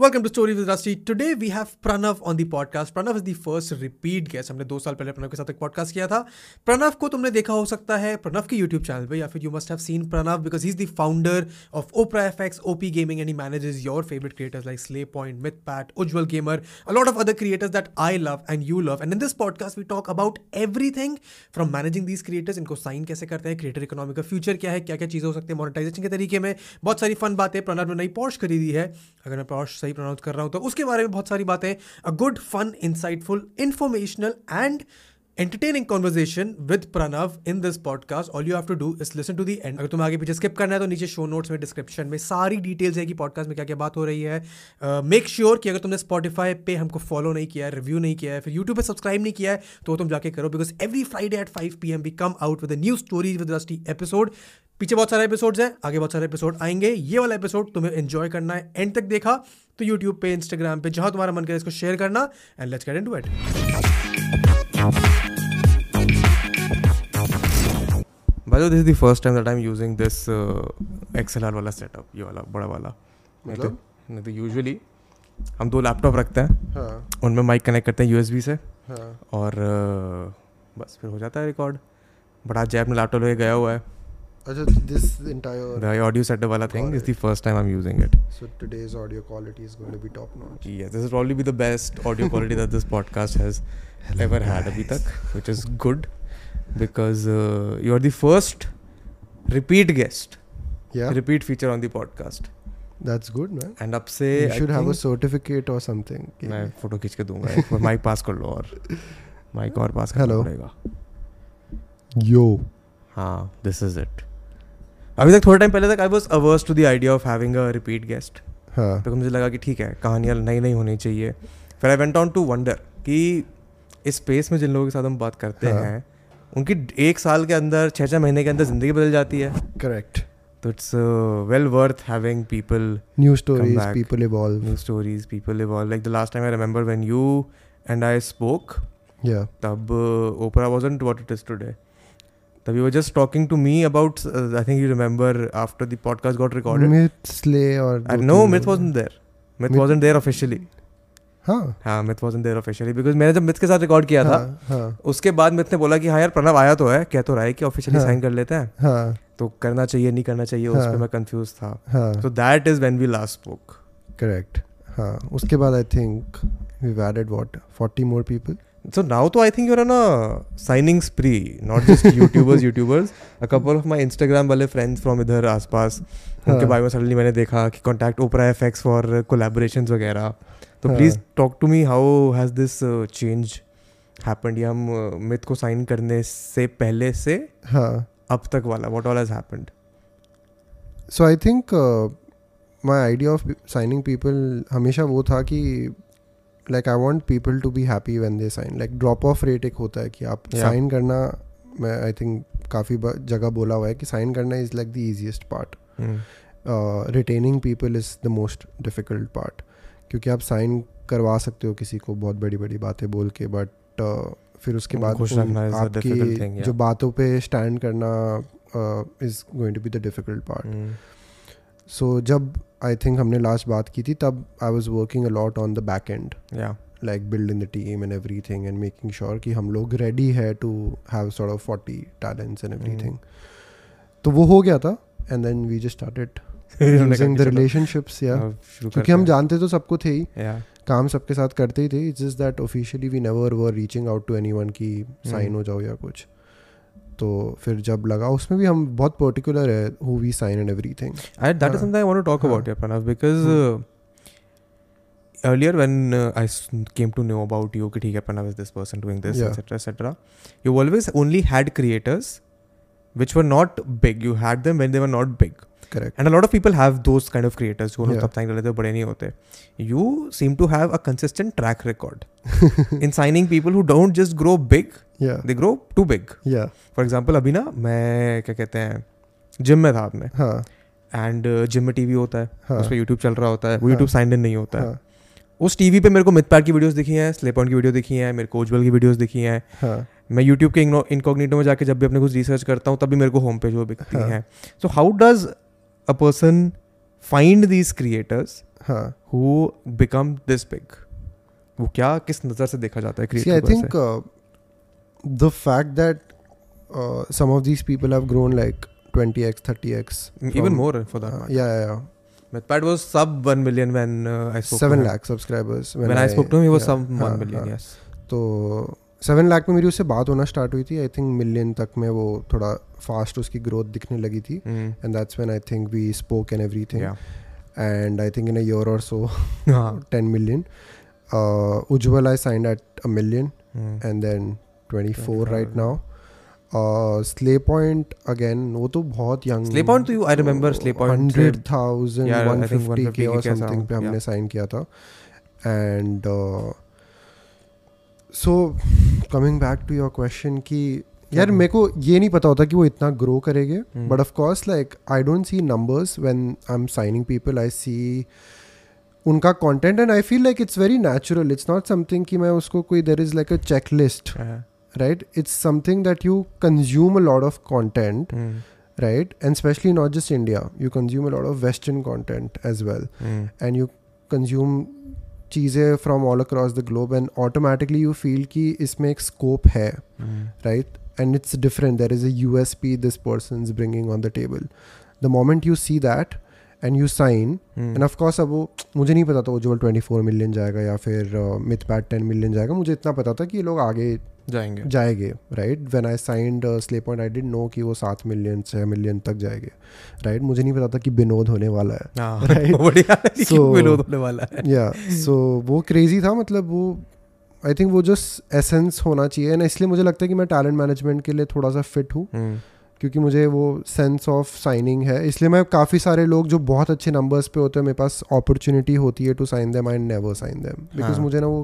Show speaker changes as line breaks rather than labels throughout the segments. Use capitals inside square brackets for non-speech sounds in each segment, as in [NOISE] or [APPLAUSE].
Welcome to story with Rusty today we have Pranav on the podcast Pranav is the first repeat guest हमने दो साल पहले प्रणव के साथ एक पॉडकास्ट किया था प्रणव को तुमने देखा हो सकता है प्रणव के यूट्यूब चैनल पे या फिर you must have seen Pranav because he is the founder of Opra F X OP gaming and he manages your favourite creators like slay point Mythpat Ujjwal gamer a lot of other creators that I love and you love and in this podcast we talk about everything from managing these creators इनको sign कैसे करते हैं creator economy का future क्या है क्या क्या चीज़ें हो सकती है मोनेटाइजेशन के तरीके में बहुत सारी फन बातें प्रणव ने नई पॉश खरीदी है अगर मैं पॉश सही प्रोनाउंस कर रहा हूँ तो उसके बारे में बहुत सारी बातें a good fun insightful informational and entertaining conversation with Pranav in this podcast. All you have to do is listen to the end. अगर तुम्हें आगे पीछे स्किप करना है तो नीचे शो नोट्स में डिस्क्रिप्शन में सारी डिटेल्स है कि पॉडकास्ट में क्या क्या बात हो रही है मेक श्योर sure कि अगर तुमने स्पॉटीफाई पे हमको फॉलो नहीं किया है रिव्यू नहीं किया है फिर यूट्यूब पे सब्सक्राइब नहीं किया है तो तुम जाके करो because every Friday at five P M we come out with new stories with Rusty episode पीछे बहुत सारे एपिसोड्स हैं आगे बहुत सारे एपिसोड आएंगे ये वाला एपिसोड तुम्हें एंजॉय करना है एंड तक देखा तो यूट्यूब पे इंस्टाग्राम पे जहां तुम्हारा मन करे इसको शेयर करना and let's get into it
By the way, this is the first time that I'm using this uh, XLR वाला सेटअप ये वाला बड़ा वाला नहीं तो-
मतलब?
नहीं तो यूजुअली हम दो लैपटॉप रखते हैं
हाँ
उनमें माइक कनेक्ट करते हैं यूएसबी से
हाँ
और uh, बस फिर हो जाता है रिकॉर्ड बट आज जय अपने लैपटॉप लेके गया हुआ है
अच्छा this entire
the audio setup वाला thing is
Got
the first time I am using it
so today's audio quality is going to be top notch
Yes, this will probably be the best audio quality that this podcast has ever had abhi tak, which is good because uh, you are the first repeat guest,
yeah
repeat feature on the podcast.
that's good man
And up से
you
I
should have a
think-
certificate or something कि-
मैं photo खींच के दूंगा एक बार mic पास कर लो और mic और पास करना
Hello.
पड़ेगा
yo
हाँ दिस इज इट अभी तक थोड़े टाइम पहले तक I was averse to the idea of having a repeat guest
हाँ
तो मुझे लगा कि ठीक है कहानियाँ नई नई होनी चाहिए फिर I went on to wonder कि इस स्पेस में जिन लोगों के साथ हम बात करते
हाँ।
हैं उनकी एक साल के अंदर छः छः महीने के अंदर ज़िंदगी बदल जाती है
correct
तो it's well worth having people
new stories
back.
people evolve
new stories people evolve like the last time I remember when you and I spoke
yeah
तब uh, opener wasn't what it is today तब you were just talking to me about I think you remember after the podcast got recorded
myth slay or
I
दो
know
तीन
Myth
लोग।
Wasn't there Myth
Myth-
wasn't there officially
हाँ
हाँ Myth was there officially because मैंने जब myth के साथ record किया था
हाँ, हाँ
उसके बाद मिथ ने बोला कि हाँ यार प्रणव आया तो है कह तो रहा है कि ऑफिशियली
हाँ।
साइन कर लेते हैं
हाँ
तो करना चाहिए नहीं करना चाहिए उस पर
हाँ।
मैं कंफ्यूज था
हाँ
so that is when we last spoke
correct हाँ उसके बाद I think we've added what 40 more people
so now तो आई थिंक यूर ना signing spree not
[LAUGHS]
just YouTubers YouTubers a couple of my Instagram वाले friends from इधर आसपास उनके
हाँ।
बारे में सडनली मैंने देखा कि contact opener F X for collaboration वगैरह तो
हाँ।
Please talk to me how has this change happen uh, या हम मिथ को साइन करने से पहले से
हाँ
अब तक वाला what all has happened
so I think my idea of signing people हमेशा वो था कि like I want people to be happy when they sign like drop off rate एक होता है कि आप
Yeah.
साइन करना मैं आई थिंक काफ़ी जगह बोला हुआ है कि साइन करना is like the easiest part Uh, retaining people is the most difficult part क्योंकि आप साइन करवा सकते हो किसी को बहुत बड़ी बड़ी बातें बोल के बट फिर उसके
उनको
बाद
खुश
उन-
रखना is the difficult thing,
आपकी
yeah.
जो बातों पे स्टैंड करना uh, is going to be the difficult part so जब आई थिंक हमने लास्ट बात की थी तब I was working a lot on the back end
या
like building the team and everything and making sure कि हम लोग रेडी है to have sort of forty talents and everything तो वो हो गया था and then we just started
[LAUGHS]
using the relationships या
हाँ,
क्योंकि हम जानते तो सबको थे ही
या
काम सबके साथ करते ही थे it's just that officially we never were reaching out to anyone की साइन हो जाओ या कुछ तो फिर जब लगा उसमें भी हम बहुत पर्टिकुलर है who we sign and everything
I, that is
हाँ।
something I want to talk
हाँ।
about, yeah, Pranav, because
Hmm.
uh, earlier when uh, I s- came to know about you, कि ठीक है Pranav is this person doing this,
Yeah.
etc., etc., you always only had creators which were not big. You had them when they were not big.
Correct
And a lot of people have those kind of creators who
Yeah.
yeah. sign लेते बड़े नहीं होते. You seem to have a consistent track
[LAUGHS]
record in signing people who don't just grow big,
या
they grow too big.
या
for example अभी ना मैं क्या कहते हैं जिम में था अब मैं
हाँ
एंड जिम में टीवी होता है
हाँ।
उस पर यूट्यूब चल रहा होता है वो
हाँ।
यूट्यूब साइन इन नहीं होता है
हाँ
उस टीवी पे मेरे को मिथपैट की वीडियोस दिखी हैं स्लेपॉन की वीडियो दिखी हैं मेरे को उज्जवल की वीडियोस दिखी हैं
हाँ
मैं यूट्यूब के इनकॉग्निटो में जाके जब भी अपने कुछ रिसर्च करता हूँ तभी मेरे को होम पेज वो दिखती
हाँ।
हैं so how does a person find these creators
हाँ
who become this big वो क्या किस नजर से देखा जाता है
See, I
creator को
think
ऐसे?
uh, the fact that uh, some of these people have grown like 20x, 30x.
even
from-
more for that
Uh,
matter
yeah, yeah,
MythPad was sub 1 million when uh, I
yeah.
spoke
Seven
to him.
lakh subscribers.
when, I, spoke to him he was
yeah,
sub 1
हाँ,
million
हाँ.
yes
तो seven lakh में मेरी उससे बात होना start हुई थी आई थिंक मिलियन तक में वो थोड़ा फास्ट उसकी ग्रोथ दिखने लगी थी
Mm.
And that's when I think we spoke and everything
yeah
and I think in a year और [LAUGHS] सो
हाँ.
10 million uh, Ujjwal I signed at a million
Mm.
and then 24,
24,
right now uh, Slay Point again वो तो बहुत young
Slay Point तो you- I remember Slay Point से-
100,000
Yeah, I think
150k
150K
or
के ऐसा,
something पे
yeah.
हमने sign किया था and uh, so coming back to your question कि यार
हम्म।
मेरे को ये नहीं पता होता कि वो इतना ग्रो करेंगे
हम्म।
But of course like I don't see numbers when I am signing people I see उनका content and I feel like it's very natural it's not something कि मैं उसको कोई there is like a checklist
Yeah.
Right it's something that you consume a lot of content
Mm.
Right and specially not just India you consume a lot of western content as well
Mm.
And you consume चीज़ें from all across the globe and automatically you feel कि इसमें एक scope है
Mm.
right? And it's different. There is a USP this person's bringing on the table. The moment you see that and you sign,
Mm.
and of course अब वो मुझे नहीं पता था वो जो 24 मिलियन जाएगा या फिर uh, मिथ पैट 10 मिलियन जाएगा मुझे इतना पता था कि ये लोग आगे
जाएंगे
जाएंगे right when I signed slay point I didn't know कि वो सात मिलियन छः मिलियन तक जाएंगे राइट मुझे नहीं पता था कि विनोद होने वाला है
[LAUGHS] हाँ,
[LAUGHS] Right.
बढ़िया है कि
So-
विनोद होने वाला है
या सो वो क्रेजी था मतलब वो आई थिंक वो जो एसेंस होना चाहिए एंड इसलिए मुझे लगता है कि मैं टैलेंट मैनेजमेंट के लिए थोड़ा सा फिट हूँ
Mm.
क्योंकि मुझे वो सेंस ऑफ साइनिंग है इसलिए मैं काफ़ी सारे लोग जो बहुत अच्छे नंबर्स पे होते हैं मेरे पास अपॉर्चुनिटी होती है to sign them I never sign them because
हाँ।
मुझे ना वो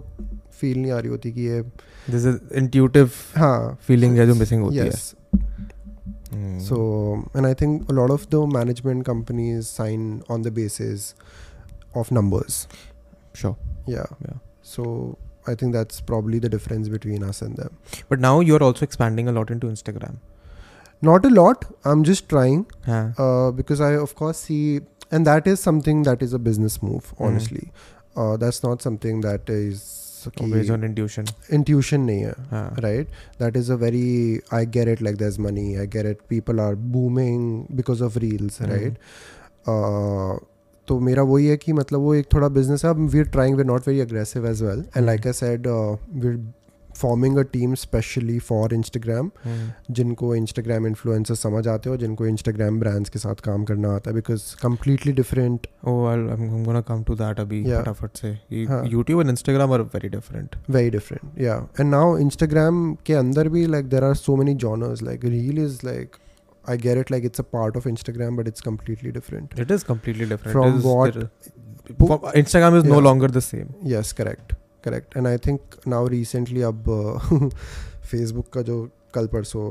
फील नहीं आ रही होती कि ये
There's an intuitive
हाँ
feeling है जो missing होती
यस
है Mm.
So and I think lot of the management companies sign on the basis of numbers
sure
या
Yeah.
So I think that's probably the difference between us and them
but now you're also expanding a lot into Instagram
not a lot I am just trying
हाँ
uh, because I, of course, see, and that is something that is a business move,
Mhm.
honestly. Uh, that's not something that is ki
Oh, based on intuition
intuition, nahi hai,
हाँ
right? That is a very, I get it, like there's money, I get it. People are booming because of reels,
Mhm.
right? Uh, तो मेरा वही है कि मतलब वो एक थोड़ा बिजनेस है अब we are trying we not very aggressive as well and like I said we are forming a team specially for Instagram
Mm.
जिनको इंस्टाग्राम इन्फ्लुएंसर समझ आते हो जिनको इंस्टाग्राम ब्रांड्स के साथ काम करना आता है because completely different
Oh, I'll, I'm, I'm gonna come to that abhi
Yeah.
फटाफट से ये
हाँ.
YouTube and Instagram are very different.
Very different या एंड नाउ इंस्टाग्राम के अंदर भी like there are so many genres like reel is like I get it like it's a part of Instagram but it's completely different
It is completely different.
From
It is,
what-
there- from- Instagram is no
Yeah.
longer the same.
Yes correct correct and I think now recently अब [LAUGHS] Facebook का जो कल परसों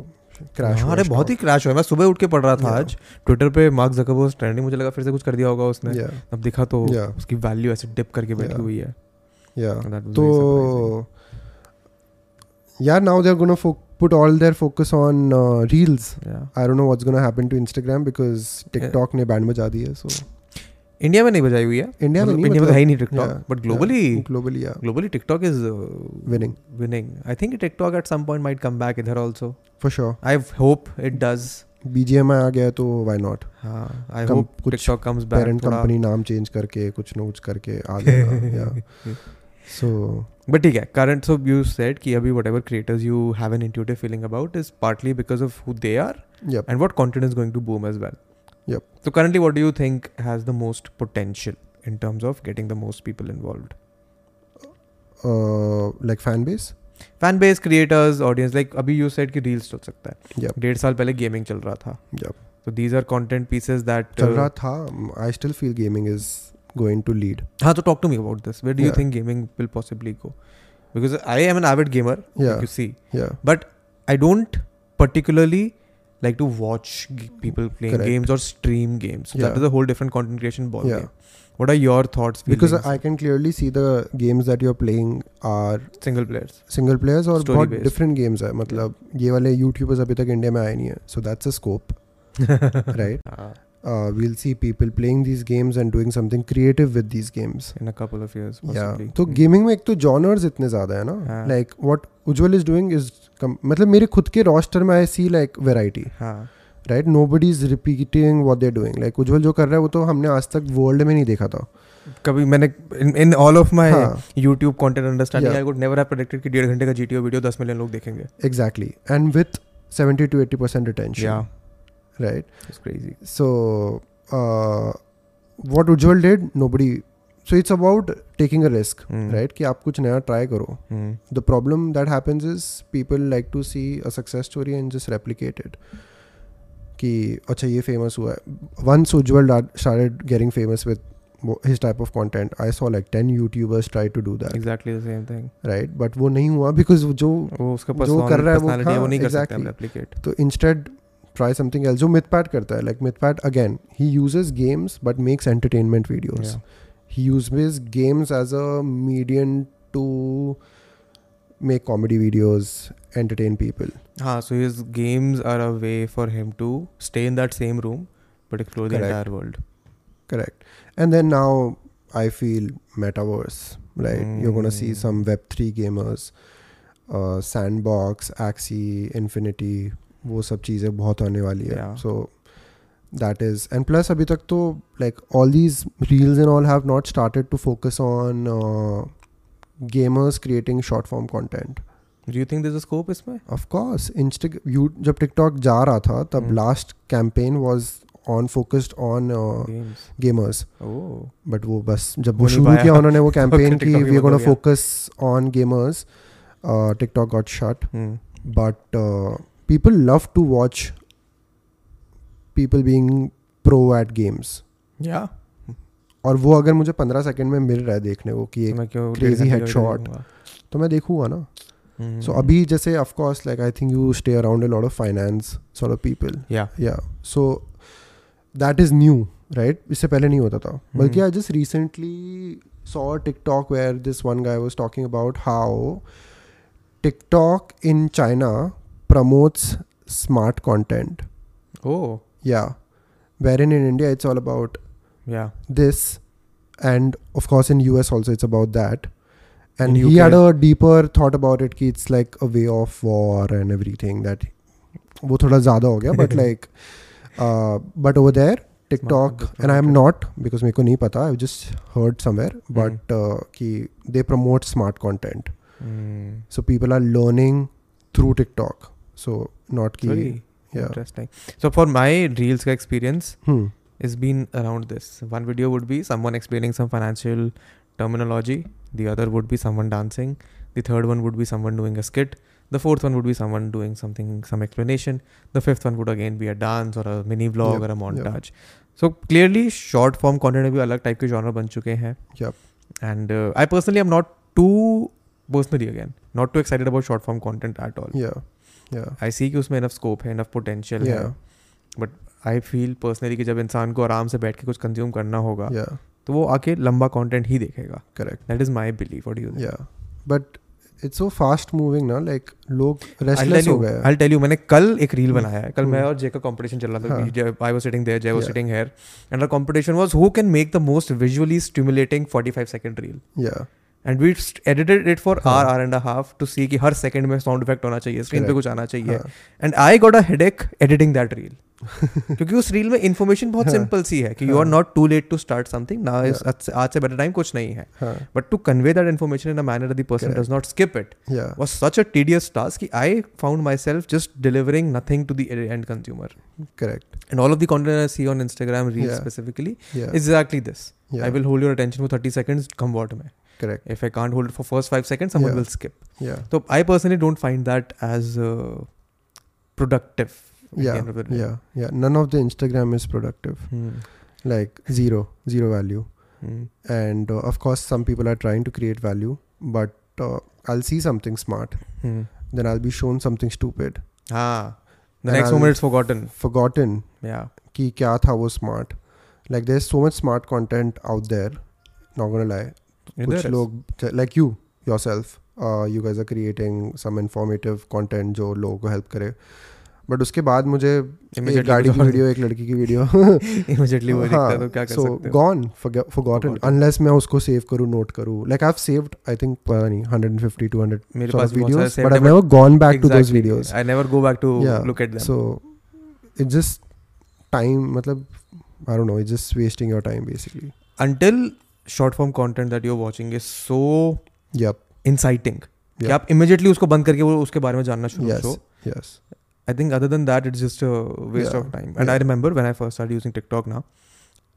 crash
हाँ, अरे बहुत ही crash हुआ मैं सुबह उठ के पढ़ रहा था
Yeah.
आज ट्विटर पे मार्क जकरबर्ग ट्रेंडिंग मुझे लगा फिर से कुछ कर दिया होगा उसने
या
अब दिखा तो
या
उसकी वैल्यू ऐसे डिप करके बैठी
Yeah.
हुई है
या
That was very surprising.
तो यार now they are gonna put all their focus on reels
Yeah.
I don't know what's gonna happen to Instagram because TikTok ने बैंड बजा दी है सो
इंडिया में नहीं बजाई हुई है
इंडिया में
मतलब
नहीं
इंडिया में तो है ही नहीं
Yeah.
TikTok but globally
globally या
globally TikTok is
Winning.
Winning I think TikTok at some point might come back इधर also
for sure
I hope it does
BGMI आ गया है तो व्हाई नॉट
हाँ आई
Come-
होप
कुछ
TikTok comes back
parent company नाम change करके कुछ ना कुछ करके आ जाएगा
[LAUGHS]
या सो
बट ठीक है करंट सो यू सेड कि अभी whatever creators you have an intuitive feeling about is partly because of who they are
yup
and what content is going to boom as well
Yep.
तो currently what do you think has the most potential in terms of getting the most people involve
like fan base
fan base creators audience like अभी you said कि reels चल सकता है
Yep.
डेढ़ साल पहले gaming चल रहा था
Yep.
तो these are content pieces that
चल रहा था I still feel gaming is going to lead
हाँ तो talk to me about this where do you
Yeah.
Think gaming will possibly go because I am an avid gamer
Yeah.
You see
या
But I don't particularly like to watch g- people playing
Correct.
games or stream games.
Yeah.
That is a whole different content creation ball
Yeah.
game. What are your thoughts?
because
feelings?
i can clearly see the games that you're playing are
single
[LAUGHS]
players.
Single players और
Story
बहुत
based.
Different games है मतलब ये वाले YouTubers अभी तक India में आए नहीं है so that's a scope right
हाँ.
uh, we'll see people playing these games and doing something creative with these games
in a couple of years
या
possibly Hmm.
तो गेमिंग में एक तो जॉनर्स इतने ज़्यादा है ना
हाँ।
Like what Ujjwal is doing is मतलब मेरे खुद के रोस्टर में आई सी लाइक वेराइटी
हाँ
right nobody is repeating what they're doing like Ujjwal जो कर रहा है वो तो हमने आज तक वर्ल्ड में नहीं देखा था
कभी मैंने in in all of my
हाँ।
YouTube content understanding
Yeah.
I would never have predicted कि डेढ़ घंटे का GTA वीडियो 10 मिलियन लोग देखेंगे
exactly and with seventy to eighty percent
या
retention right
it's crazy
So, uh, what Ujjwal did, nobody. So it's about taking a risk,
Hmm.
right? कि आप कुछ नया try करो. The problem that happens is people like to see a success story and just replicate it. कि अच्छा ये famous हुआ है. Once Ujjwal da- started getting famous with wo- his type of content, I saw like 10 YouTubers try to do that,
exactly the same thing
right? But वो नहीं हुआ because वो जो
वो उसका
जो कर रहा है वो-
पर्सनालिटी है वो
हाँ,
नहीं कर सकते
exactly.
हम replicate
तो इंस्टेड ट्राई समथिंग एल्स जो मिथपैट करता है like Mythpat again he uses games but makes entertainment videos
Yeah.
He uses games as a medium to make comedy videos entertain people
हाँ so his games are a way for him to stay in that same room but explore the
Correct.
entire world
correct and then now I feel metaverse right you gonna see
Mm.
Some web three gamers uh, Sandbox Axie Infinity वो सब चीज़ें बहुत आने वाली है
Yeah.
So that is and plus अभी तक तो like all these reels and all have not started to focus on uh, gamers creating short form content
do you think there's a scope इसमें
ऑफ कोर्स इंस्टा यू जब TikTok जा रहा था तब
Hmm.
Last campaign was on focused on
games
gamers
oh
but वो बस जब
वो
वो
नहीं
शुरू
पाया।
किया उन्होंने वो कैंपेन
[LAUGHS] Okay,
की
TikTok ही
वी
बंद
गोना
हो गया।
Focus on gamers TikTok got shut
hmm.
But people love to watch people being pro at games
yeah
और वो अगर मुझे पंद्रह सेकंड में मिल रहा है देखने को कि
तो
एक
मैं क्यों
crazy
डेढ़ घंटे का
headshot.
video देखूंगा?
तो मैं देखूंगा ना
Hmm.
सो अभी जैसे of course like I think you stay around a lot of finance sort of people
yeah
या so that is new right इससे पहले नहीं होता था बल्कि I just recently saw TikTok where this one guy was talking about how TikTok in China promotes smart content
oh
या where in in India it's all about
yeah
this and of course in us also it's about that and
In
he
UK.
had a deeper thought about it कि it's like a way of war and everything that वो थोड़ा ज़्यादा हो गया
[LAUGHS]
but like uh, but over there TikTok
content,
and I'm
okay.
not because मेरे को नहीं पता I've just heard somewhere but uh, कि they promote smart content
hmm.
so people are learning through TikTok so not
very
कि yeah
interesting so for my reels का experience
hmm
has been around this. One video would be someone explaining some financial terminology, the other would be someone dancing, the third one would be someone doing a skit, the fourth one would be someone doing something, some explanation, the fifth one would again be a dance or a mini vlog
Yep,
or a
yep.
montage. So clearly, short form content में भी अलग type के genre बन चुके हैं.
Yep.
And uh, I personally am not too personally again not too excited about short form content at all.
yeah yeah
I see कि उसमें enough scope है, इनफ potential है.
yeah
आई फील पर्सनली कि जब इंसान को आराम से बैठ के कुछ कंज्यूम करना होगा
yeah
तो वो आके लंबा कंटेंट ही देखेगा
correct
that is my belief what you
yeah but it's so fast moving ना like लोग restless हो गए हैं
आई टेल यू मैंने कल एक रील बनाया है कल मैं
Hmm.
और जय का कंपटीशन चल रहा
हाँ.
था I was sitting there Jai was
Yeah.
Sitting here and the competition was who can make the most visually stimulating 45 second reel
yeah
and we edited it for
हाँ.
Hour hour and half to see कि हर second में sound effect होना चाहिए screen पे
Correct.
कुछ आना चाहिए
हाँ,
and I got a headache editing that
[LAUGHS]
reel क्योंकि उस रील में इन्फॉर्मेशन बहुत
हाँ,
सिंपल सी है कि यू आर
हाँ।
Not too late to start something ना
Yeah.
आज से बेटर टाइम कुछ नहीं है
हाँ,
but to convey that information in a manner the person does
Correct.
Not skip it
yeah
was such a tedious task कि I found myself just delivering nothing to the end consumer
correct
and all of the content I see on Instagram reel
Yeah.
Specifically
yeah
exactly this
yeah
I will hold your attention for thirty seconds come what में
correct
if I can't hold for first five second someone
Yeah.
Will skip
yeah
तो I personally don't find that as uh, productive
yeah yeah yeah none of the Instagram is productive
Hmm,
like zero zero value and uh, of course some people are trying to create value but uh, I'll see something smart
hmm.
then I'll be shown something stupid
हाँ the
And
next
I'll-
moment it's forgotten
forgotten
या
कि क्या था वो smart like there's so much smart content out there not gonna lie कुछ लोग like you uh, yourself you guys are creating some informative content जो लोगों को हेल्प करे बट उसके बाद मुझे एक
Immediately
गाड़ी
कुछ
की हाँ,
और- [LAUGHS]
वीडियो एक लड़की की वीडियो
इमीजिएटली वो दिखता है तो क्या कर
सो
सकते हो
गॉन फॉरगॉटन
Forgotten.
अनलेस मैं उसको सेव करूं नोट करूं like I have saved I think पता नहीं 150 200
मेरे
sort
पास
of videos but I've
never
never gone back to those videos
I never go back to
Yeah,
look at them
so it's just time मतलब I don't know it's just wasting your time basically
until short form content that you're watching is so
yep
inciting कि
Yeah.
आप immediately उसको बंद करके वो उसके बारे में जानना शुरू
yes
करो
yes
I think other than that it's just waste
Yeah.
Of time and I
Yeah.
Remember when I first start using TikTok ना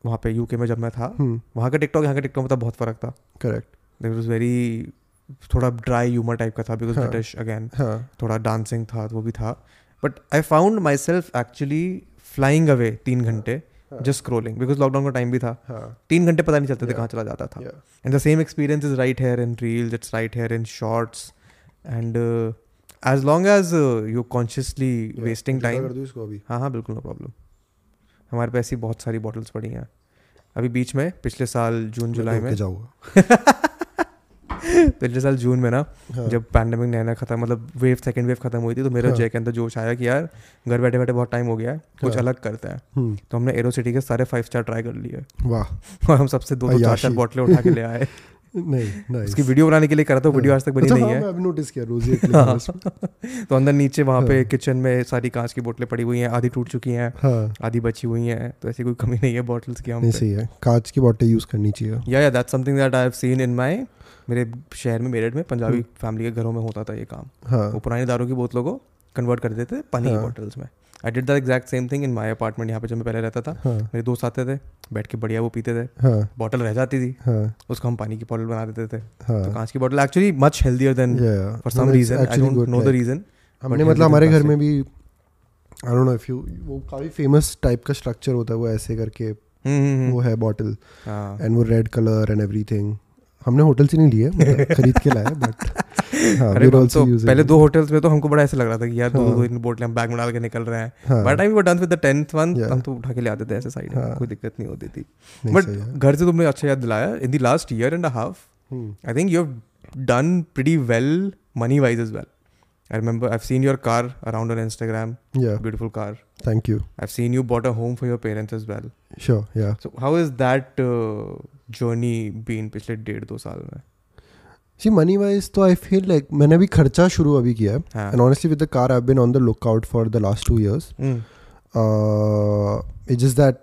वहाँ पे यूके में जब मैं था
hmm
वहाँ का टिकटॉक यहाँ का टिकटॉक मतलब बहुत फर्क था
correct
देर वॉज वेरी थोड़ा ड्राई ह्यूमर टाइप का था बिकॉज
हाँ.
ब्रिटिश अगेन
हाँ
थोड़ा डांसिंग था वो भी था but I found myself actually flying away तीन घंटे
हाँ.
जस्ट स्क्रोलिंग बिकॉज लॉकडाउन का टाइम भी था
हाँ
तीन घंटे पता नहीं चलते थे
Yeah.
कहाँ चला जाता था
yeah
and the same experience is right here in reels it's right here in shorts and as long as you consciously
Yeah.
Wasting
जुगाड़
टाइम
कर दूँ इसको अभी
हाँ हाँ बिल्कुल नो प्रॉब्लम हमारे पे ऐसी बहुत सारी बॉटल्स पड़ी हैं अभी बीच में पिछले साल जून
मैं तो
जुलाई
धो के
में
जाऊंगा
पिछले साल जून में ना
हाँ,
जब पैंडेमिक नया नया खत्म मतलब वेव सेकंड वेव खत्म हुई थी तो मेरा
हाँ।
जय के अंदर जोश आया कि यार घर बैठे बैठे बहुत टाइम हो गया है कुछ
हाँ।
अलग करता है
हम्म,
तो हमने एरो सिटी के सारे फाइव स्टार ट्राई कर लिए [LAUGHS]
वाह
और हम सबसे दो दो चार चार
अय्याशी।
बॉटलें उठा के ले
[LAUGHS]
आए
नहीं nice.
उसकी वीडियो बनाने के लिए करा था वो वीडियो आज तक बनी
अच्छा,
नहीं
हाँ,
है
मैं अभी नोटिस किया रोजी एक
हाँ।
लेकिन उसमें-
तो अंदर नीचे वहाँ पे
हाँ।
किचन में सारी कांच की बोतलें पड़ी हुई हैं आधी टूट चुकी हैं
हाँ
आधी बची हुई हैं तो ऐसी कोई कमी नहीं है बॉटल्स की हम
नहीं सही है कांच की बॉटल यूज करनी चाहिए
yeah yeah that something that I have seen in my मेरे शहर में मेरठ में पंजाबी फैमिली के घरों में होता था ये काम
Hmm. हाँ
वो पुरानी दारू की बोतलों को कन्वर्ट कर देते थे पानी की
हाँ।
बॉटल्स में I did the exact same thing in my apartment यहाँ पे जब मैं पहले रहता था
हाँ
मेरे दोस्त आते थे बैठ के बढ़िया वो पीते थे
हाँ
बॉटल रह जाती थी
हाँ
उसको हम पानी की बॉटल बना देते थे तो
हाँ
कांच की bottle actually much healthier than
yeah.
For
No,
some
it's
reason I
actually
don't
good,
know the
like,
reason
हमने
but
मतलब हमारे
healthy
घर
plastic.
में भी I don't know if you वो काफी फेमस टाइप का स्ट्रक्चर होता है वो ऐसे करके
Hmm, हम्म।
वो है बॉटल
हाँ।
एंड वो रेड कलर एंड एवरीथिंग हमने होटल से नहीं लिए
[LAUGHS]
मतलब खरीद के लाए बट हाँ
अरे
वी
हम तो
आल्सो यूजिंग
पहले दो होटल्स में तो हमको बड़ा ऐसा लग रहा था कि यार दो
हाँ।
दो इन बोटलें हम बैग में डाल के निकल रहे हैं
हाँ
but I we done with the 10th one
Yeah.
हम तो उठा के ले आते थे ऐसे साइड में
हाँ।
कोई दिक्कत नहीं होती थी
नहीं,
बट
सही है।
घर से तुमने अच्छा याद दिलाया in the last year and half
हम्म,
I think you've done pretty well money wise as well. I remember I've seen your car around on Instagram,
yeah
beautiful car.
thank you
I've seen you bought a home for your parents as well.
sure yeah
So how has that uh, journey been पिछले डेढ़ दो साल में?
See money wise तो I feel like मैंने अभी खर्चा शुरू अभी किया है
हाँ.
And honestly with the car I been on the look out for the last two years
Mm.
It is that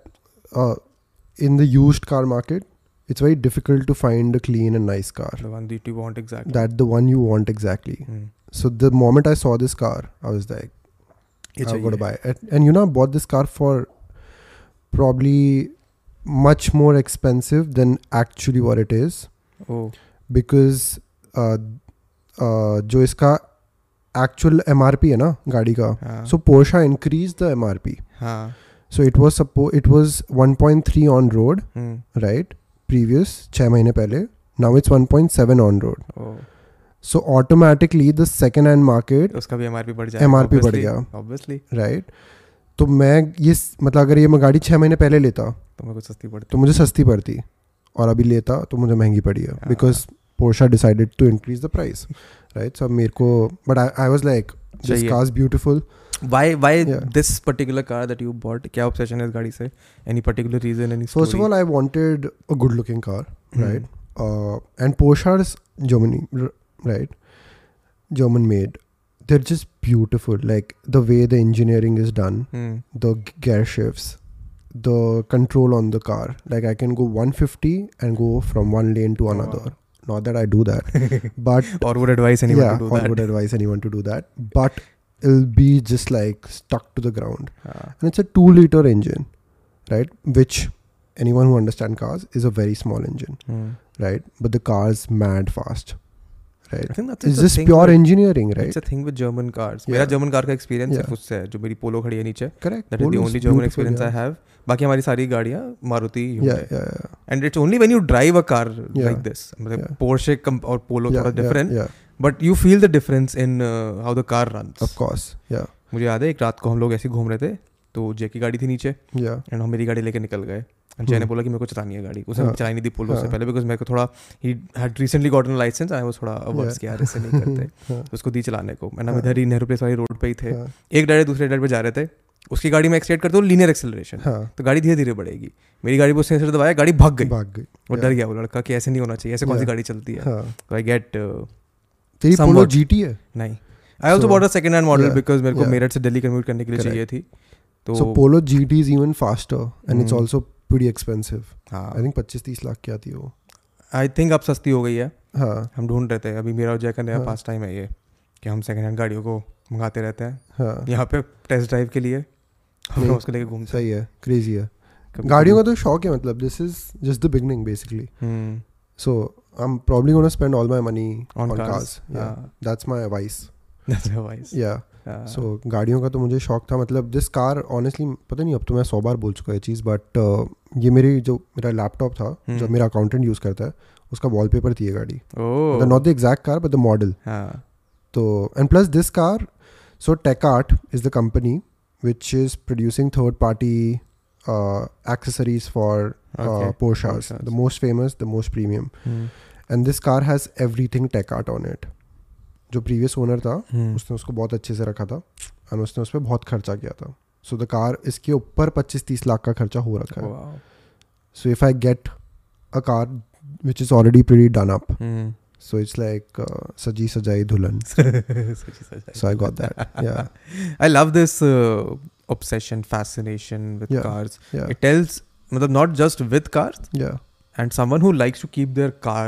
in the use car market it's very difficult to find a clean and nice car
मतलब The one that you want exactly.
That the one you want exactly
Mm.
So the moment I saw this car I was like
ये
I
चाहिए।
Would buy and you know bought this car for probably much more expensive than actually what it is
Oh.
Because uh, जो इसका actual M R P है ना गाड़ी का
हाँ.
So Porsche increase the M R P
हाँ.
So it was suppose it was one point three on road
Mm.
Right previous छः महीने पहले now it's one point seven on road
Oh.
So automatically the second hand market
उसका भी MRP बढ़ जाएगा.
MRP बढ़
obviously.
गया।
Obviously.
Right तो मैं ये मतलब अगर ये मैं गाड़ी छः महीने पहले लेता
तो मेरे को सस्ती पड़ती.
तो मुझे सस्ती पड़ती और अभी लेता तो मुझे महंगी पड़ी है
हाँ।
Because Porsche decided to increase the price right so मेरे को but I was like this
चाहिए।
Car beautiful
Why why
Yeah.
this particular car that you bought? क्या obsession है इस गाड़ी से? Any particular reason? Any story?
First of all I wanted a good looking car
Hmm.
Right and Porsche's Germany right German made they're just beautiful like the way the engineering is done
Mm.
the gear shifts the control on the car like i can go 150 and go from one lane to
Oh,
another
wow.
not that i do that
[LAUGHS]
but
or would advise anyone
yeah,
to do
or
that.
would advise anyone to do that. But it'll be just like stuck to the ground.
हाँ,
And it's a two liter engine, right? Which anyone who understands cars is a very small engine,
hmm.
right? But the car's mad fast, right?
I think that's
It's
it's a
just
thing
pure
with-
engineering, right?
It's a thing with German cars.
Yeah.
मेरा German car का experience सिर्फ
Yeah.
उससे है जो मेरी पोलो खड़ी है नीचे
Correct.
that is the
Polo is
only German
beautiful,
experience I
yeah.
have. बाकी हमारी सारी गाड़ियाँ Maruti
Yeah,
Hyundai.
yeah, yeah.
and it's only when you drive a car like
Yeah.
this मतलब
Yeah.
Porsche comp- or Polo
yeah,
थोड़ा
yeah,
different
yeah,
but you feel the difference in uh, how the car runs
of course. Yeah,
मुझे याद है एक रात को हम लोग ऐसे ही घूम रहे थे तो जे की गाड़ी थी नीचे
yeah.
एंड हम मेरी गाड़ी लेके निकल गए अजय ने बोला कि मेरे को चलानी है गाड़ी उसने
हम्म। हाँ,
चलाई नहीं दी पुल उससे
हाँ।
पहले बिकॉज मेरे को थोड़ा ही had recently gotten licence I वो थोड़ा अवर्स
Yeah.
किया ऐसे नहीं
[LAUGHS]
करते
हाँ,
उसको दी चलाने को एंड हम
हाँ।
इधर ही नेहरू प्लेस वाली रोड पे ही थे
हाँ,
एक डायरेक्ट दूसरे डायरेक्ट पे जा रहे थे उसकी गाड़ी में एक्सलेट करते हो लीनियर एक्सेलरेशन
हाँ
तो गाड़ी धीरे धीरे बढ़ेगी मेरी गाड़ी पर सेंसर दबाया गाड़ी भाग गई
भाग गई
वो
yeah.
डर गया वो लड़का कि ऐसे नहीं होना चाहिए ऐसे कौन सी
Yeah.
गाड़ी चलती है तो
हाँ
आई गेट
तेरी पोलो
Somewhat.
जीटी है
uh, नहीं I also
So-
bought a second hand model
Yeah.
Because मेरे को
Yeah.
मेरठ से दिल्ली कम्यूट करने के लिए चाहिए थी तो
so Polo GT is even faster and it's
Hmm.
Also pretty expensive I
हाँ
थिंक 25 30 लाख की आती है वो
आई थिंक अब सस्ती हो गई है
हाँ
हम ढूंढ रहे थे अभी मेरा और जय का नया
हाँ।
पास टाइम है ये कि हम सेकंड हैंड गाड़ियों को मंगाते रहते हैं
हाँ
यहाँ पे टेस्ट ड्राइव के लिए हम
नहीं,
लोग उसको लेके घूमते
सही है क्रेजी है
कभी-
गाड़ियों का तो शौक है मतलब this is just the beginning basically
hmm,
so I am probably going to spend all my money
On
on
cars,
cars yeah
हाँ,
that's my advice
that's the advice,
yeah
हाँ,
सो गाड़ियों का तो मुझे शौक था मतलब दिस कार ऑनेस्टली पता नहीं अब तो मैं सौ बार बोल चुका है चीज़ बट ये मेरी जो मेरा लैपटॉप था
Hmm.
जब मेरा अकाउंटेंट यूज़ करता है उसका वॉलपेपर थी ये गाड़ी
oh,
not the exact car but the model
हाँ,
तो and plus this car so TechArt is the company which is producing third party uh, accessories for
okay,
Porsches
Porsches.
The most famous the most premium
hmm,
and this car has everything TechArt on it जो previous owner था
हम्म,
उसने उसको बहुत अच्छे से रखा था and उसने उस पर बहुत खर्चा किया था सो द कार इसके ऊपर 25-30 लाख का खर्चा हो रखा है
wow,
so if I get a car which is already pre done up
hmm,
so it's like सजी सजाई दुल्हन
सच्ची सच है।
So I got that yeah
I love this uh, obsession, fascination with
Yeah.
cars.
या
[LAUGHS] It tells, matlab, not just with cars,
yeah
and someone who likes to keep their car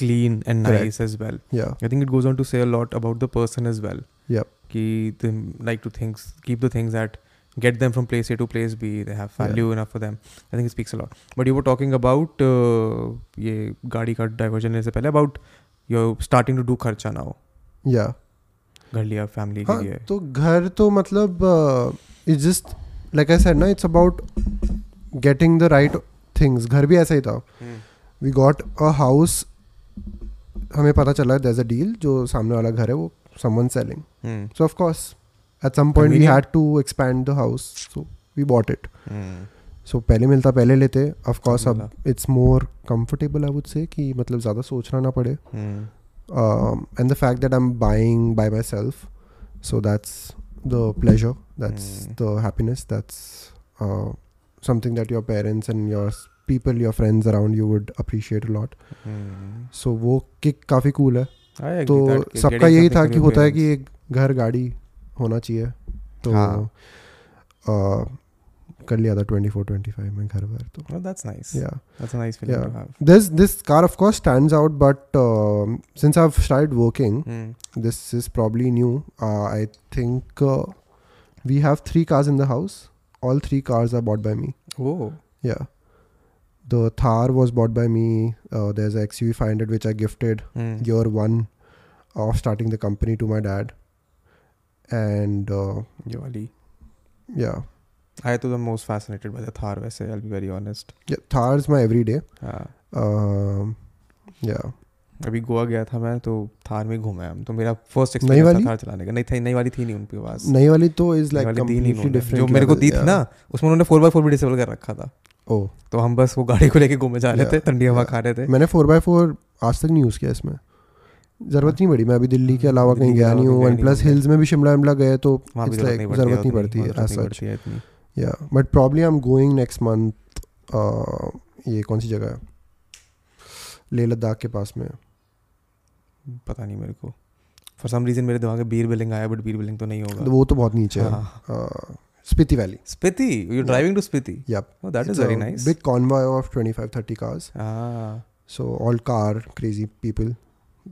clean and
Correct.
nice as well.
Yeah
I think it goes on to say a lot about the person as well.
Yep.
Ki they like to things, keep the things that get them from place A to place B. They have
Yeah.
value enough for them. I think it speaks a lot. But you were talking about uh, ये गाड़ी का diversion लेने से पहले about you're starting to do खर्चा now.
या
घर लिया फैमिली के
हाँ
लिए
तो घर तो मतलब it's just like I said ना it's about getting the right things घर भी ऐसा ही था वी गॉट अ हाउस हमें पता चला there's a डील जो सामने वाला घर है वो someone selling
hmm,
So of course, at some point we
Convenient.
had to expand the house, so we bought it.
Hmm,
So पहले मिलता पहले लेते. Of course,
अब
अब it's more comfortable I would say कि मतलब ज़्यादा सोचना ना पड़े.
Hmm,
Um, and the fact that I'm buying by myself, so that's the pleasure, that's
Hmm.
the happiness, that's uh, something that your parents and your s- people, your friends around you would appreciate a lot.
Hmm.
So वो kick काफ़ी cool है.
I agree
तो
that ki-
सबका
getting
यही था
something
कि
from
होता है
parents.
कि एक घर गाड़ी होना चाहिए तो
हाँ।
आ, कर लिया था 24 25 में घर बार तो
Oh, that's nice.
Yeah
That's a nice feeling
Yeah.
to have.
This this car of course stands out but since I have started working
Mm.
This is probably new I think we have three cars in the house all three cars are bought by me
Oh.
Yeah the Thar was bought by me there is X U five hundred which I gifted
Mm.
year one of starting the company to my dad. And uh,
Yo, Ali.
yeah,
I too am most fascinated by the Thar. वैसे I'll be very honest.
yeah, Thar is my everyday.
हाँ,
Um, yeah,
अभी गोवा गया था मैं तो थार में ही घूमा हम तो मेरा फर्स्ट
नई
एक्सपीरियंस
वाली?
था थार चलाने का नहीं था नई वाली थी नहीं उनके पास नई
नई वाली तो is like
वाली दी नहीं
completely
उन्होंने।
different.
जो मेरे को
level,
दी थी
yeah.
ना उसमें उन्होंने फोर बाई फोर भी डिसेबल कर रखा था
Oh,
तो हम बस वो गाड़ी को लेके घूमे जा रहे
Yeah,
थे ठंडी हवा
yeah.
खा रहे थे
मैंने 4x4 आज तक नहीं यूज़ किया इसमें ज़रूरत नहीं पड़ी मैं अभी दिल्ली के अलावा कहीं
दिल्ली के
गया
अलावा
नहीं हूँ
कहीं
एंड
गया
प्लस
नहीं हूँ।
हिल्स में भी शिमला विमला गए तो
वहाँ भी
it's
जरूरत
like
नहीं
ज़रूरत नहीं
उतनी,
पड़ती
वहाँ जरूरत
है, as
नहीं
such.
पड़ती है इतनी
yeah but probably I am going next month uh, ये कौन सी जगह है लेह लद्दाख के पास में तो
पता नहीं मेरे को फॉर सम रीजन मेरे दिमाग में बीर बिलिंग आया बट बीर बिलिंग तो नहीं होगा
वो तो बहुत नीचे है Uh,
हाँ।
Spiti valley
Spiti you
Yeah.
Driving to Spiti
Yep.
Oh, that is
It's
very
a
nice.
Big convoy of 25 30 cars.
Ah,
So all car crazy people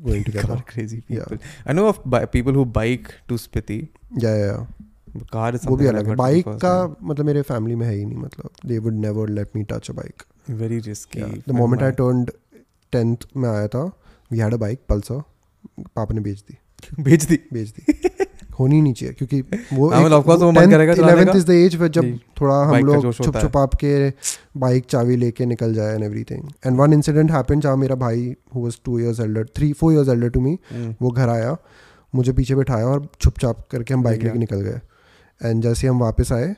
going together.
car crazy
Yeah.
people. I know of bi- people who bike to Spiti.
yeah, yeah, yeah.
Car is
वो भी
something that
अलग
I've got
है
for
bike
first
का
time.
मतलब मेरे family में है ही नहीं मतलब they would never let me touch a bike
very risky.
The moment I turn tenth में आया था we had a bike Pulsar पापा ने बेच दी
भेज दी
बेच
[LAUGHS]
दी होनी ही नहीं चाहिए क्योंकि वो
हाँ, मतलब of course वो मन करेगा चलाने
इलेवेंथ
का।
इज द एज जब
जी,
थोड़ा हम
bike का
लोग
जोश
छुप
होता है।
छुप आप के बाइक चाबी लेके निकल जाए and everything and one incident happened जहाँ मेरा भाई who was two years elder three four years elder to me
[LAUGHS]
वो घर आया मुझे पीछे बैठाया और छुपचाप करके हम
ले
बाइक
गया।
लेके निकल गए एंड जैसे हम वापस आए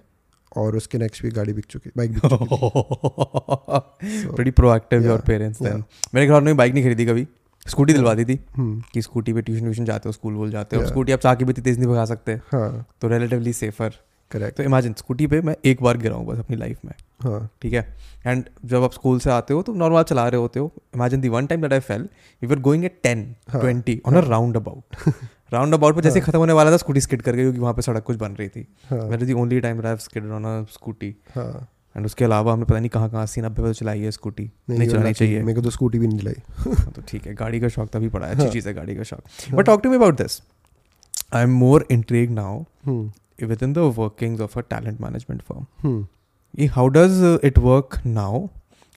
और उसके नेक्स्ट वीक गाड़ी बिक चुकी बाइक
[LAUGHS]
बिक चुकी So,
pretty proactive your
Yeah,
parents then
yeah.
मेरे घर वालों ने बाइक नहीं खरीदी कभी स्कूटी दिलवा दी थी
हम्म,
कि स्कूटी पे ट्यूशन व्यूशन जाते हो स्कूल वूल जाते हो
Yeah.
स्कूटी आप चाह के भी इतनी तेज नहीं भगा सकते
हाँ
तो रिलेटिवली सेफर
करेक्ट
तो इमेजिन स्कूटी पे मैं एक बार गिरा हूँ बस अपनी लाइफ में
हाँ
ठीक है एंड जब आप स्कूल से आते हो तो नॉर्मल चला रहे होते हो imagine the one time that I fell we are going at ten
हाँ,
twenty on a round
[LAUGHS]
about roundabout पर जैसे खत्म होने वाला था स्कूटी स्किड कर गई क्योंकि वहाँ पे सड़क कुछ बन रही थी
हाँ
that is the only time I skid on a scooty
हाँ
एंड उसके अलावा हमने पता नहीं कहाँ कहाँ अस्सी नब्बे पे तो चलाई है स्कूटी
नहीं,
नहीं
you're
चलानी
lucky.
चाहिए
मेरे को तो स्कूटी भी नहीं चलाई
हाँ, तो ठीक है गाड़ी का शौक तभी पड़ा है अच्छी
हाँ।
चीज़ है गाड़ी का शौक but talk to me about this I am more intrigued now
hmm,
with in the workings of a talent management firm
hmm,
ये how does uh, it work now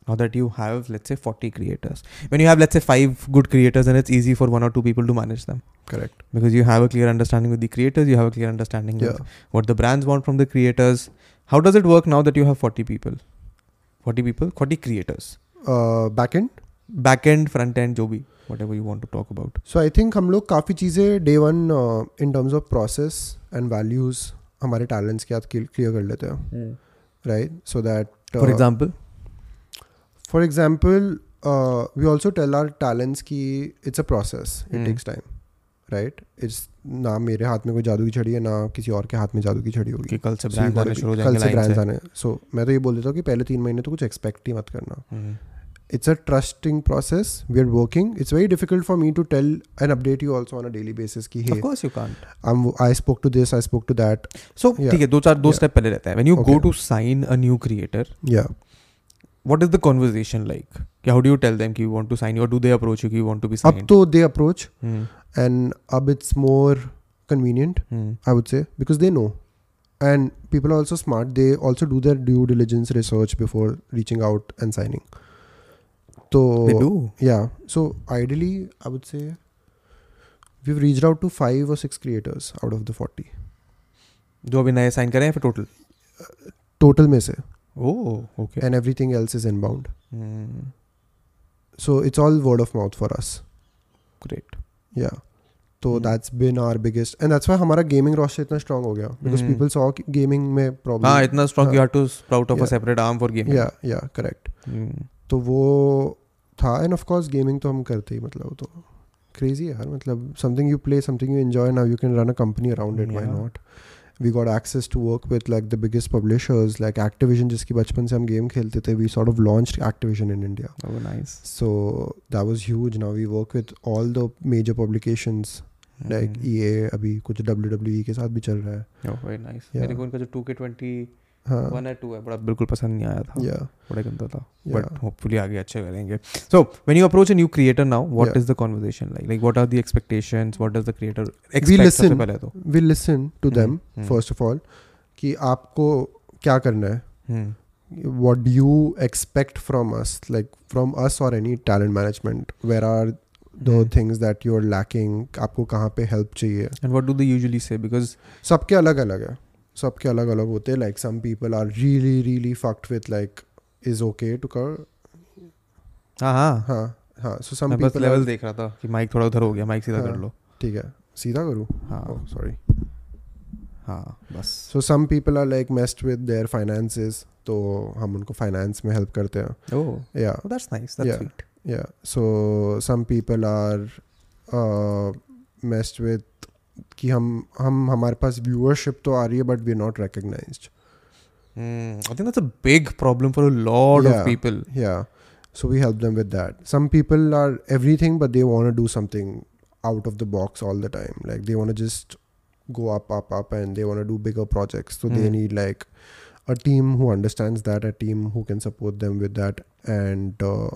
now that you have let's say 40 creators when you have let's say five good creators then it's easy for one or two people to manage them
correct
because you have a clear understanding with the creators you have a clear understanding
yeah
with what the brands want from the creators how does it work now that you have 40 people 40 people 40 creators
back end
back end front end jo bhi whatever you want to talk about
so I think हम लोग काफ़ी चीज़ें day one in terms of process and values हमारे talents के साथ clear कर लेते हैं right so that
for example
for example we also tell our talents कि it's a process it
Hmm.
Takes time right it's ना मेरे हाथ में कोई जादू की छड़ी है ना किसी और के हाथ में जादू की छड़ी होगी
कि कल से
So you
ब्रांड
gotta
आने
be-
शुरू हो
कल
जाएंगे लाइन
से ब्रांड्स
से
आने सो मैं तो ये बोल देता हूँ कि पहले तीन महीने तो कुछ एक्सपेक्ट ही मत करना
Hmm.
it's a trusting process we are working it's very difficult for me to tell and update you also on a daily basis ki hey
of course you can't
i'm i spoke to this i spoke to that
so
Yeah.
ठीक है दो चार दो
Yeah.
Step पहले रहता है when you go
Okay.
to sign a new creator
yeah
what is the conversation like Ki how do you tell them ki you want to sign you or do they approach you ki you want to be
up
signed
to तो they approach
Hmm,
and up it's more convenient
hmm,
i would say because they know and people are also smart they also do their due diligence research before reaching out and signing so
they do
yeah so ideally i would say we've reached out to five or six creators out of the 40
जो अभी नए sign करें फिर total
total mein se Oh,
oh okay
and everything else is inbound
Hmm.
so it's all word of mouth for us
great
yeah so
Hmm.
that's been our biggest and that's why हमारा gaming roster इतना strong हो गया because
Hmm.
people saw कि gaming में problem
हाँ इतना strong you have to sprout of a
Yeah.
Separate arm for game
yeah yeah correct
Hmm.
तो वो था and of course gaming तो हम करते ही मतलब तो crazy है यार मतलब something you play something you enjoy now you can run a company around it why
Yeah.
not we got access to work with like the biggest publishers like Activision जिसकी बचपन से हम game खेलते थे we sort of launched Activision in India
nice
So that was huge. Now we work with all the major publications like
Mm-hmm. Hmm.
EA अभी कुछ WWE के साथ भी चल रहा है
वेरी नाइस Oh,
Yeah.
मेरे को इनका जो 2K21
हाँ
है 2 है बड़ा बिल्कुल पसंद नहीं आया था
yeah
बड़ा गंदा था बट
yeah
होपफुली आगे अच्छे करेंगे so when you approach a new creator now what
Yeah.
Is the conversation like like what are the expectations what does the creator
listen.
पहले तो
we listen to them
Hmm, hmm.
first of all कि आपको क्या करना है
Hmm.
what do you expect from us like from us or any talent management where are the
Hmm.
things that you're lacking आपको कहाँ पे help चाहिए
And what do they usually say? Because
सबके अलग अलग है सबके अलग अलग होते हैं like some people are really really fucked with like is okay to कर
हाँ हाँ
हाँ हाँ सो सम
मैं बस
पीपल
लेवल देख रहा था कि माइक थोड़ा उधर हो गया माइक सीधा
हाँ।
कर लो
ठीक है सीधा करूँ Oh,
हाँ
सॉरी
हाँ बस
so some people are like messed with their finances तो हम उनको फाइनेंस में हेल्प करते हैं
oh
yeah
that's nice that's
Yeah.
Sweet
yeah so some people are messed with uh, कि हम हम हमारे पास व्यूअरशिप तो आ रही है but we not recognized
I think that's a big problem for a lot of
Yeah.
People
yeah so we help them with that some people are everything but they want to do something out of the box all the time like they want to just go up up up and they want to do bigger projects so they
Mm.
need like a team who understands that a team who can support them with that and uh,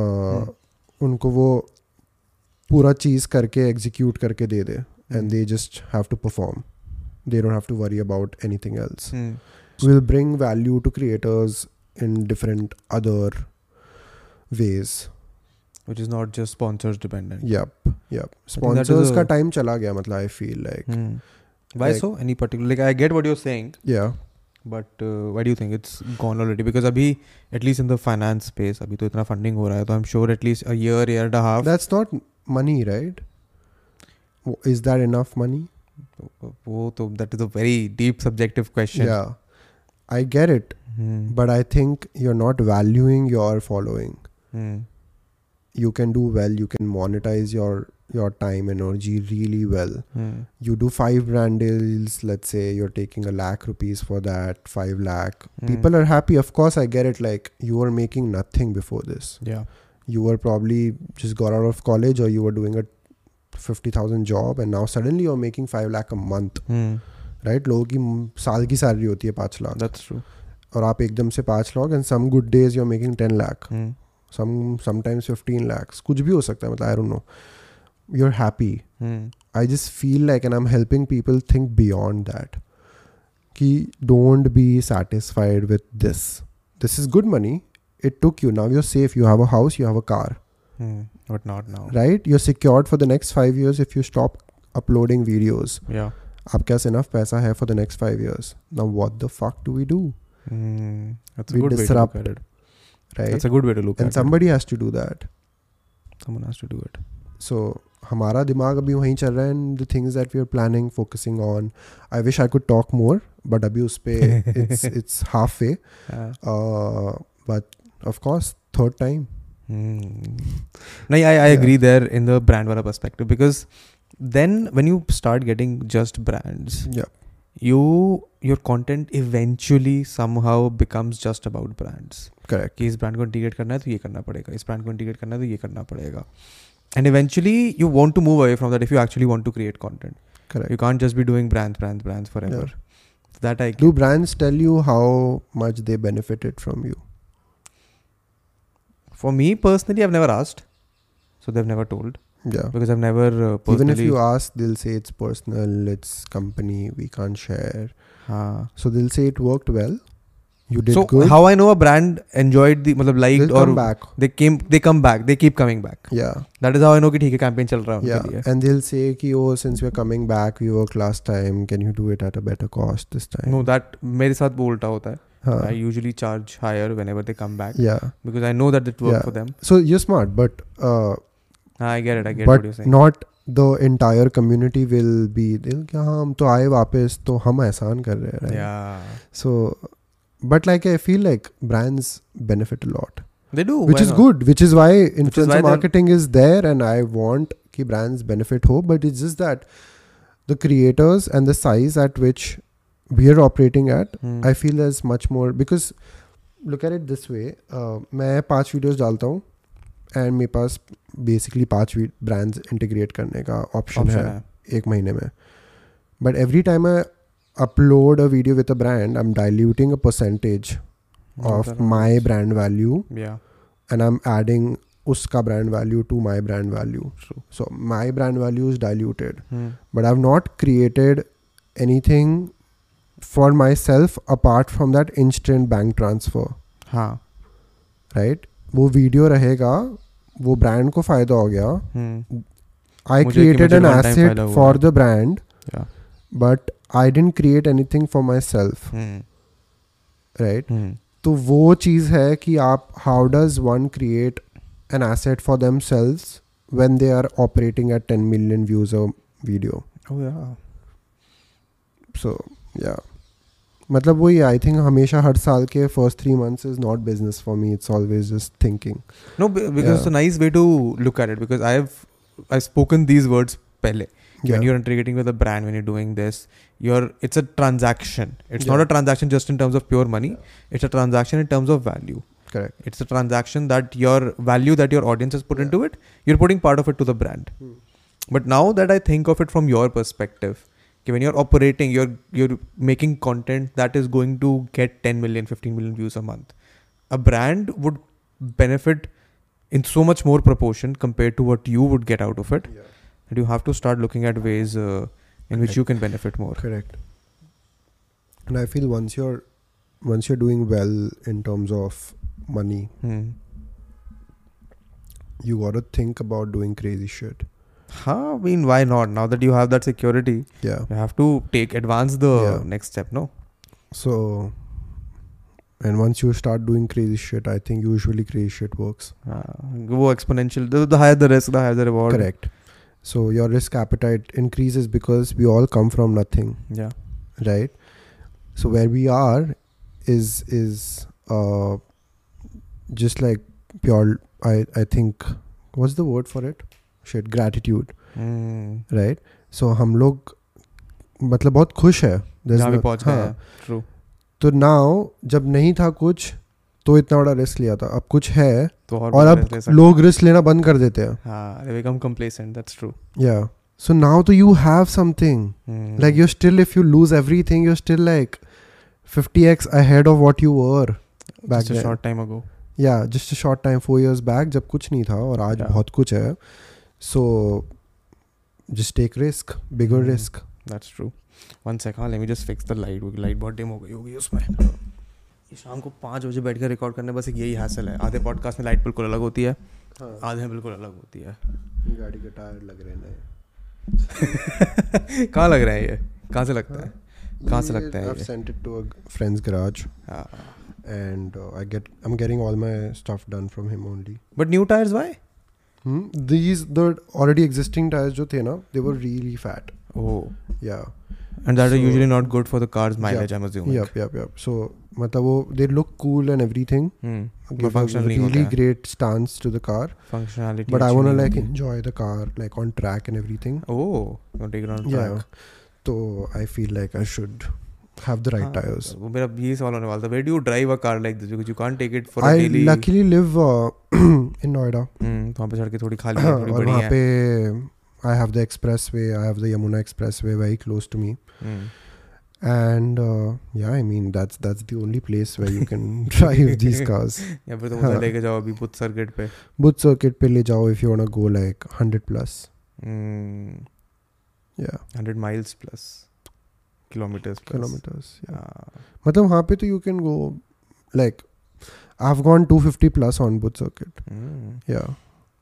uh, उनको वो पूरा चीज़ करके execute करके दे दे and they just have to perform they don't have to worry about anything else
Hmm,
will bring value to creators in different other ways
which is not just sponsors dependent
yep yep
think that is
sponsors का
a- Hmm.
time चला गया मतलब i feel like
Why
Like-
so? Any particular? Like I get what you're saying,
yeah
but uh, why do you think it's gone already? Because अभी at least in the finance space अभी तो इतना funding हो रहा है तो I'm sure at least a year, year and a half
that's not money right W- is that enough money
वो तो that is a very deep subjective question.
yeah I get it
Hmm.
But I think you are not valuing your following
Hmm.
you can do well you can monetize your your time energy really well
Hmm.
you do five brand deals let's say you're taking a lakh rupees for that five lakh
Hmm.
people are happy of course i get it like you were making nothing before this
Yeah.
you were probably just got out of college or you were doing a 50000 job and now suddenly you're making 5 lakh a month
Hmm.
right लोगों की म- साल की salary होती है पाँच lakh
That's true.
और आप एकदम से पाँच lakh and some good days you are making ten lakh
Hmm.
Some sometimes fifteen lakhs कुछ भी हो सकता है मतलब I don't know you are happy
Hmm.
I just feel like and I am helping people think beyond that कि don't be satisfied with this this is good money it took you now you're safe you have a house you have a car
Hmm. But not now.
Right you are secured for the next five years if you stop uploading videos
Yeah.
आपके पास enough पैसा है for the next five years now what the fuck do we do
Hmm. That's a
We
good way to look
disrupt,
at it. That's
right
a good way to look
and
at
somebody has to do that
it. Someone has to do it.
So हमारा दिमाग अभी वहीं चल रहा है and the things that we are planning focusing on I wish I could talk more but अभी उस
[LAUGHS]
पे it's it's half way
Yeah.
Uh, but of course third time
Hmm. No, yeah, I, I
Yeah.
agree there in the brand wala perspective because then when you start getting just brands,
या
you your content eventually somehow becomes just about brands.
Correct
कि इस brand को integrate करना है तो ये करना पड़ेगा इस ब्रांड को इंटीग्रेट करना है तो ये करना पड़ेगा and eventually you want to move away from that if you actually want to create content you
correct
can't just be doing brands brands brands forever that i
do brands tell you how much they benefited from you
for me personally i've never asked so they've never told
या
because i've never uh,
Even if
personally
you ask, they'll say it's personal, it's company, we can't share.
हाँ.
So they'll say it worked well. You did
so
good.
how i know a brand enjoyed the मतलब
they'll
liked or
come back.
they came they come back they keep coming back
Yeah.
that is how i know कि ठीक है campaign चल रहा है
yeah
उनके लिए
and they'll say ki, oh since we're coming back we worked last time can you do it at a better cost this time
no that मेरे साथ वो उल्टा होता है
Huh.
i usually charge higher whenever they come back
हाँ। yeah
because i know that it worked
Yeah.
for them
so you're smart but uh,
हाँ, Ah, i get it i get what
but
you're saying
not the entire community will be they'll ki, हाँ, हम तो आए वापस तो हम एहसान कर रहे हैं right?
yeah
so but like i feel like brands benefit a lot
they do Oh, why
which is
not?
good which is why
why
influencer
they're-
marketing is there and i want ki brands benefit ho but it's just that the creators and the size at which we are operating at
Hmm.
I feel as much more because look at it this way uh, मैं पांच videos डालता हूँ एंड मेरे पास basically पांच brands integrate करने का ऑप्शन है
option है
एक महीने में but every time I upload a video with a brand I am diluting a percentage of my brand value
Hmm. yeah
and I am adding उसका brand value to my brand value
true
so my brand value is diluted
hmm.
but I've not created anything for myself apart from that instant bank transfer,
हाँ
right? वो video रहेगा वो brand को फायदा हो गया
hmm.
आई
मुझे कि
क्रिएटेड
मुझे
एन
one time
एसेट
फायदा हुआ
for the brand
Yeah.
But I didn't create anything for myself
Hmm.
Right
Hmm.
तो वो चीज़ है कि आप how does one create an asset for themselves when they are operating at ten million views a video
oh yeah
so या मतलब वही I think हमेशा हर साल के first three months is not business for me it's always just thinking
no be- because it's a
Yeah.
nice way to look at it because i've i've spoken these words pehle when
या
you're integrating with a brand when you're doing this you're it's a transaction it's not
Yeah.
a transaction just in terms of pure money it's a transaction in terms of value
Correct.
it's a transaction that your value that your audience has put
Yeah.
into it you're putting part of it to the brand
Hmm.
but now that i think of it from your perspective okay, when you're operating you're you're making content that is going to get 10 million 15 million views a month a brand would benefit in so much more proportion compared to what you would get out of it that you have to start looking at ways uh, in which you can benefit more.
Correct and I feel once you're once you're doing well in terms of money
Hmm.
you got to think about doing crazy shit
Huh? I mean, why not? Now that you have that security,
yeah
you have to take advance the
Yeah.
next step. No.
so and once you start doing crazy shit i think usually crazy shit works
Uh, go exponential. The, the higher the risk, the higher the reward.
correct so your risk appetite increases because we all come from nothing
Yeah.
right so where we are is is uh, just like pure. I I think what's the word for it? Shit, gratitude,
hmm,
right? So हम लोग मतलब बहुत खुश है There's
जहाँ भी
no-
पहुंच
हाँ,
गए ट्रू
तो नाउ जब नहीं था कुछ तो इतना बड़ा रिस्क लिया था अब कुछ है
तो और
और
better
अब
ले सकते
लोग रिस्क लेना बंद कर देते हैं
हैं। हाँ they become complacent that's true
या सो नाउ तो you have something
hmm,
like you're still if you lose everything you're still like 50x ahead of what you were back
just a
then
short time ago
yeah just a short time four years back जब कुछ नहीं था और आज
Yeah.
बहुत कुछ है so just take risk bigger
Hmm.
risk
that's true one second let me just fix the light क्योंकि light बहुत dim हो गई होगी उसमें ये शाम को पाँच बजे बैठ कर रिकॉर्ड करने बस एक यही हासिल है आधे पॉडकास्ट में लाइट बिल्कुल अलग होती है आधे में बिल्कुल अलग होती है
गाड़ी के टायर लग रहे हैं
कहाँ लग रहा है ये कहाँ से लगता है कहाँ से लगता है
I've
ये?
sent it to a friend's garage
हाँ
and uh, I get I'm getting all my stuff done from him only
but new tyres why
hmm? these the already existing tires जो थे ना they were really fat
oh
yeah
Oh, and that are
So-
usually not good for the car's
Yeah.
mileage i'm assuming
Yep, yep, yep. So, मतलब वो they look cool and everything.
hmm.
Give a
functional नहीं
really
होता है।
great stance to the car.
functionality
But I
अच्छी
wanna
नहीं
like
होती।
enjoy the car like on track and everything.
oh you want to take it on
Yeah.
track
So I feel like I should have the right
हाँ,
tires.
वो मेरा ये सवाल होने वाला था where do you drive a car like this because you can't take it for a
I
daily
luckily live uh, [CLEARS THROAT] in Noida.
हम्म तो वहाँ पे सड़कें थोड़ी खाली हैं थोड़ी
हाँ, और
बड़ी
वहाँ
हैं
पे I have the expressway. I have the Yamuna expressway very close to me.
हम्म,
And uh, yeah, I mean that's that's the only place where you can [LAUGHS] drive these cars.
या फिर तो उधर
हाँ।
लेके जाओ अभी बुथ सर्किट पे
Booth circuit पे ले जाओ if you wanna go like 100 plus.
Hundred
Yeah.
Miles plus kilometres
kilometers yeah.
हाँ,
मतलब वहाँ पे तो you can go like I've gone 250 plus on both circuit yeah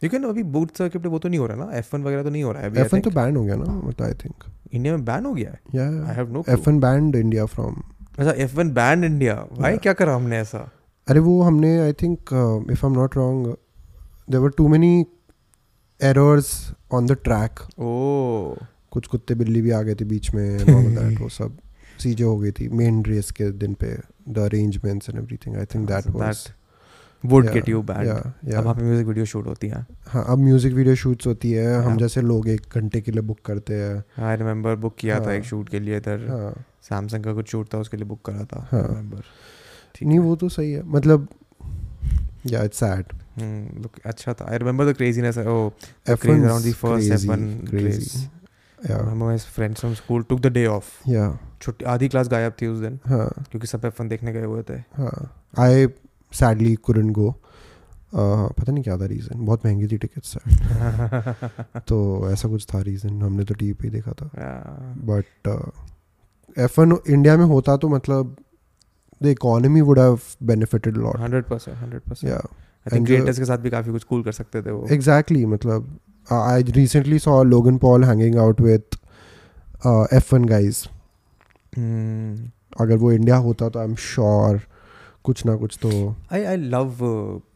you can hmm. अभी बूथ सर्किट पे वो तो नहीं हो रहा ना एफ वगैरह तो नहीं हो रहा है अभी
F1
तो
तो बैन हो गया ना मतलब I think
इंडिया में बैन हो गया है I
yeah
have no
F1 banned India from
अच्छा एफ वन बैंड इंडिया भाई
Yeah.
क्या करा हमने ऐसा
अरे वो हमने I think uh, if I'm not wrong there were too many errors on the track
O Oh,
कुछ कुत्ते बिल्ली भी आ गए थे बीच में and all of that वो
[LAUGHS]
सब चीजें हो गई थी मेन रेस के दिन पे the arrangements and everything I think that
So
was
that would
Yeah,
get you banned
या
अब
या
वहाँ पे म्यूजिक वीडियो शूट होती हैं
हाँ अब म्यूजिक वीडियो शूट्स होती है हम
Yeah.
जैसे लोग एक घंटे के लिए बुक करते हैं
आई रिमेम्बर बुक किया था एक
हाँ।
शूट के लिए इधर
हाँ
सैमसंग का कुछ शूट था उसके लिए बुक करा था
हाँ।
remember. ठीक
नहीं
है।
वो तो सही है मतलब या इट्स सैड
हम्म, look, अच्छा था I remember the craziness of craze around the first F1 race.
या
remember my friends from school took the day off
या
छुट्टी आधी क्लास गायब थी उस दिन
हाँ
क्योंकि सब एफ देखने गए हुए थे
हाँ I sadly couldn't go Uh, पता नहीं क्या था रीज़न बहुत महंगी थी टिकट्स
[LAUGHS]
तो ऐसा कुछ था रीज़न हमने तो टीवी पे ही देखा था
Yeah.
But F one India में होता तो मतलब the economy would have benefited lot
100% 100%
या
आई थिंक
and जो-
क्रिएटर्स के साथ भी काफी कुछ कूल कर सकते थे वो
Exactly, मतलब I recently saw Logan Paul hanging out with uh, F1 guys.
हम्म
अगर वो इंडिया होता तो आई एम श्योर कुछ ना कुछ तो
I I love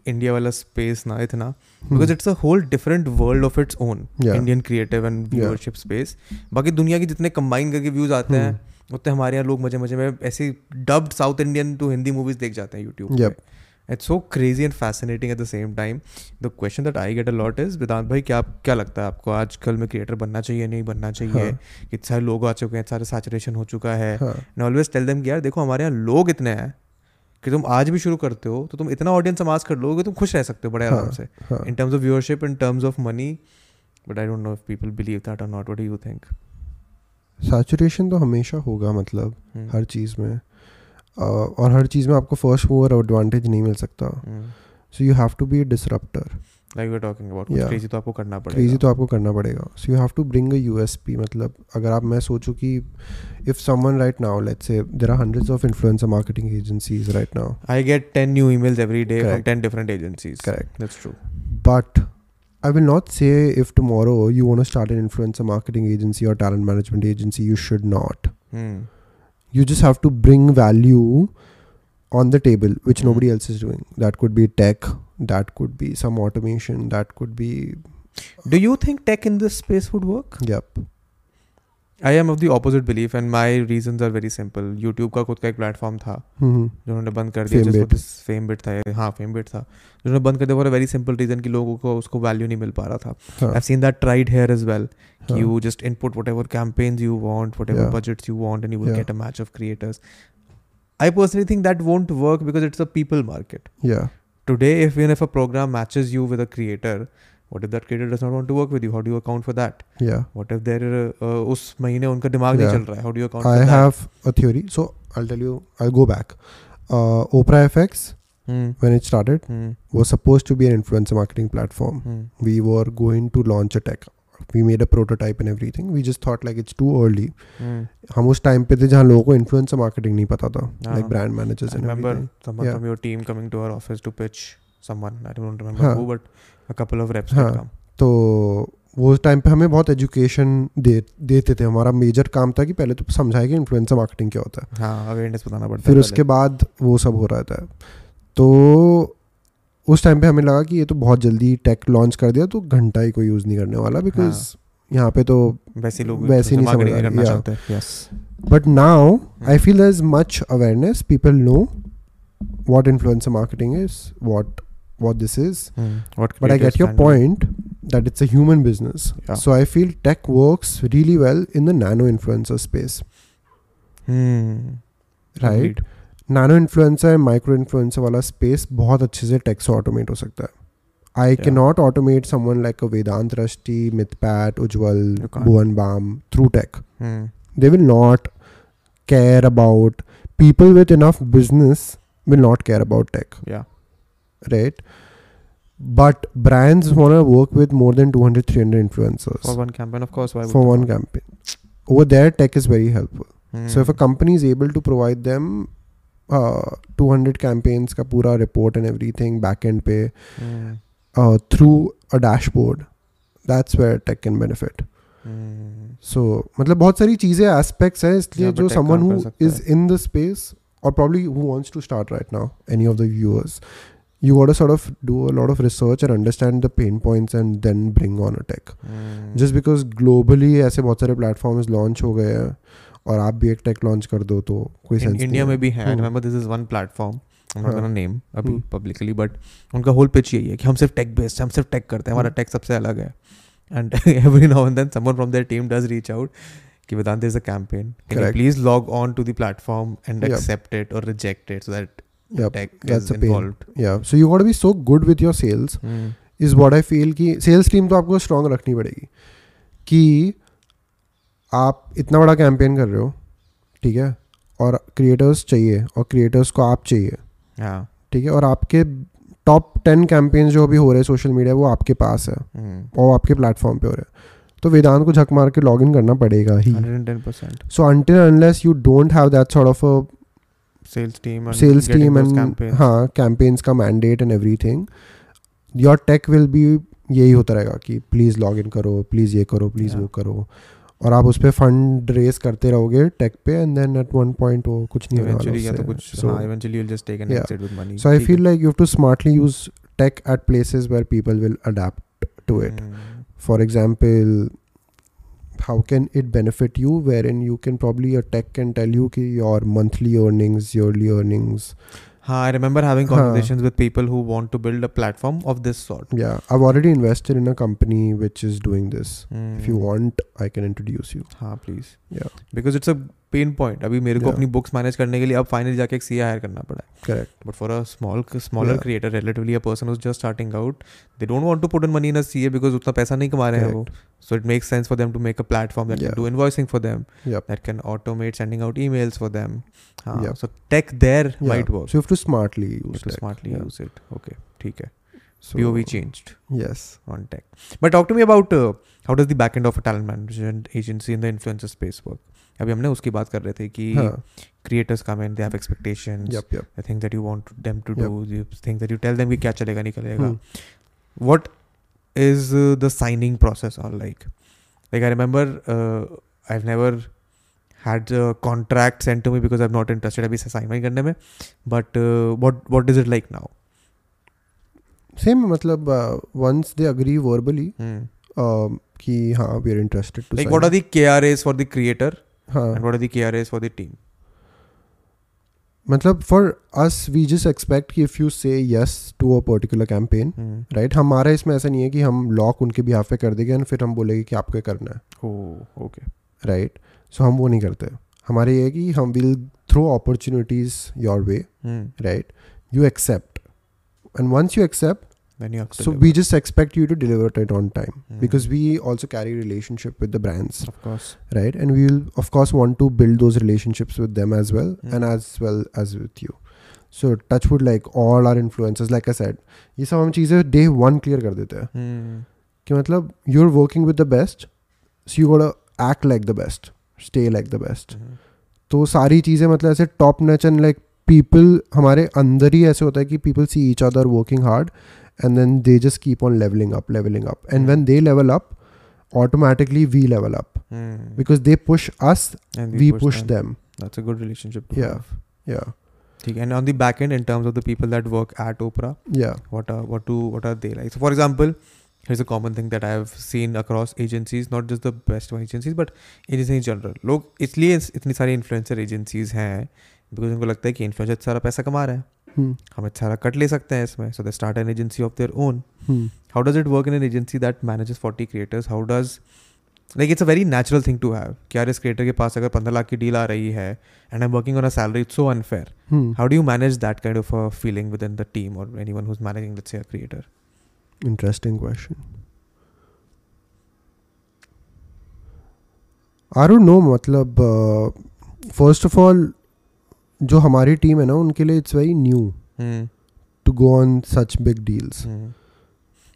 India uh, वाला स्पेस ना इतना because it's a whole different world of its own
Hmm. Yeah.
Indian creative and
Yeah. Hmm.
Viewership space बाकी दुनिया के जितने कंबाइन करके व्यूज आते हैं उतने हमारे यहाँ लोग मजे मजे में ऐसे dubbed South Indian to Hindi movies देख जाते हैं YouTube
Yep.
It's so crazy and fascinating at the same time the question that I get a lot is Vedant भाई क्या क्या लगता है आपको आजकल में क्रिएटर बनना चाहिए नहीं बनना चाहिए कितने सारे लोग आ चुके हैं सारे सैचुरेशन हो चुका है
हाँ
एंड ऑलवेज टेल देम कि यार देखो हमारे यहाँ लोग इतने हैं कि तुम आज भी शुरू करते हो तो तुम इतना ऑडियंस समाज कर लोगे तुम खुश रह सकते हो बड़े आराम से
हाँ
in terms of viewership in terms of money but i don't know if people believe that or not what do you think
saturation तो हमेशा होगा मतलब
Hmm.
हर चीज़ में Uh, और हर चीज़ में आपको फर्स्ट मूवर एडवांटेज नहीं मिल सकता
Hmm.
So you have to be disruptor
like we're talking about कुछ
Yeah.
crazy तो आपको करना पड़ेगा
क्रेजी तो आपको करना पड़ेगा so you have to bring a USP मतलब अगर आप मैं सोचूं कि if someone right now let's say there are hundreds of influencer marketing agencies right now
i get 10 new emails every day
Correct.
from 10 different agencies
Correct.
that's true
but I will not say if tomorrow you want to start an influencer marketing agency or talent management agency, you should not.
hmm.
You just have to bring value on the table, which
Mm.
nobody else is doing. That could be tech, that could be some automation, that could be,
do you think tech in this space would work
yep.
I am of the opposite belief and my reason are very simple YouTube का खुद का एक platform था
हम्म
जो उन्होंने बंद कर दिया
Famebit.
जिस फेम बिट था ये, हाँ फेम बिट था जो उन्होंने बंद कर दिया for a very simple reason कि लोगों को उसको वैल्यू नहीं मिल पा रहा था
हाँ,
I seen that tried here as well
हाँ,
you just input whatever campaigns you want whatever
Yeah.
budgets you want and you will
Yeah.
get a match of creators i personally think that won't work because it's a people market
yeah
today if even if a program matches you with a creator what if that creator does not want to work with you how do you account for that
yeah
what if there uh, उस महीने उनका दिमाग नहीं
Yeah.
चल रहा है how do you account
i
for that
have a theory so i'll tell you i'll go back uh, oprah fx
hmm
when it started
hmm
was supposed to be an influencer marketing platform
hmm
we were going to launch a tech we made a prototype and everything we just thought like it's too early
hmm
हम उस time पे थे जहाँ लोगों को influencer marketing नहीं पता था
हाँ।
Like brand managers
I
and
remember
everything
someone
Yeah.
from your team coming to our office to pitch someone i don't remember
हाँ.
who but a couple of reps
हाँ.
did come
तो वो time पे हमें बहुत education दे देते थे हमारा मेजर काम था कि पहले तो समझाए कि इन्फ्लुएंसर मार्केटिंग क्या होता है
हाँ awareness बताना पड़ता है
फिर
पहले.
उसके बाद वो सब हो रहा था तो उस टाइम पे हमें लगा कि ये तो बहुत जल्दी टेक लॉन्च कर दिया तो घंटा ही कोई यूज़ नहीं करने वाला बिकॉज
हाँ।
यहाँ पे तो
वैसे ही लोग
वैसे ही नहीं
marketing
समझ आ रहे,
करना
yeah.
चाहते हैं yes
but now I feel is much awareness people know what influencer marketing is what what this is
Hmm. what
Hmm. But I get
creators
your
can do.
point that it's a human business.
Yeah.
So I feel tech works really well in the nano influencer space,
Hmm.
right?
Agreed.
Nano influencer and micro influencer वाला space बहुत अच्छे से tech से automate हो सकता है. I
Yeah.
cannot automate someone like a Vedant Rashti, Mithpat, Ujwal,
You can't.
Bhuvan Bam through tech.
Hmm.
They will not care about people with enough business will not care about tech.
Yeah.
right but brands want to work with more than 200 300 influencers
For one campaign, of course. Why would
for
they
one
not?
campaign over there tech is very helpful
Hmm.
so if a company is able to provide them uh, 200 campaigns ka pura report and everything back end pay
Hmm.
uh, through a dashboard that's where tech can benefit
Hmm.
so मतलब बहुत सारी चीज़ें aspects हैं इसलिए
यहाँ पे
जो
tech
someone
काम
हु
कर सकता
इज इन द स्पेस और probably who wants to start right now any of the viewers you got to sort of do a lot of research and understand the pain points and then bring on a tech
Hmm.
just because globally ऐसे बहुत सारे platforms launch हो गए हैं और आप भी एक tech launch कर दो तो कोई
In
सेंस
India में भी है I
Hmm.
remember this is one platform I'm not
हाँ.
gonna name अभी
Hmm.
publicly but उनका होल पिच यही है कि हम सिर्फ टेक बेस्ड हम सिर्फ टेक करते हैं हमारा
Hmm.
टेक सबसे अलग है [LAUGHS] and every now and then someone from their team does reach out कि Vedant there is a campaign can you
Correct.
Please log on to the platform and
Yep.
Accept it और reject it so that
Yep,
tech is
that's a pain. Hmm.
Involved
yeah so you got be so good with your sales
Hmm.
Is what I feel कि sales team तो आपको strong रखनी पड़ेगी कि आप इतना बड़ा कैंपेन कर रहे हो ठीक है और क्रिएटर्स चाहिए और क्रिएटर्स को आप चाहिए
हां
ठीक है और आपके टॉप टेन कैंपेन जो अभी हो रहे हैं सोशल मीडिया वो आपके पास है
Hmm.
और आपके प्लेटफॉर्म पे हो रहे हैं तो वेदांत को झक मार के लॉग इन करना पड़ेगा ही
110%
so until unless you don't have that sort of a
sales team and
sales
getting
team
those
and
campaigns.
हाँ कैंपेन्स का mandate and everything your tech will be यही होता रहेगा कि प्लीज़ लॉग इन करो प्लीज़ ये करो please
Yeah.
वो करो और आप उस पर फंड रेस करते रहोगे टेक पे and then at one point वो कुछ नहीं होने वाला
eventually या तो कुछ
उससे।
हाँ
So-
eventually you'll just take an
Yeah.
exit with money
so i
ठीक
feel
है।
like you have to smartly use tech at places where people will adapt to it
Hmm.
for example how can it benefit you wherein you can probably a tech can tell you ki your monthly earnings yearly earnings
हाँ I remember having
हाँ.
Conversations with people who want to build a platform of this sort
yeah i've already invested in a company which is doing this
Hmm.
if you want i can introduce you
हाँ please
Yeah.
Because it's a pain point अभी मेरे को
Yeah.
अपनी books manage करने के लिए अब finally जाके एक सीए हायर करना पड़ा है
correct
but for a small smaller
Yeah.
Creator relatively a person who's just starting out they don't want to put in money in a CA because उतना पैसा नहीं कमा रहे हैं वो so it makes sense for them to make a platform that can
Yeah.
Do invoicing for them
Yep.
That can automate sending out emails for them हां
Yep.
So tech there
Yeah.
Might work
so you have to smartly
You
use
have to
tech.
smartly
Yeah.
use it. Okay, ठीक है.
So-
POV changed
yes
on tech. But talk to me about uh, how does the back end of a talent management agency in the influencer space work? अभी हमने उसकी बात कर रहे थे कि
हाँ,
creators come in, they have expectations,
yep yep
the things that you want them to
Yep.
do, the things that you tell them कि क्या चलेगा नहीं चलेगा.
Hmm.
What is uh, the signing process all like? Like I remember uh, I've never had a contract sent to me because I'm not interested अभी assignment करने में. But uh, what what is it like now?
uh, same मतलब once they agree verbally
Hmm.
कि कि हाँ we are interested to
like what are the kras for the creator
हाँ
and what are the kras for the team
मतलब for us we just expect कि if you say yes to a particular campaign
Hmm.
Right हमारा इसमें ऐसा नहीं है कि हम लॉक उनके बिहाफ पे कर देंगे एंड फिर हम बोलेंगे कि आपको ये करना है
oh okay
राइट सो हम वो नहीं करते हमारे ये है कि हम will throw opportunities your way
Hmm.
Right you accept and once you accept
then you have to
so
deliver.
We just expect you to deliver it on time
Hmm.
Because we also carry relationship with the brands
of course
right and we will of course want to build those relationships with them as well
Mm.
and as well as with you so touchwood like all our influencers like i said ये सब हम चीज़ें day one clear कर देते हैं
Hmm.
कि मतलब you are working with the best so you goat act like the best stay like the best
Hmm.
तो सारी चीज़ें मतलब ऐसे top notch and like people हमारे अंदर ही ऐसे होता है कि people see each other working hard and then they just keep on levelling up levelling up and when they level up automatically we level up
Hmm.
Because they push us
and
we push them.
that's a good relationship to
Yeah.
have
Yeah.
ठीक है, and on the back end in terms of the people that work at Oprah
Yeah.
what are what do what are they like so for example here's a common thing that i have seen across agencies not just the best one agencies but agencies in general लोग इसलिए इस- इतनी सारी influencer agencies हैं because उनको लगता है कि influencer सारा पैसा कमा रहा है
Hmm.
हम एक सारा कट ले सकते हैं इसमें so they start an agency of their own
Hmm.
how does it work in an agency that manages 40 creators how does like it's a very natural thing to have कि यार इस creator के पास अगर 15 लाख की deal आ रही है and I'm working on a salary it's so unfair
Hmm.
how do you manage that kind of a feeling within the team or anyone who's managing let's say a creator
Interesting question. I don't know मतलब first of all जो हमारी टीम है ना उनके लिए it's very new
hmm,
to go on such big
[LAUGHS]
deals
hmm.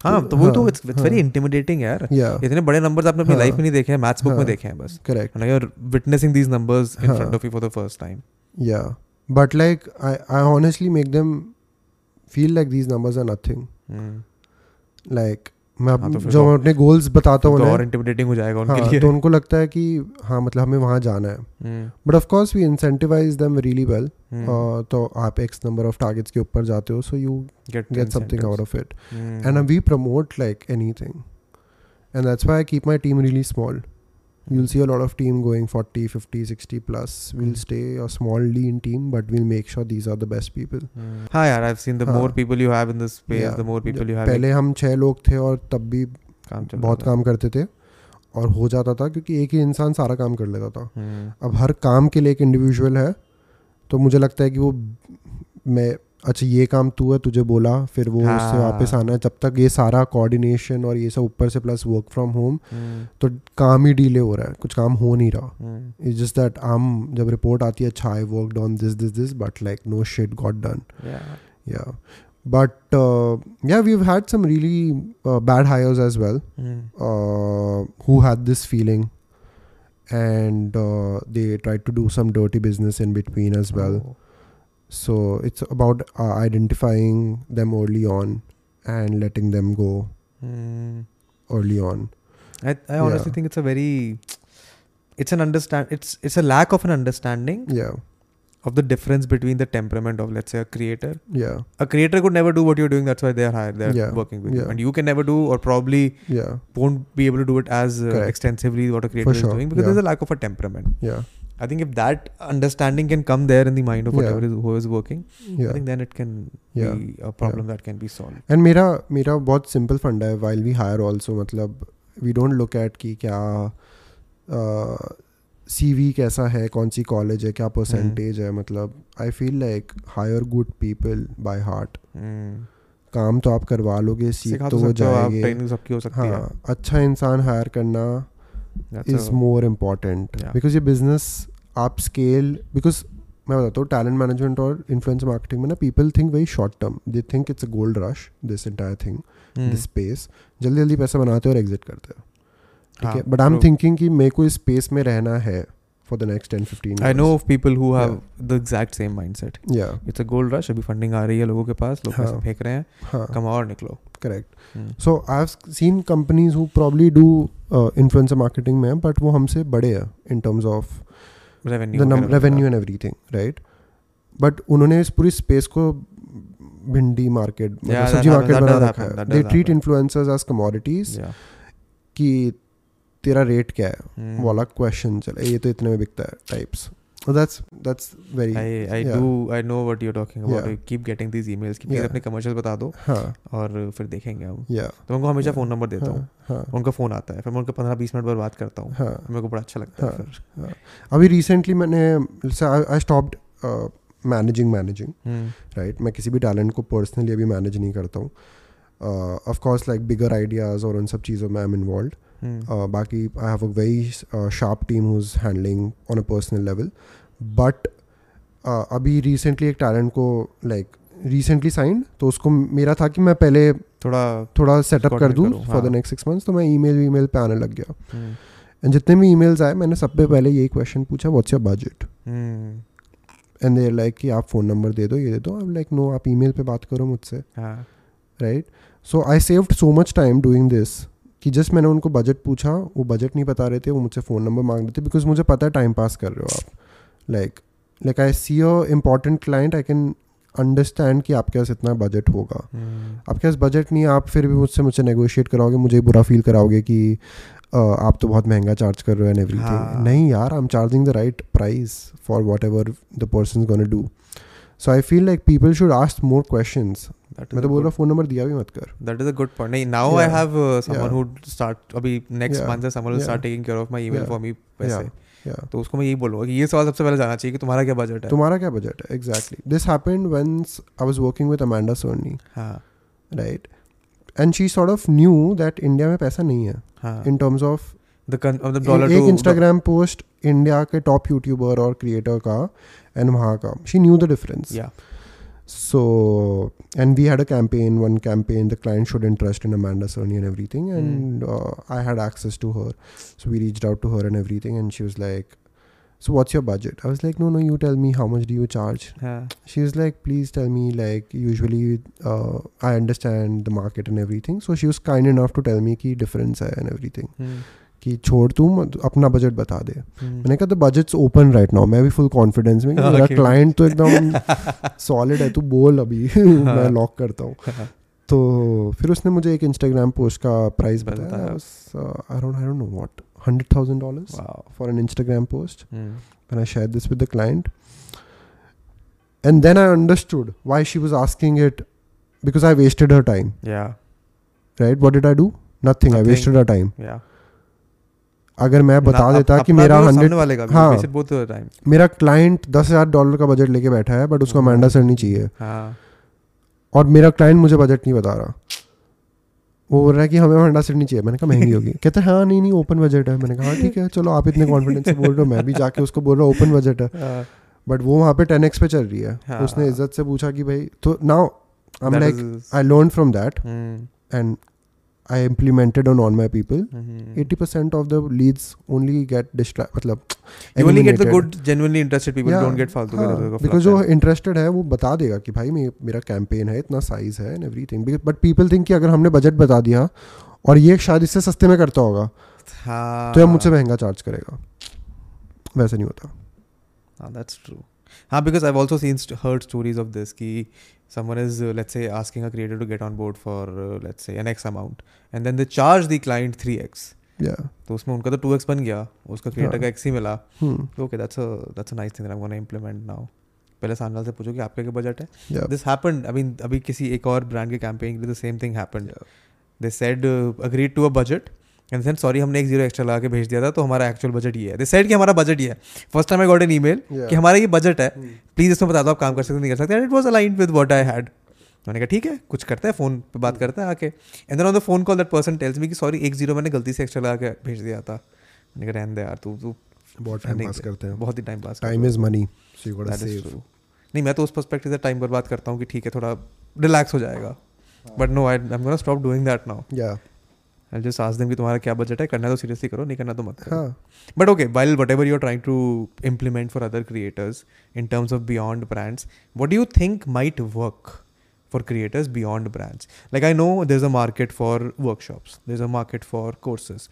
हाँ तो वही तो
हाँ,
इट्स वेरी
हाँ।
इंटिमिडेटिंग यार
या
इतने बड़े नंबर्स आपने अपनी
हाँ,
लाइफ में नहीं देखे हैं मैथ्स बुक में
हाँ।
देखे हैं बस
correct
and now you're witnessing these numbers in
हाँ।
front of you for the first time
या but like I I honestly make them feel like these numbers are nothing
hmm.
Like मैं
हाँ, तो
अप-
फिर
जो
तो-
मैं अपने गोल्स बताता
तो
हूँ
और
उन्हें,
इंटिमिडेटिंग हो जाएगा उनके
हाँ,
लिए
तो उनको लगता है कि हाँ मतलब हमें वहाँ जाना है
hmm,
but of course we incentivise them really well
hmm.
तो आप एक्स नंबर ऑफ टारगेट्स के ऊपर जाते हो so you
Get the
get something
incentives.
Out of it
hmm,
and we promote like anything and that's why I keep my team really small You'll see a lot of team going 40, 50, 60 plus. We'll
Mm.
stay a small lean team, but we'll make sure these are the best people.
Hmm. हाँ यार i've seen the
हाँ।
more people you have in this space
Yeah.
the more people you have
पहले हम छह लोग थे और तब भी
एक काम चल
बहुत
रहा
काम करते थे और हो जाता था क्योंकि एक ही इंसान सारा काम कर लेता था
है। हम्म,
अब हर काम के लिए एक इंडिविजुअल है तो मुझे लगता है कि वो मैं अच्छा ये काम तू है तुझे बोला फिर वो उससे
हाँ।
वापस आना है जब तक ये सारा कोऑर्डिनेशन और ये सब ऊपर से plus work from home
hmm,
तो काम ही डिले हो रहा है कुछ काम हो नहीं रहा
hmm,
is just that um जब रिपोर्ट आती है अच्छा I worked on this this this but like no shit got done
yeah.
Yeah but yeah we had some really bad hires as well
hmm,
uh, who had this feeling and uh, they tried to do some dirty business in between as well
oh,
so it's about uh, identifying them early on and letting them go
hmm.
early on
I, I honestly
Yeah.
think it's a very it's an understand it's it's a lack of an understanding
yeah
of the difference between the temperament of let's say a creator.
yeah
A creator could never do what you're doing, that's why they're hired, they're
Yeah.
working with you.
Yeah.
And you can never do or probably
yeah
won't be able to do it as uh,
Correct.
extensively what a creator is
sure,
doing because
yeah.
there's a lack of a temperament.
yeah
I think if that understanding can come there in the mind of
Yeah.
whatever is who is working, I
yeah
think then it can
Yeah.
be a problem that can be solved.
And मेरा मेरा बहुत simple फंडा है while we hire also मतलब we don't look at कि क्या सी we कैसा है कौन सी कॉलेज है क्या परसेंटेज है मतलब I feel like hire good people by heart
Mm.
काम तो आप करवा लोगे सीख
सिखा
तो
तो
वो
सकते हो आप
जाएंगे
ट्रेनिंग सबकी हो सकती है
हाँ अच्छा इंसान हायर करना
That's
is
a-
more important
अच्छा। Yeah.
बिकॉज ये बिजनेस आप स्केल बिकॉज मैं बताता हूँ टैलेंट मैनेजमेंट और इन्फ्लुएंस मार्केटिंग में ना people think very short term they think it's a gold rush this entire thing
Mm.
This space जल्दी जल्दी पैसा बनाते हैं और एग्जिट करते हैं ठीक
हाँ,
है but I am
true.
Thinking कि मेरे को इस स्पेस में रहना है for the next ten fifteen
I know of people who have
Yeah.
The exact same mindset
या
इट्स अ गोल्ड रश अभी फंडिंग आ रही है लोगों के पास लोग पैसे
हाँ.
फेंक रहे हैं
हाँ Hmm.
कमाओ और निकलो
correct
hmm,
so I have seen companies who probably do influencer marketing uh, में बट वो हमसे बड़े हैं in terms of
revenue
the
वगैरह तो
revenue and everything right but उन्होंने इस पूरी स्पेस को भिंडी मार्केट मतलब
that
सब्जी
happens,
मार्केट
that
बना
does
रखा
happen,
है
that
they
does
treat
happen.
Influencers as commodities
Yeah.
कि तेरा रेट क्या है
Hmm.
वाला क्वेश्चन चले ये तो इतने में बिकता है types that's that's very
I I
yeah.
do I know what you're talking about.
Yeah.
You keep getting these emails. कि please
Yeah.
अपने commercials बता दो
हाँ
और फिर देखेंगे हम
या
तो मैं उनको हमेशा
Yeah.
फोन नंबर देता हूँ
हाँ हाँ
उनका फोन आता है फिर मैं उनका पंद्रह बीस मिनट बाद बात करता हूँ
हाँ
मेरे को बड़ा अच्छा लगता है
हाँ.
फिर
अभी रिसेंटली मैंने I stopped managing managing
hmm,
right मैं किसी भी टैलेंट को पर्सनली अभी मैनेज नहीं करता हूँ Uh, of course like bigger ideas और उन सब चीज़ों में I am involve
hmm,
Uh, बाकी I have a very sharp team who is handling on a personal level but uh, अभी रिसेंटली एक टैलेंट को लाइक रिसेंटली साइंड तो उसको मेरा था कि मैं पहले
थोड़ा
थोड़ा सेटअप कर
Coordinate
दूँ
करूं,
फॉर द
हाँ।
नेक्स्ट सिक्स मंथ्स तो मैं ईमेल वीमेल पे आने लग गया
हम्म,
एंड जितने भी ईमेल्स आए मैंने सब पे पहले यही क्वेश्चन पूछा what's your budget
hmm,
and they're like कि आप फ़ोन नंबर दे दो ये दे दो आई लाइक नो आप ईमेल पे बात करो मुझसे
हाँ,
right so I saved so much time doing this कि जस्ट मैंने उनको बजट पूछा वो बजट नहीं बता रहे थे वो मुझसे फ़ोन नंबर मांग रहे थे बिकॉज मुझे पता है टाइम पास कर रहे हो आप like like I see a important client I can understand कि आपके पास इतना बजट होगा
हम्म,
आपके पास बजट नहीं है आप फिर भी मुझसे मुझसे नेगोशिएट कराओगे मुझे बुरा फील कराओगे कि अ, आप तो बहुत महंगा चार्ज कर रहे हो एंड
हाँ।
एवरीथिंग नहीं यार I am charging the right price for whatever the person gonna do so I feel like people should ask more questions
that is
मैं तो
a
बोल
good-
रहा फ़ोन नंबर दिया भी मत कर
That is a good point. Nahin, now I
Yeah.
have uh, someone
Yeah.
who start अभी next
Yeah.
month से someone will
Yeah.
start taking care of my email
Yeah.
for me वैसे
yeah.
तो उसको मैं यही बोलूँगा कि ये सवाल सबसे पहले जाना चाहिए कि तुम्हारा क्या बजट है
तुम्हारा क्या बजट है exactly this happened once I was working with Amanda Soni
हाँ
right and she sort of knew that India में पैसा नहीं है
हाँ
in terms of
the con- of the dollar
एक
to
इंस्टाग्राम पोस्ट इंडिया के टॉप यूट्यूबर और creator का एंड वहाँ का she knew the difference
yeah
so and we had a campaign one campaign the client should interest in Amanda Cerny and everything
Hmm.
And I had access to her so we reached out to her and everything and she was like so what's your budget I was like no no you tell me how much do you charge
हाँ
she was like please tell me like usually uh, i understand the market and everything so she was kind enough to tell me ki difference hai and everything
हम्म,
कि छोड़ तू मत- अपना budget बता दे
हम्म।
मैंने कहा "तो the budgets open right now मैं भी फुल कॉन्फिडेंस में कि
हाँ,
मेरा
okay.
क्लाइंट तो एकदम
[LAUGHS]
सॉलिड है तू बोल अभी मैं लॉक करता हूँ
हाँ,
तो फिर उसने मुझे एक इंस्टाग्राम पोस्ट का प्राइस बताया uh,
बताया।
I don't I don't know what hundred thousand dollars
[LAUGHS] wow
for an Instagram post
hmm,
and I shared this with the client. And then I understood why she was asking it because I wasted her time,
yeah
right? What did I do? Nothing. I
Nothing.
wasted her time.
yeah
अगर मैं बता
ना-
देता
up-
कि
अपना
मेरा
भी और
हंड्रेड
सामने वाले का भी
हाँ।
wasted both the time
मेरा क्लाइंट दस हज़ार डॉलर का बजट लेके बैठा है बट उसको
हम्म।
अमेंडा सर नहीं चाहिए
हाँ
और मेरा क्लाइंट मुझे बजट नहीं बता रहा वो बोल रहा है कि हमें अमेंडा सर नहीं चाहिए मैंने कहा महंगी होगी कहते हैं हाँ नहीं नहीं ओपन बजट है मैंने कहा हाँ ठीक है चलो आप इतने कॉन्फिडेंस से बोल रहे हो मैं भी जाके उसको बोल रहा हूँ ओपन बजट है
uh,
बट वो वहाँ पे टेन एक्स पे चल रही है
हाँ।
उसने इज्जत से पूछा कि भाई तो now I am
that
like
is-
I learn from that
hmm,
and I implemented on on my people
hmm.
Eighty percent of the leads only get डिस्ट्रा मतलब
you only get the
eliminated.
good genuinely interested people
Yeah,
don't get फालतू
हाँ,
के
because जो interested है वो बता देगा कि भाई मे- मेरा कैंपेन है इतना साइज है and everything but people think कि अगर हमने बजट बता दिया और ये शायद इससे सस्ते में करता होगा
हाँ
तो यह मुझसे महंगा चार्ज करेगा वैसे नहीं होता
हाँ that's true हाँ because I've also seen st- heard stories of this कि someone is uh, let's say asking a creator to get on board for uh, let's say an X amount and then they charge the client 3x
या
तो उसमें उनका तो 2x बन गया उसका creator
हाँ।
का x ही मिला
हम्म
okay that's a that's a nice thing that I'm gonna implement now पहले सामने वाले से पूछो कि आपका क्या बजट है
या
दिस हैपेंड आई मीन अभी किसी एक और ब्रांड के कैंपेन के लिए the same thing happened they said agreed to a budget and Sen sorry हमने एक जीरो एक्स्ट्रा लगा के भेज दिया था तो हमारा एक्चुअल बजट ये है दे सेड कि हमारा बजट ये है first time I got an email
Yeah.
कि हमारा ये बजट है प्लीज़ इसमें बता दो आप काम कर सकते हो, नहीं कर सकते and it was aligned with what I had मैंने कहा ठीक है कुछ करते हैं फ़ोन पे बात करते हैं आके and then on the phone call that person tells me कि सॉरी एक जीरो मैंने गलती से एक्स्ट्रा लगा के भेज दिया था मैंने कहा रहने दे यार तू तू
बहुत time
नहीं,
pass करते हैं।
बहुत ही time pass
time is money so you gotta
That is
save
true. नहीं मैं तो उस पर्सपेक्टिव से टाइम पर बात करता हूँ कि ठीक है थोड़ा रिलैक्स हो जाएगा but no I I am gonna stop doing that now
या
आई जस्ट आस्क देम कि तुम्हारा क्या बजट है करना है तो सीरियसली करो नहीं करना तो मत करो
हाँ
but okay while whatever you are trying to implement for other creators in terms of beyond brands what do you think might work for creators beyond brands like I know there is a market for workshops there is a market for courses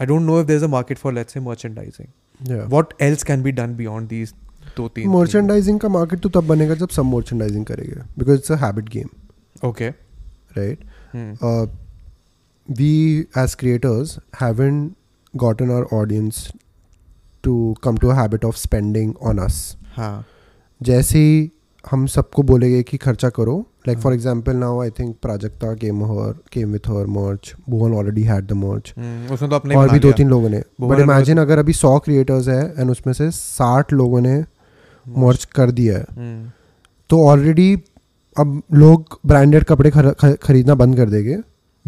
I don't know if there is a market for let's say merchandising
या
what else can be done beyond these दो तीन
merchandising का market तो तब बनेगा जब सब merchandising करेंगे because it's a habit game
okay Hmm.
Uh, right we as creators haven't gotten our audience to come to a habit of spending on us.
हाँ
जैसे ही हम सबको बोलेंगे कि खर्चा करो लाइक
हाँ।
For example now I think Prajakta came her came with her merch Bhuvan already had the merch
hmm, उसने तो अपने
और भी दो तीन लोगों ने
भुवन
बट
और-
इमेजिन अगर अभी सौ क्रिएटर्स है एंड उसमें से साठ लोगों ने मर्च कर दिया है
हम्म,
तो ऑलरेडी अब लोग ब्रांडेड कपड़े खर, ख- खरीदना बंद कर देंगे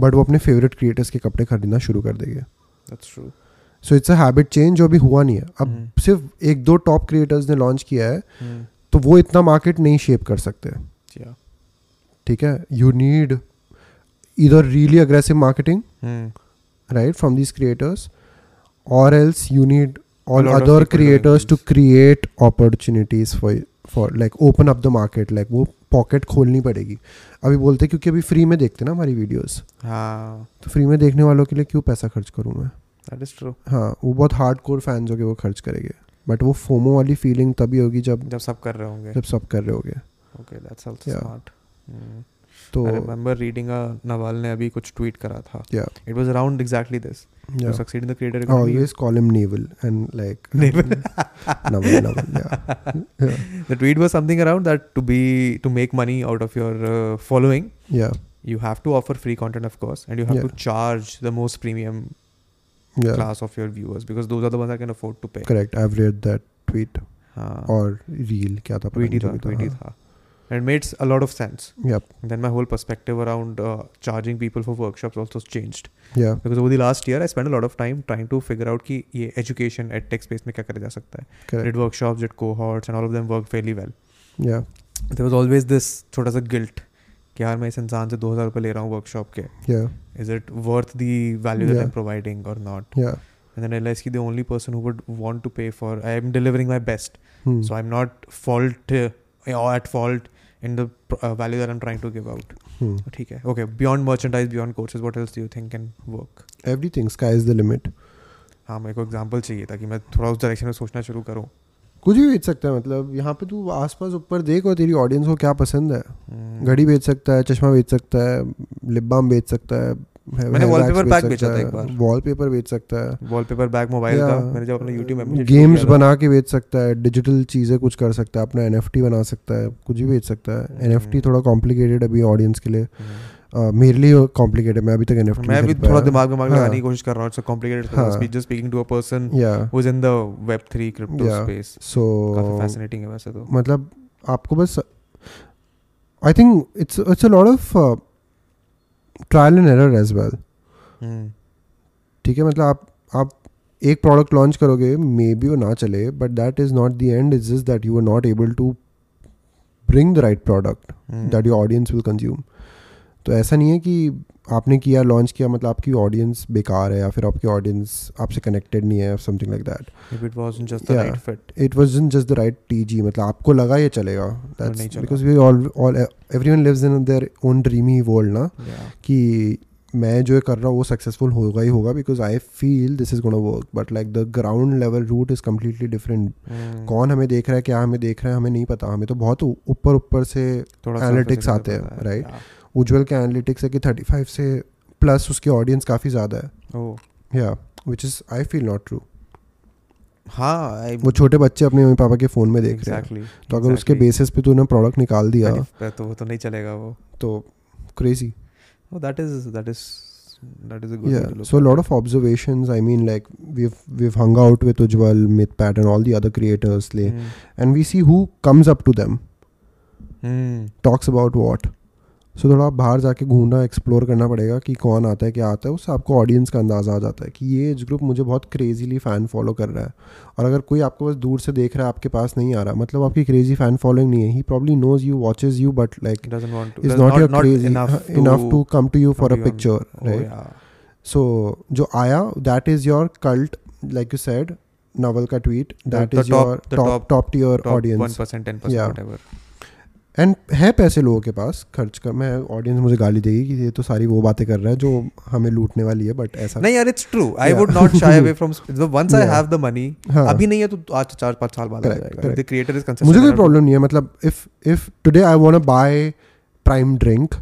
बट वो अपने फेवरेट क्रिएटर्स के कपड़े खरीदना शुरू कर देंगे
that's true
so it's a habit change जो अभी हुआ नहीं है अब
हम्म।
सिर्फ एक दो टॉप क्रिएटर्स ने लॉन्च किया है तो वो इतना मार्केट नहीं शेप कर सकते
या
ठीक है यू नीड इधर really aggressive marketing
hmm,
right from these creators or else you need all
lot of
other
people doing
creators to
this.
create opportunities for for like open up the market like वो pocket खोलनी पड़ेगी अभी बोलते हैं, क्योंकि अभी free में देखते हैं ना हमारी वीडियोस
हाँ
तो फ्री में देखने वालों के लिए क्यों पैसा खर्च करूँ मैं
दैट इज ट्रू
हाँ वो बहुत हार्ड कोर फैंस होगे वो खर्च करेंगे बट वो फोमो वाली फीलिंग तभी होगी जब
जब सब कर रहे होंगे
जब सब कर रहे होगे
okay that's also
Yeah.
Smart हम्म,
तो
आई रिमेंबर रीडिंग नवाल ने अभी कुछ ट्वीट करा था
Yeah.
It was around exactly this too
yeah. Oh,
succeed in the creator
I always call him Naval and like
Naval.
[LAUGHS] Naval, Naval, yeah. yeah,
the tweet was something around that to be to make money out of your uh, following
yeah,
you have to offer free content of course and you have
Yeah.
to charge the most premium
yeah.
class of your viewers because those are the ones that can afford to pay
correct i've read that tweet
हाँ,
or reel क्या था हाँ।
tweet ही था tweet ही था and it makes a lot of sense
yep
and then my whole perspective around uh, charging people for workshops also changed
yeah
because over the last year i spent a lot of time trying to figure out कि ये education at tech space में क्या करा जा सकता है
correct
did workshops did cohorts and all of them worked fairly well
yeah
there was always this छोटा सा guilt कि यार मैं इस इंसान से 2000 रुपए ले रहा हूँ workshop के
yeah
is it worth the value that
Yeah.
I'm providing or not?
yeah
And then I realized ki the only person who would want to pay for I am delivering my best,
hmm.
so I'm not fault uh, or at fault in the pr- uh, value that I'm trying to give out.
hmm.
ठीक है. Okay, beyond merchandise, beyond courses, what else do you think can work?
everything sky is the limit
हाँ मेरे को example चाहिए ताकि मैं थोड़ा उस डायरेक्शन में सोचना शुरू करूँ
कुछ भी बेच सकता है मतलब यहाँ पे तू आसपास ऊपर देख और तेरी ऑडियंस को क्या पसंद है
Hmm.
घड़ी बेच सकता है चश्मा बेच सकता है लिप बाम बेच सकता है
मैंने wallpaper pack बेचा था एक बार।
वॉलपेपर बेच सकता है
वॉलपेपर बैग मोबाइल
Yeah.
का मैंने जब अपना यूट्यूब में
गेम्स बना के बेच सकता है डिजिटल चीज़ें कुछ कर सकता है अपना एन बना सकता है कुछ भी बेच सकता है एन
Hmm.
थोड़ा कॉम्प्लिकेटेड अभी ऑडियंस के लिए अ, Uh, मेरे लिए कॉम्प्लिकेटेड मैं अभी तक एन
मैं भी थोड़ा दिमाग में
हाँ।
लगाने की कोशिश कर रहा हूँ तो इट्स
हाँ।
Complicated just speaking to a person
या
who is in the Web3 crypto
Yeah.
space.
So
काफी fascinating है वैसे तो
मतलब आपको बस I think it's it's a lot of trial and error as well
हम्म,
ठीक है मतलब आप आप एक प्रोडक्ट लॉन्च करोगे मे बी वो ना चले but that is not the end is just that you are not able to bring the right product
hmm,
that your audience will consume तो ऐसा नहीं है कि आपने किया लॉन्च किया मतलब आपकी ऑडियंस बेकार है या फिर आपकी ऑडियंस आपसे कनेक्टेड नहीं है something like that
if it wasn't just the
Yeah.
right fit.
It was in just the right T G मतलब आपको लगा ये चलेगा
हाँ, नहीं चला।
Because we all all everyone lives in their own dreamy world ना
Yeah.
कि मैं जो ये कर रहा हूँ वो सक्सेसफुल होगा ही होगा because I feel this is gonna work but like the ground level root is completely different
hmm,
कौन हमें देख रहा है क्या हमें देख रहा है हमें नहीं पता हमें तो बहुत ऊपर ऊपर से
थोड़ा सा
analytics
physics
आते हैं,
पता है,
right?
yeah.
उज्जवल के एनालिटिक्स है कि 35 से प्लस उसकी ऑडियंस काफ़ी ज़्यादा है
Oh,
या which is I feel not true
हाँ, I-
वो छोटे बच्चे अपने मम्मी पापा के फ़ोन में देख रहे हैं
exactly,
तो अगर उसके
exactly.
बेसिस पे तूने प्रोडक्ट निकाल दिया
But if- तो वो तो नहीं चलेगा वो.
तो crazy
Oh, that is- that is- that is a good way to
या
look
so
at
lot
it.
Of observations I mean like we we hung out with Ujjwal Mythpat and all the other creators ले
hmm,
and we see who comes up to them
hmm,
talks about what so थोड़ा बाहर जाके घूमना explore करना पड़ेगा कि कौन आता है क्या आता है उससे आपको ऑडियंस का अंदाज़ा आ जाता है कि ये एज ग्रुप मुझे बहुत क्रेजीली फ़ैन फॉलो कर रहा है और अगर कोई आपको बस दूर से देख रहा है आपके पास नहीं आ रहा मतलब आपकी क्रेजी फ़ैन फॉलोइंग नहीं है ही probably knows you watches you but like
doesn't want to-
is
does
not your
not- not
crazy
enough
[LAUGHS]
to-
enough to come to you for
you
a
on-
picture
Oh,
right
yeah.
So जो आया that is your cult like you said Naval का tweet
The-
that
the
is
top-
your
the
top
top-
top tier
Top
audience
1%, 10%,
Yeah.
whatever.
And है पैसे लोगों के पास खर्च कर मैं ऑडियंस मुझे गाली देगी कि ये तो सारी वो बातें कर रहा है जो हमें लूटने वाली है बट ऐसा
नहीं यार it's true I
Yeah.
Would not shy
[LAUGHS]
away from once I
Yeah.
Have the money
हाँ
अभी नहीं है तो आज चार पाँच साल बाद आ
Correct,
जाएगा
correct.
The creator is consistent
मुझे कोई प्रॉब्लम नहीं है मतलब if if today I want to buy Prime drink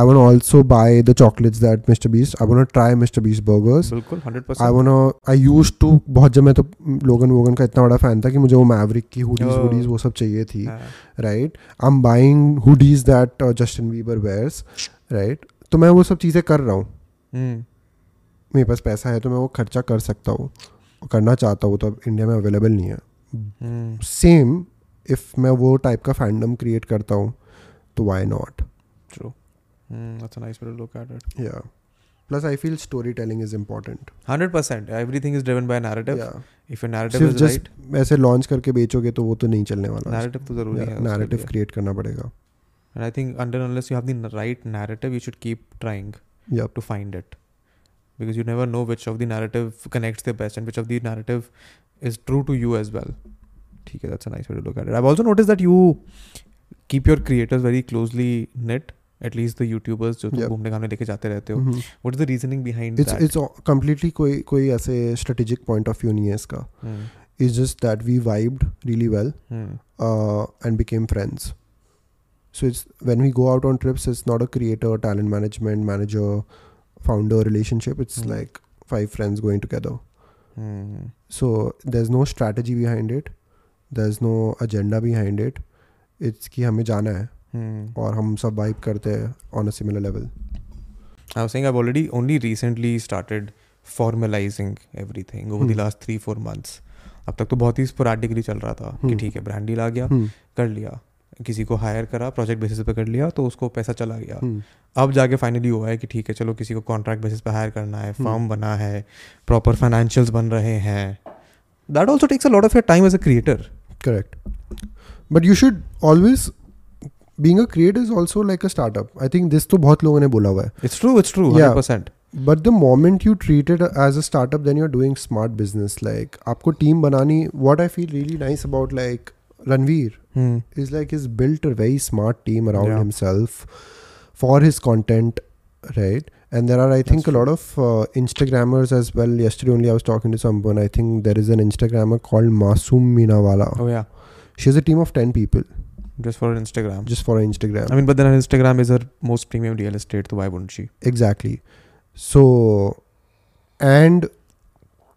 I want to also buy the chocolates that Mr. Beast. I want to try Mr. Beast burgers.
बिल्कुल hundred
I want I use to बहुत जब मैं तो लोगन wagon का इतना बड़ा fan था कि मुझे वो मैवरिक की हुडीज
Oh.
हुडीज वो सब चाहिए थी
percent
right I am buying hoodies that Justin Bieber wears right तो मैं वो सब चीज़ें कर रहा हूँ
Hmm,
मेरे पास पैसा है तो मैं वो खर्चा कर सकता हूँ और करना चाहता हूँ तो अब इंडिया में अवेलेबल नहीं है
hmm।
सेम इफ़ मैं वो टाइप का फैंडम क्रिएट करता हूँ तो why not
true that's a nice way to look at it
या plus I feel story telling is important
100% everything is driven by narrative if your narrative
सिर्फ
is right
just ऐसे launch करके बेचोगे तो वो तो नहीं चलने वाला
narrative तो जरूरी है
नैरेटिव क्रिएट करना पड़ेगा
and i think until unless you have the n- right narrative you should keep trying
या
to find it because you never know which of the narrative connects the best and which of the narrative is true to you as well ठीक है that's a nice way to look at it i've also noticed that you keep your creators very closely knit at least the youtubers जो तुम
Yep.
घूमने घामने लेके जाते रहते
Mm-hmm.
हो what is the reasoning behind
it's
that
it's completely कोई कोई ऐसे स्ट्रेटेजिक पॉइंट ऑफ व्यू नहीं है इसका
Hmm,
is just that we vibed really well
hmm,
and became friends so it's when we go out on trips it's not a creator talent management manager founder relationship it's
Hmm.
Like five friends going together
hmm.
so there's no strategy behind it there's no agenda behind it it's कि हमें जाना है
Hmm.
और हम सब vibe करते हैं on a similar level
I was saying I've already only recently started formalizing everything over the
Hmm.
last three four months. अब तक तो बहुत ही sporadically चल रहा था कि
Hmm.
ठीक है ब्रांड डील आ गया
हम्म,
कर लिया किसी को हायर करा प्रोजेक्ट बेसिस पे कर लिया तो उसको पैसा चला गया
हम्म,
अब जाके फाइनली हुआ है कि ठीक है चलो किसी को कॉन्ट्रैक्ट बेसिस पे हायर करना है
Hmm.
फॉर्म बना है प्रॉपर फाइनेंशियल्स बन रहे हैं that also takes a lot of your time as a creator
correct but you should always being a creator is also like a startup i think this तो बहुत लोगों ने बोला हुआ है
it's true it's true
Yeah.
Hundred percent
but the moment you treated as a startup then you are doing smart business like आपको team बनानी what i feel really nice about like Ranveer
Hmm.
is like he's built a very smart team around
Yeah.
himself for his content right and there are i think a lot of uh, instagrammers as well yesterday only i was talking to someone i think there is an instagrammer called masoom minawala
oh yeah
she has a team of 10 people
just for instagram
just for her instagram
i mean but then her instagram is her most premium real estate so why wouldn't she
exactly so and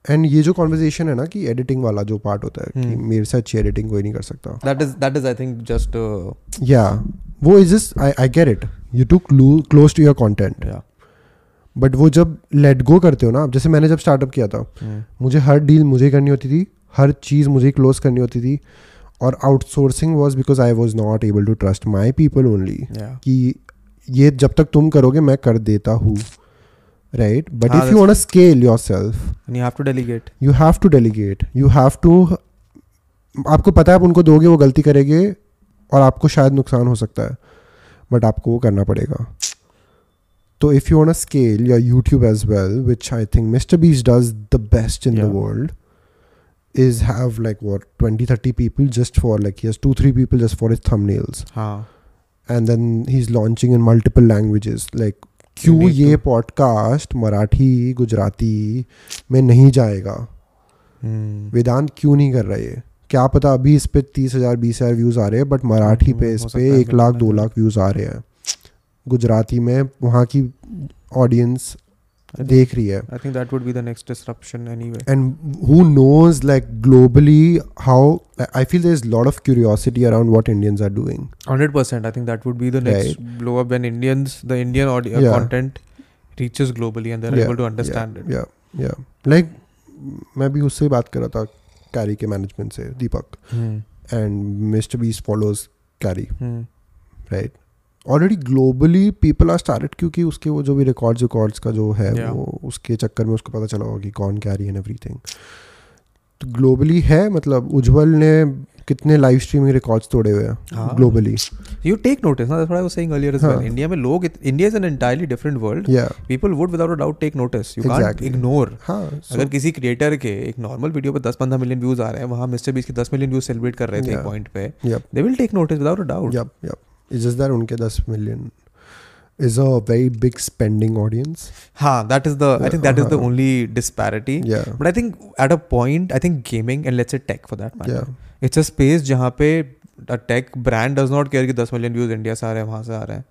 and ये जो conversation है ना कि editing वाला जो part होता है कि
Hmm.
मेरे से अच्छी एडिटिंग कोई नहीं कर सकता
That is that is I think just uh,
या वो is just I I get it you too close to your content
yeah.
But वो जब लेट गो करते हो ना आप जैसे मैंने जब स्टार्टअप किया था मुझे हर डील मुझे करनी होती थी हर चीज़ मुझे क्लोज करनी होती थी और outsourcing was because I was not able to trust my people only
Yeah.
कि ये जब तक तुम करोगे मैं कर देता हूँ राइट बट
हाँ,
if you want scale yourself
And you have to delegate.
You have to delegate you have to आपको पता है आप उनको दोगे वो गलती करेंगे और आपको शायद नुकसान हो सकता है बट आपको वो करना पड़ेगा तो if you on a scale या YouTube as well which I think mister Beast does the best in the
Yeah.
World is have like what twenty thirty people just for like he has two three people just for is thumbnails
हाँ.
And then he is launching in multiple languages like
You
क्यों
need
ये
to-
podcast Marathi Gujarati में नहीं जाएगा
Hmm.
वेदांत क्यों नहीं कर रहा ये क्या पता अभी इस पे तीस हजार बीस हजार व्यूज आ रहे हैं बट मराठी पे
हम्म, हो
इस
सकता
पे
है,
एक लाख
बिल्कुल,
दो
बिल्कुल।
लाख व्यूज आ रहे हैं गुजराती में वहाँ की ऑडियंस
I think-
देख रही है
I think that would be the next disruption anyway.
And who knows like globally how I feel there is lot of curiosity around what Indians are doing
Hundred percent. I think that would be the next blow up when Indians, the Indian audio
Yeah.
content, reaches globally and they're
Yeah,
able to understand it.
या या like मैं भी उससे ही बात कर रहा था कैरी के मैनेजमेंट से Deepak
Hmm.
And mister Beast follows Carry
Hmm.
Right already globally people are started क्योंकि उसके वो जो भी रिकॉर्ड्स रिकॉर्ड्स का जो है
Yeah.
वो उसके चक्कर में उसको पता चला होगा कि कौन क्या रही है एवरीथिंग तो ग्लोबली है मतलब उज्जवल ने कितने लाइव स्ट्रीमिंग रिकॉर्ड्स तोड़े हुए
हाँ।
हैं globally
You take notice. Now that's what I was saying earlier as well.
Huh.
India में लोग इत- India is an entirely different world.
या
People would without a doubt take notice. You
Exactly.
can't ignore.
हाँ so-
अगर किसी creator के एक normal video पर 10-15 मिलियन व्यूज आ रहे हैं वहाँ मिस्टर बीस के 10 मिलियन व्यूज सेलिब्रेट कर रहे थे एक
Yeah.
पॉइंट पे
Yep.
They will take notice without a doubt
yep yep it's just that उनके दस million is a very big spending audience
हाँ that is the i think that is the only disparity
या
but i think at a point i think gaming and let's say tech for that matter
या
it's a space जहाँ पे a tech brand does not care कि 10 million views India से आ रहे हैं वहाँ से आ रहे हैं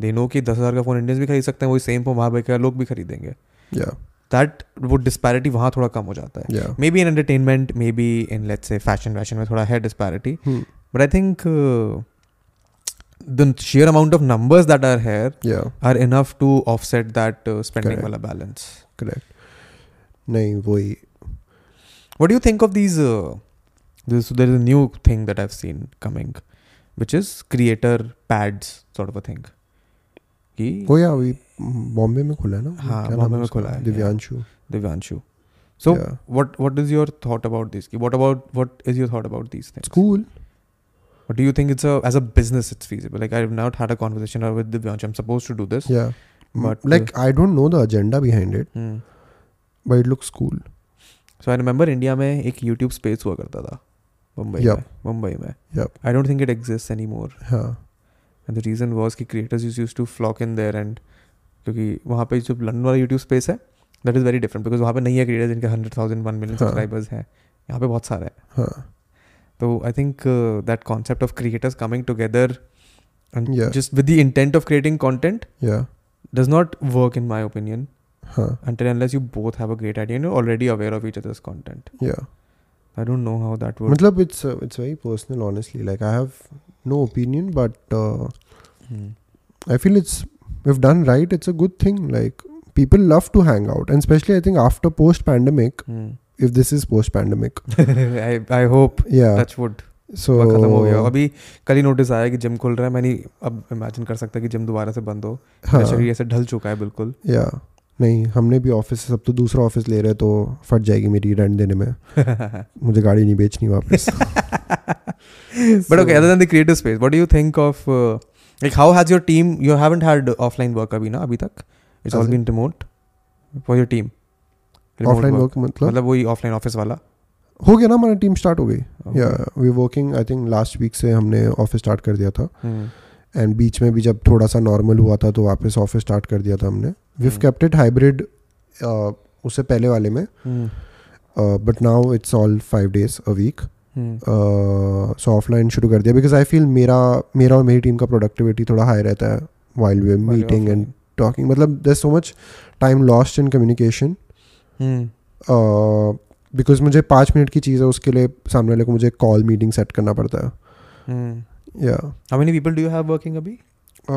दे नो कि दस हज़ार का फ़ोन इंडियंस भी खरीद सकते हैं वही सेम फोन वहाँ बैठे लोग भी खरीदेंगे
yeah
दैट वो डिस्पैरिटी वहाँ थोड़ा कम हो जाता है
yeah
maybe in entertainment maybe in let's say fashion वैशन में थोड़ा है disparity
Hmm.
But I think uh, the sheer amount of numbers that are here
yeah
are enough to offset that uh, spending
Correct.
wala balance
correct नहीं वही
What do you think of these? Uh, this there is a new thing that I've seen coming, which is creator pads sort of a thing. कि
वो या अभी बॉम्बे में खुला है ना
हाँ,
क्या नाम
बॉम्बे
है
में
उसका?
खुला है,
Divyanshu
Divyanshu. So
Yeah.
what what is your thought about this? Ki What about what is your thought about these things?
it's cool
What do you think it's a as a business it's feasible? Like I've not had a conversation with Divyanshu. I'm supposed to do this.
yeah
But, uh,
but like I don't know the agenda behind it
Hmm.
but it looks cool
So I remember India में एक YouTube space हुआ करता था Mumbai
Yup.
में मुंबई में
Yup.
I don't think it exist any more
हाँ
and the reason was कि creators use to flock in there and क्योंकि वहाँ पे जो लंडन वाला यूट्यूब स्पेस है that is very different because वहाँ पे नहीं है क्रिएटर्स जिनके हंड्रेड थाउजेंड वन मिलियन
हाँ।
सब्सक्राइबर्स हैं यहाँ पे बहुत सारे हैं
हाँ
तो I think that concept of creators coming together and
Yeah.
Just with the intent of creating content
yeah
does not work in my opinion
हाँ
until unless you both have a great idea and you're already aware of each other's content
yeah
i don't know how that would
मतलब it's uh, it's very personal honestly like I have no opinion but uh,
Hmm.
I feel it's if done right it's a good thing like people love to hang out and especially I think after post pandemic
Hmm. [LAUGHS]
if this is post pandemic
i i hope
yeah
touch wood
so
पूरा खत्म हो गया
तो
अभी कल ही notice आया कि gym खुल रहा है मैं नहीं अब इमेजिन कर सकता कि जिम दोबारा से बंद हो मेरा
हाँ,
शरीर ऐसे ढल चुका है
[LAUGHS]
बिल्कुल
या नहीं हमने भी ऑफिस से सब तो दूसरा ऑफिस ले रहे हैं तो फट जाएगी मेरी रेंट देने
[LAUGHS]
में मुझे गाड़ी नहीं बेचनी वापस
but okay other than the creative space what do you think of like how has your team you haven't had offline work अभी ना अभी तक it's all
As in?
Been remote for your team
offline work मतलब
मतलब वही offline office वाला
हो गया ना हमारी टीम स्टार्ट हो गई या we working I think last week से हमने ऑफिस स्टार्ट कर दिया था
Hmm.
एंड बीच में भी जब थोड़ा सा नॉर्मल हुआ था तो वापस ऑफिस स्टार्ट कर दिया था हमने we've
Hmm.
Kept it hybrid uh, उससे पहले वाले में
Hmm.
uh, but now it's all five days a week
Hmm.
So offline शुरू कर दिया बिकॉज आई फील मेरा मेरा और मेरी टीम का प्रोडक्टिविटी थोड़ा हाई रहता है while we meeting and talking मतलब there so much time lost in communication
Hmm.
Because मुझे पाँच मिनट की चीज़ है उसके लिए सामने वाले को मुझे कॉल मीटिंग सेट करना पड़ता
हाउ
है या
many people do you have working अभी
Um,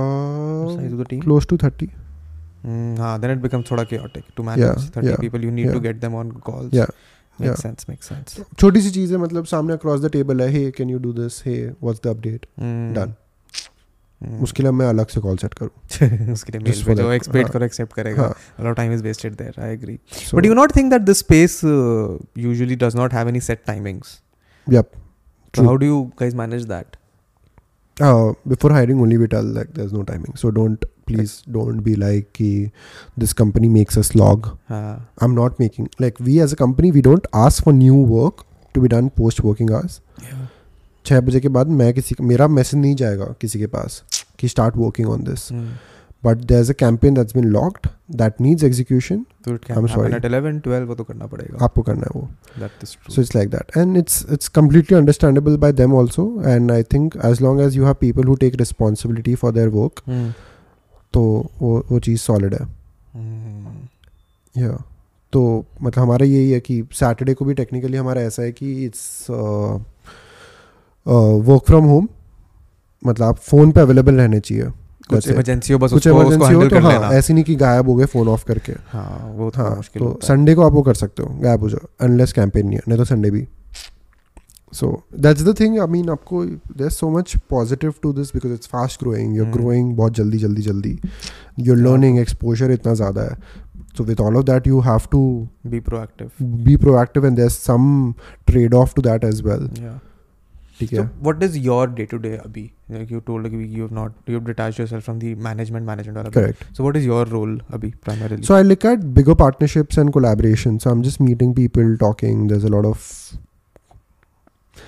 size of the team
close to thirty
Mm, ah, then it becomes sort of chaotic to manage
Yeah,
30
yeah,
people. You need to
yeah.
get them on calls.
Yeah,
Makes
yeah.
sense, makes sense.
छोटी सी चीज़ है मतलब सामने across the table है hey can you do this hey what's the update
Mm.
Done.
Mm.
उसके लिए मैं अलग से कॉल सेट करूँ
[LAUGHS] उसके लिए मेल
Just
पे
for
जो
that,
एक्सपेक्ट
हाँ,
करो एक्सेप्ट करेगा
हाँ
a lot of time is wasted there i agree
so-
but you not think that this space uh, usually does not have any set timings
Yep.
so
True.
how do you guys manage that
uh, before hiring only we tell like there's no timing so don't please don't be like "Ki, this company makes us log
uh,
i'm not making like we as a company we don't ask for new work to be done post working hours
yeah.
छः बजे के बाद मैं किसी मेरा message नहीं जाएगा किसी के पास कि start working on this
mm.
But there is a campaign that's been locked that needs execution
तो it can
I'm
happen
sorry.
at 11 12 वो तो करना पड़ेगा
आपको करना है वो
that is true
So it's like that, and it's it's completely understandable by them also. And I think as long as you have people who take responsibility for their work,
mm.
तो वो वो चीज़ solid है
Mm.
या तो मतलब हमारा यही है कि सैटरडे को भी टेक्निकली हमारा ऐसा है कि uh, it's work from home मतलब आप फ़ोन पे अवेलेबल रहने चाहिए
कुछ
That's it.
इमरजेंसी हो बस
कुछ
उसको उसको
इमरजेंसी हो
हैंडल
तो
कर
हाँ
लेना
ऐसे नहीं कि गायब हो गए फ़ोन ऑफ करके
हाँ वो थोड़ा
हाँ
मुश्किल
तो
होता है।
संडे को आप वो कर सकते हो गायब हो जाओ अनलेस कैंपेन नहीं है नहीं तो संडे भी so that's the thing I mean आपको there so much positive to this because it's fast growing your
Hmm.
Growing बहुत जल्दी जल्दी जल्दी योर
Yeah.
लर्निंग एक्सपोजर इतना ज़्यादा है so with all of that you have to
be proactive
be proactive and there some trade off to that as well
yeah
ठीक
So
है
what is your day to day Abhi? Like you told like you have not you have detached yourself from the management management or
correct
So what is your role Abhi primarily?
So I look at bigger partnerships and collaboration. So I'm just meeting people, talking. There's a lot of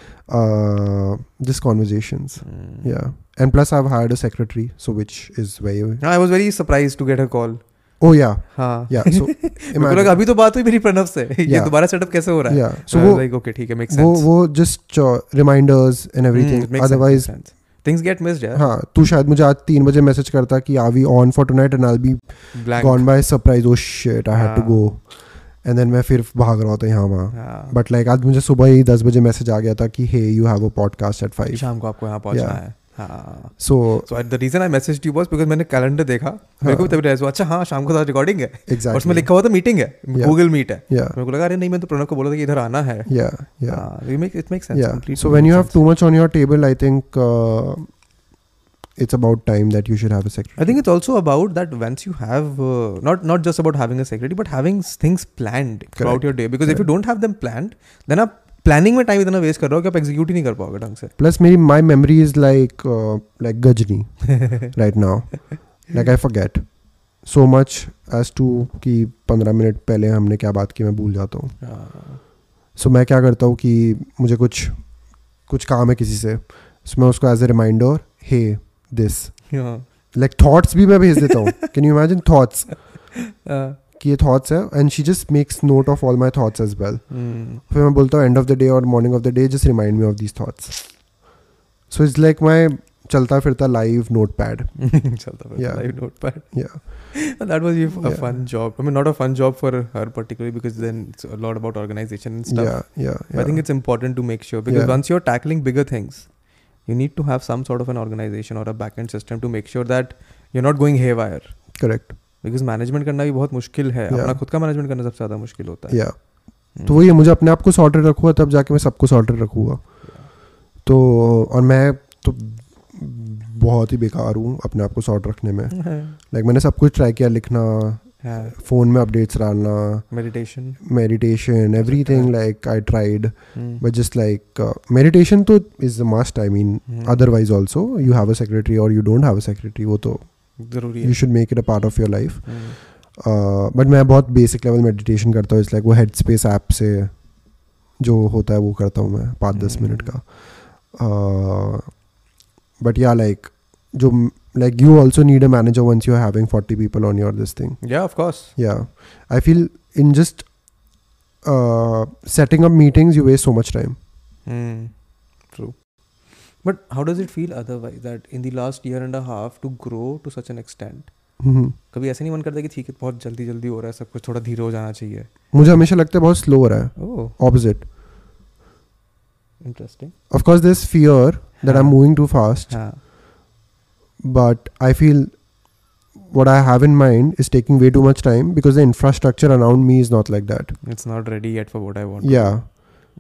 uh, just conversations.
Mm.
Yeah, and plus I've hired a secretary, so which is very
No, I was very surprised to get a call.
oh yeah
हाँ
yeah.
[LAUGHS]
So
मेरे को
imagine-
लगा अभी तो बात हुई मेरी प्रणव से [LAUGHS] ये
Yeah.
दोबारा सेटअप कैसे हो रहा है?
yeah,
So
so
I was
वो
like okay ठीक है makes
वो
sense.
वो just uh, reminders and everything.
Mm, it makes sense,
Otherwise
makes sense. Things get missed यार
हाँ तू शायद मुझे आज तीन बजे मैसेज करता कि are we on for tonight and I be
blank
gone by surprise oh shit I had to
हाँ।
गो एंड देन मैं फिर भाग रहा होता यहाँ वहाँ
हाँ
बट लाइक आज मुझे सुबह ही दस बजे मैसेज आ गया था कि hey you have a podcast at five
शाम को आपको यहाँ पहुँचना
Yeah.
है हाँ
so
so the reason I message you boss because मैंने कैलेंडर देखा मेरे को भी तभी realize हुआ अच्छा हाँ शाम को साथ रिकॉर्डिंग है और उसमें
एग्जैक्टली
लिखा हुआ था मीटिंग है
Yeah.
गूगल मीट है
या
मेरे को लगा अरे नहीं मैं तो प्रणव को बोला था कि इधर आना है हाँ,
या या
it make
yeah so when you have too much on your table i think uh, it's about time that you should have a secretary
I think it's also about that once you have uh, not not just about having a secretary, but having s- things planned throughout
Correct.
your day. Because if you
Correct.
don't have them planned, then आप planning में time इतना waste कर रहे हो कि आप execute ही नहीं कर पाओगे ढंग से
plus maybe my memory is like uh, like gajni
[LAUGHS]
right now like i forget so much as to कि 15 मिनट पहले हमने क्या बात की मैं भूल जाता हूँ सो मैं क्या करता हूँ कि मुझे कुछ कुछ काम है किसी से सो मैं उसको as a reminder hey this like thoughts भी मैं भेज
[LAUGHS]
देता हूँ can you imagine thoughts
Uh,
कि ये थॉट्स है and she just makes note of all my thoughts as well
hmm.
फिर मैं बोलता हूँ एंड ऑफ द डे और morning of the day just remind me of these thoughts so it's like my चलता फिरता live note pad
[LAUGHS] चलता फिर
Yeah.
Live note पर
या
that was a
Yeah.
fun job i mean not a fun job for her particularly because then it's a lot about organization and stuff
या या
I think it's important to make sure because
Yeah.
once you're tackling bigger things, you need to have some sort of an organization or a backend system to make sure that you're not going haywire.
Correct
because management करना भी बहुत मुश्किल है
Yeah.
अपना खुद का management करना सबसे ज्यादा मुश्किल होता है हम्म।
या तो वही है मुझे अपने आप को सॉर्टेड रखूंगा तब जाके मैं सबको सॉर्टेड रखूंगा तो और मैं तो बहुत ही बेकार हूँ अपने आप को सॉर्ट रखने में
[LAUGHS]
लाइक मैंने सब कुछ ट्राई किया लिखना फ़ोन में अपडेट्स डालना
meditation
meditation everything like I tried
hmm.
but just like uh, meditation to is a must i mean
Hmm.
otherwise also you have a secretary or you don't have a secretary wo to
जरूरी
you
है
should make it a part of your life
hmm,
uh, but मैं बहुत basic level meditation करता हूँ it's like वो headspace app से जो होता है वो करता हूँ मैं पाँच दस
Hmm.
मिनट का Uh, बट या लाइक जो like you also need a manager once you are having forty people on your this thing
yeah of course
या I feel in just uh, setting up meetings you waste so much time
Hmm. True. But how does it feel otherwise that in the last year and a half to grow to such an extent?
Mm-hmm.
कभी ऐसा नहीं मन करता कि ठीक है बहुत जल्दी जल्दी हो रहा है सब कुछ थोड़ा धीरे हो जाना चाहिए Oh.
मुझे हमेशा लगता है बहुत स्लो हो रहा है
oh
opposite.
Interesting
Of course, there's fear that I'm
Huh.
moving too fast,
हाँ
but I feel what I have in mind is taking way too much time because the infrastructure around me is not like that.
it's not ready yet for what I want.
Yeah.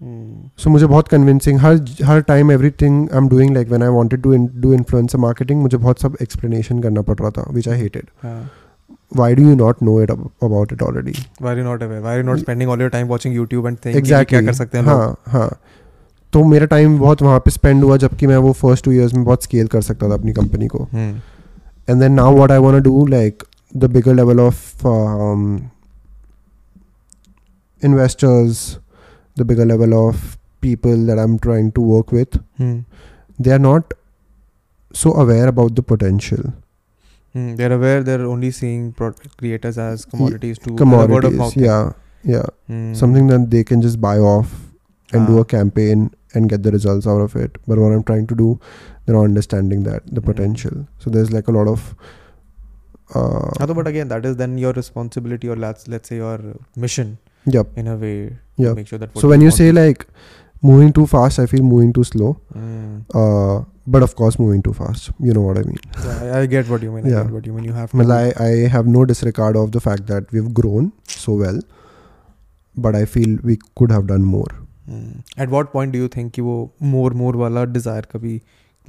Mm.
So मुझे बहुत convincing her her time everything I'm doing like when I wanted to in, do influencer marketing मुझे बहुत सब explanation करना पड़ रहा था which I hated.
Uh,
Why do you not know it ab- about it already?
why are you not aware? Why are you not spending all your time watching YouTube and thinking exactly.
Mm. Exactly.
क्या कर सकते हैं लोग?
हाँ हाँ तो मेरा time बहुत वहाँ पे spend हुआ जबकि मैं वो first two years में बहुत scale कर सकता था अपनी company को.
Hmm.
and then now what i want to do like the bigger level of um, investors the bigger level of people that i'm trying to work with
Hmm.
they are not so aware about the potential
Hmm. They're aware. They're only seeing product creators as commodities to
commodities
word of mouth. thing.
yeah yeah
Hmm.
something that they can just buy off and do
Ah.
a campaign and get the results out of it but what i'm trying to do they're not understanding that the
Mm.
potential so there's like a lot of uh,
हाँ, तो but again, that is then your responsibility or let's let's say your mission
yep
in a way. to
Yep.
Make sure that. what
So when you
want
say
is-
like moving too fast, I feel moving too slow.
Hmm.
Uh, but of course, moving too fast. You know what I mean.
Yeah, I, I get what you mean. I
Yeah.
get what you mean. You have.
Well,
to-
I, I have no disregard of the fact that we've grown so well, but I feel we could have done more.
Hmm. At what point do you think कि वो more more वाला desire कभी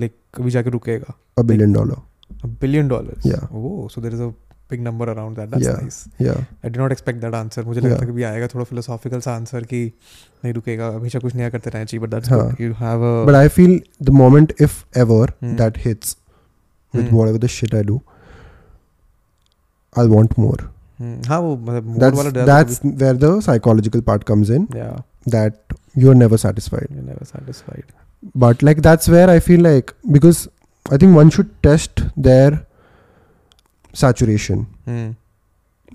like कभी जाके रुकेगा?
A billion dollar.
A billion dollars.
Yeah.
Oh, so there is a big number around that. That's
Yeah.
nice.
Yeah.
I did not expect that answer मुझे
Yeah.
लगता था कि भी आएगा थोड़ा फिलोसॉफिकल सा आंसर कि नहीं रुकेगा हमेशा कुछ नया करते रहना चाहिए बट दैट्स
हाँ.
You have a
But I feel the moment, if ever,
Uh, Hmm.
that hits with
Hmm.
whatever the shit I do, I'll want more.
हां वो मतलब mood
That's
वाला डर
that's where the psychological part comes in.
या
That you're never satisfied.
You never satisfied
but like that's where i feel like because i think one should test their saturation
hmm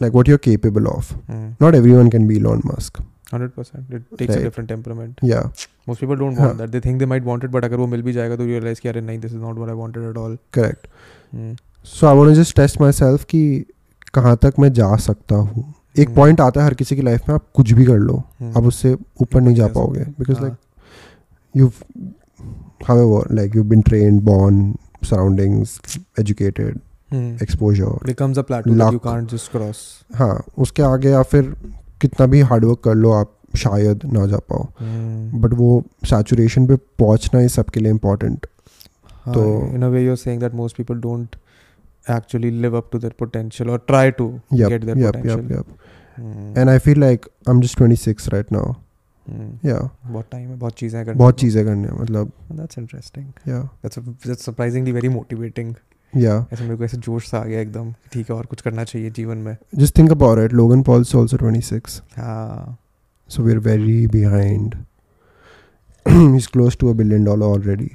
like what you're capable of
hmm
not everyone can be elon musk
hundred percent it takes a
Right.
Different temperament
या
most people don't
हाँ.
Want that they think they might want it but अगर वो मिल भी जाएगा तो realize कि अरे नहीं this is not what I wanted at all
correct
hmm,
so I want just test myself कि कहाँ तक मैं जा सकता हूँ एक
Hmm.
पॉइंट आता है हर किसी की लाइफ में आप कुछ भी कर लो
हम्म.
आप उससे ऊपर नहीं जा
जा सकते
पाओगे
हैं।
बिकॉज
हाँ.
Like you however like you've been trained born surroundings educated
hmm.
exposure
becomes a platform that you
Luck.
Can't just cross
हाँ उसके आगे आप फिर कितना भी हार्डवर्क कर लो आप शायद ना जा पाओ
Hmm.
बट वो सैचुरेशन पे पहुंचना ही सबके लिए इम्पोर्टेंट
तो
तो-
in a way you are saying that most people don't actually live up to their potential और try to get
yep
there
yep yep
potential
yep
Hmm.
and i feel like i'm just 26 right now yeah
Hmm. बहुत time है बहुत चीजें करनी
बहुत चीज़ें करने हैं मतलब
दैट्स इंटरेस्टिंग
या
that's that's surprisingly very motivating
या
ऐसे मेरे को ऐसे जोश सा आ गया एकदम ठीक है और कुछ करना चाहिए जीवन में
just think about it Logan Paul's also 26
हाँ
so we're very behind [CLEARS THROAT] he's close to a billion dollar already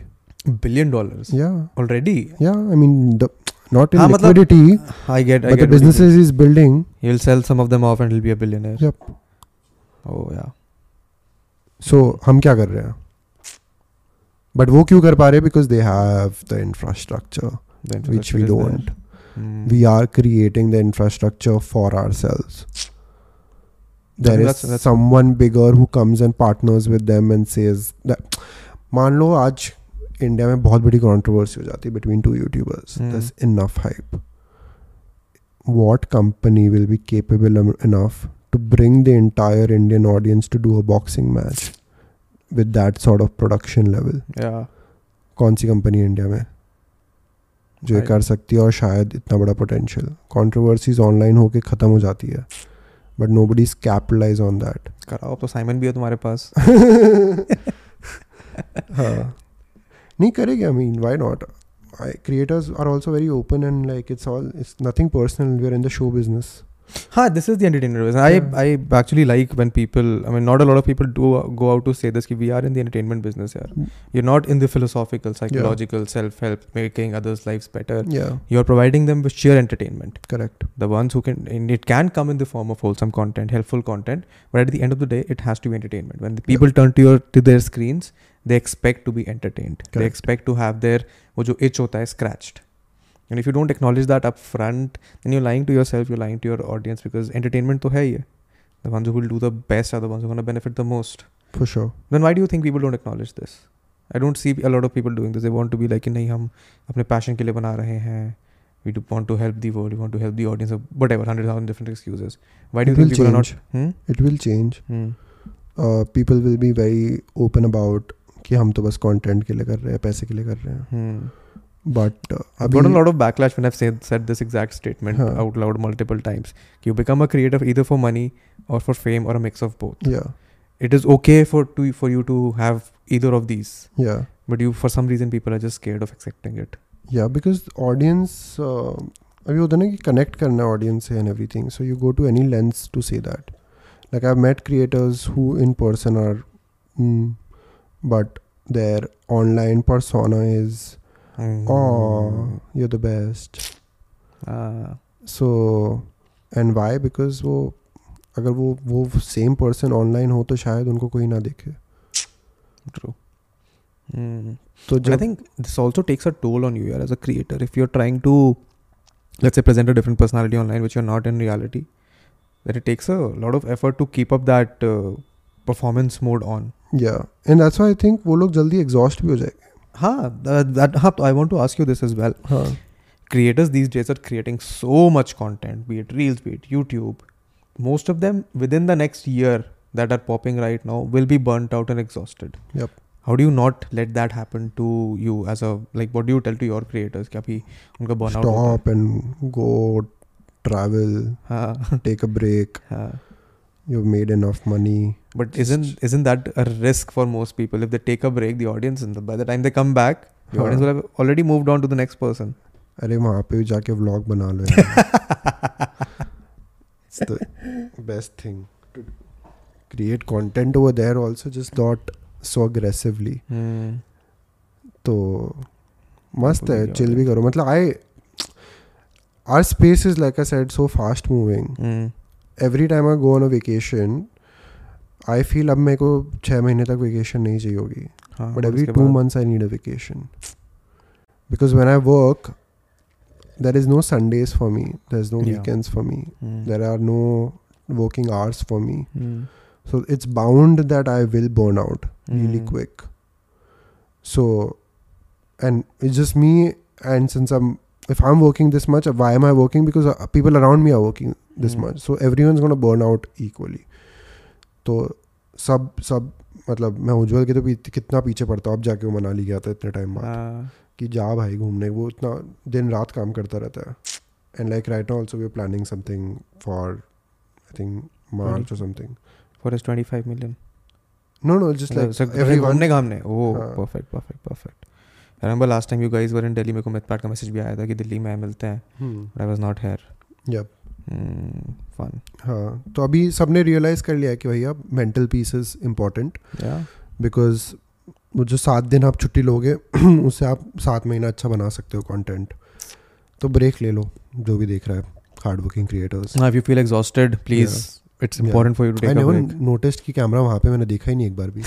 billion dollars
yeah
already
yeah i mean the, not in
हाँ, मतलब-
liquidity
I get
but the businesses he's building
He'll sell some of them off and he'll be a billionaire.
Yep.
Oh yeah.
so हम क्या कर रहे हैं but वो क्यों कर पा रहे because they have the infrastructure
The
which
infrastructure
we
is there.
Don't
Hmm.
We are creating the infrastructure for our sales
I
there
think
is
that's- that's-
someone bigger who comes and partners with them and says मान लो आज India में बहुत बड़ी controversy हो जाती है between two YouTubers
Hmm.
दस enough hype what company will be capable enough to bring the entire Indian audience to do a boxing match with that sort of production level
Yeah.
कौन सी company India में जो ये
Right.
कर सकती है और शायद इतना बड़ा पोटेंशियल कंट्रोवर्सीज ऑनलाइन होके ख़त्म हो जाती है but nobody is capitalize on that
कराओ तो साइमन भी है तुम्हारे पास
हाँ नहीं करेगा I mean why not creators are also very open and like it's all it's nothing personal we are in the show business
[LAUGHS] हाँ this is the entertainment business I
Yeah.
I actually like when people I mean not a lot of people do go out to say this कि we are in the entertainment business यार
Mm.
you're not in the philosophical psychological self help making others lives better
या
you're providing them with sheer entertainment
correct
the ones who can and it can come in the form of wholesome content helpful content but at the end of the day it has to be entertainment when the people turn to your to their screens they expect to be entertained they
Correct.
expect to have their wo jo itch hota hai scratched and if you don't acknowledge that up front then you're lying to yourself you're lying to your audience because entertainment to hai ye the ones who will do the best are the ones who are going to benefit the most
for sure
then why do you think people don't acknowledge this i don't see a lot of people doing this they want to be like कि नहीं हम अपने passion के लिए बना रहे हैं we do want to help the world we want to help the audience whatever hundred thousand different excuses why do you
It
think
will
people are not
change.
hmm?
It will change
Hmm.
People will be very open about कि हम तो बस content के लिए कर रहे हैं पैसे के लिए कर रहे हैं uh,
Hmm.
But
I've got a lot of backlash when I've said, said this exact statement
Huh.
out loud multiple times you become a creator either for money or for fame or a mix of both
या
it is okay for to for you to have either of these
या
but you for some reason people are just scared of accepting it
या because audience uh, अभी होता है ना कि connect करना audience से and everything so you go to any lens to say that like I met creators who in person are mm, but their online persona is
Hmm.
You the best
Ah.
So and why because वो अगर वो वो same person online हो तो शायद उनको कोई ना देखे
True. Mm.
तो
But I
जब
think this also takes a toll on you yeah, as a creator. If you're trying to, let's say, present a different personality online, which you're not in reality, then it takes a lot of effort to keep up that uh, performance mode on.
या and that's I think वो लोग जल्दी exhaust भी हो जाएंगे
Huh, uh, that, huh, I want to ask you this as well.
हाँ
Creators these days are creating so much content, be it Reels, be it YouTube. Most of them within the next year that are popping right now will be burnt out and exhausted.
Yep.
how do you not let that happen to you as a like what do you tell to your creators कि अभी उनका burnout होता है
stop and go travel
[LAUGHS] हाँ
take a break
हाँ
you've made enough money
but isn't isn't that a risk for most people if they take a break the audience and the, by the time they come back the
हाँ।
audience will have already moved on to the next person
अरे वहाँ पे भी जाके vlog बना लो यार it's the best thing to create content over there also just not so aggressively
hmm.
तो मस्त
बिल्कुल
है
भी
चिल भी करो मतलब I are space is like I said so fast moving
Hmm.
every time I go on a vacation, I feel अब मेरे को छः महीने तक वेकेशन नहीं चाहिए होगी
हाँ और
बट एवरी
उसके
टू
बाद-
months I need a vacation because when I work there is no Sundays for me there is no
Yeah. Mm.
Weekends for me
hmm,
there are no working hours for me
hmm,
so it's bound that i will burn out really
Mm.
quick so and it's just me and since i'm if i'm working this much uh, why am i working because uh, people around me are working this
Mm.
much so everyone's going to burn out equally तो सब सब मतलब मैं उज्जवल के तो P, कितना पीछे पड़ता हूँ अब जाके वो मनाली गया था इतने टाइम बाद
हाँ,
कि जा भाई घूमने वो इतना दिन रात काम करता रहता है and like right now also we are planning something for I think
Hmm.
March और something
for his 25 million
No, no, just
मतलब
like
सब- अरे
everyone.
घूमने घामने ओ
हाँ।
Perfect perfect perfect I remember last time you guys were in Delhi मेरे को मितपाट का मैसेज भी आया था कि दिल्ली में आए मिलते हैं
Hmm.
But I was not here
Yep.
Fun
हाँ तो अभी सबने रियलाइज़ कर लिया है कि भैया मेंटल पीस इज़ इम्पॉर्टेंट
या
बिकॉज वो जो सात दिन आप छुट्टी लोगे [CLEARS THROAT] उससे आप सात महीना अच्छा बना सकते हो कंटेंट तो ब्रेक ले लो जो भी देख रहा है hard working creators
if you feel exhausted please it's
Yeah.
Important for you to
I
take a
never
break
notice कि कैमरा वहाँ पे मैंने देखा ही नहीं एक बार
[LAUGHS]
भी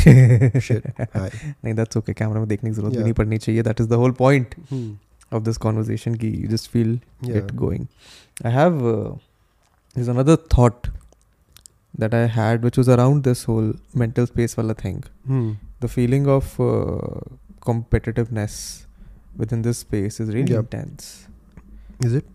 Shit. Hi.
नहीं दैट्स ओके कैमरा में देखने की जरूरत भी
Yeah.
नहीं पड़नी चाहिए that is the whole point
Hmm.
Of this conversation की you just feel
Yeah.
it going. I have uh, there's another thought that I had, which was around this whole mental space wala thing.
Hmm.
The feeling of uh, competitiveness within this space is really
Yep.
intense.
Is it?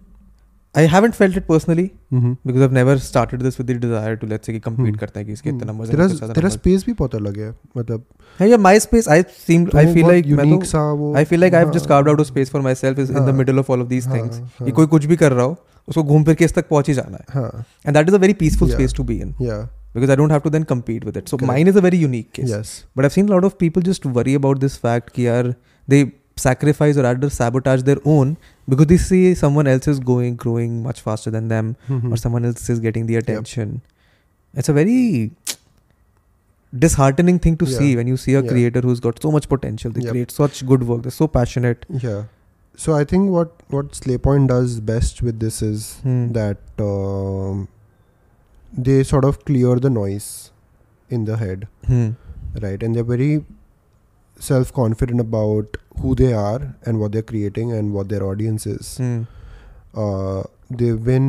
I haven't felt it personally
Mhm.
because I've never started this with the desire to let's say कि compete
Hmm.
करते हैं कि इसके
Hmm.
इतने numbers हैं,
तेरा
इसके साथ
तेरा
numbers-
स्पेस भी बहुत अलग है मतलब
हाँ, yeah, my space. I seem I
तो
feel
बहुत
like मैं
unique
तो-
सा वो
I feel like I've just
हाँ,
carved out a space for myself is in the
हाँ,
middle of all of these
हाँ,
things. कि
हाँ,
कोई कुछ भी कर रहा हो उसको घूम फिर के इस तक पहुंच ही जाना है
हाँ
and that is a very peaceful
Yeah.
space to be in
yeah
because i don't have to then compete with it so
Correct.
mine is a very unique case
yes
but i've seen a lot of people just worry about this fact ki yaar they sacrifice or rather sabotage their own because they see someone else is going growing much faster than them or
Hmm.
someone else is getting the attention it's a very disheartening thing to
Yeah.
see when you see a
Yeah.
creator who's got so much potential they
Yep.
create such good work they're so passionate
yeah so i think what what slaypoint does best with this is
Hmm.
that um, they sort of clear the noise in the head
Hmm.
right and they're very self-confident about who they are and what they're creating and what their audience is
Hmm.
uh, they win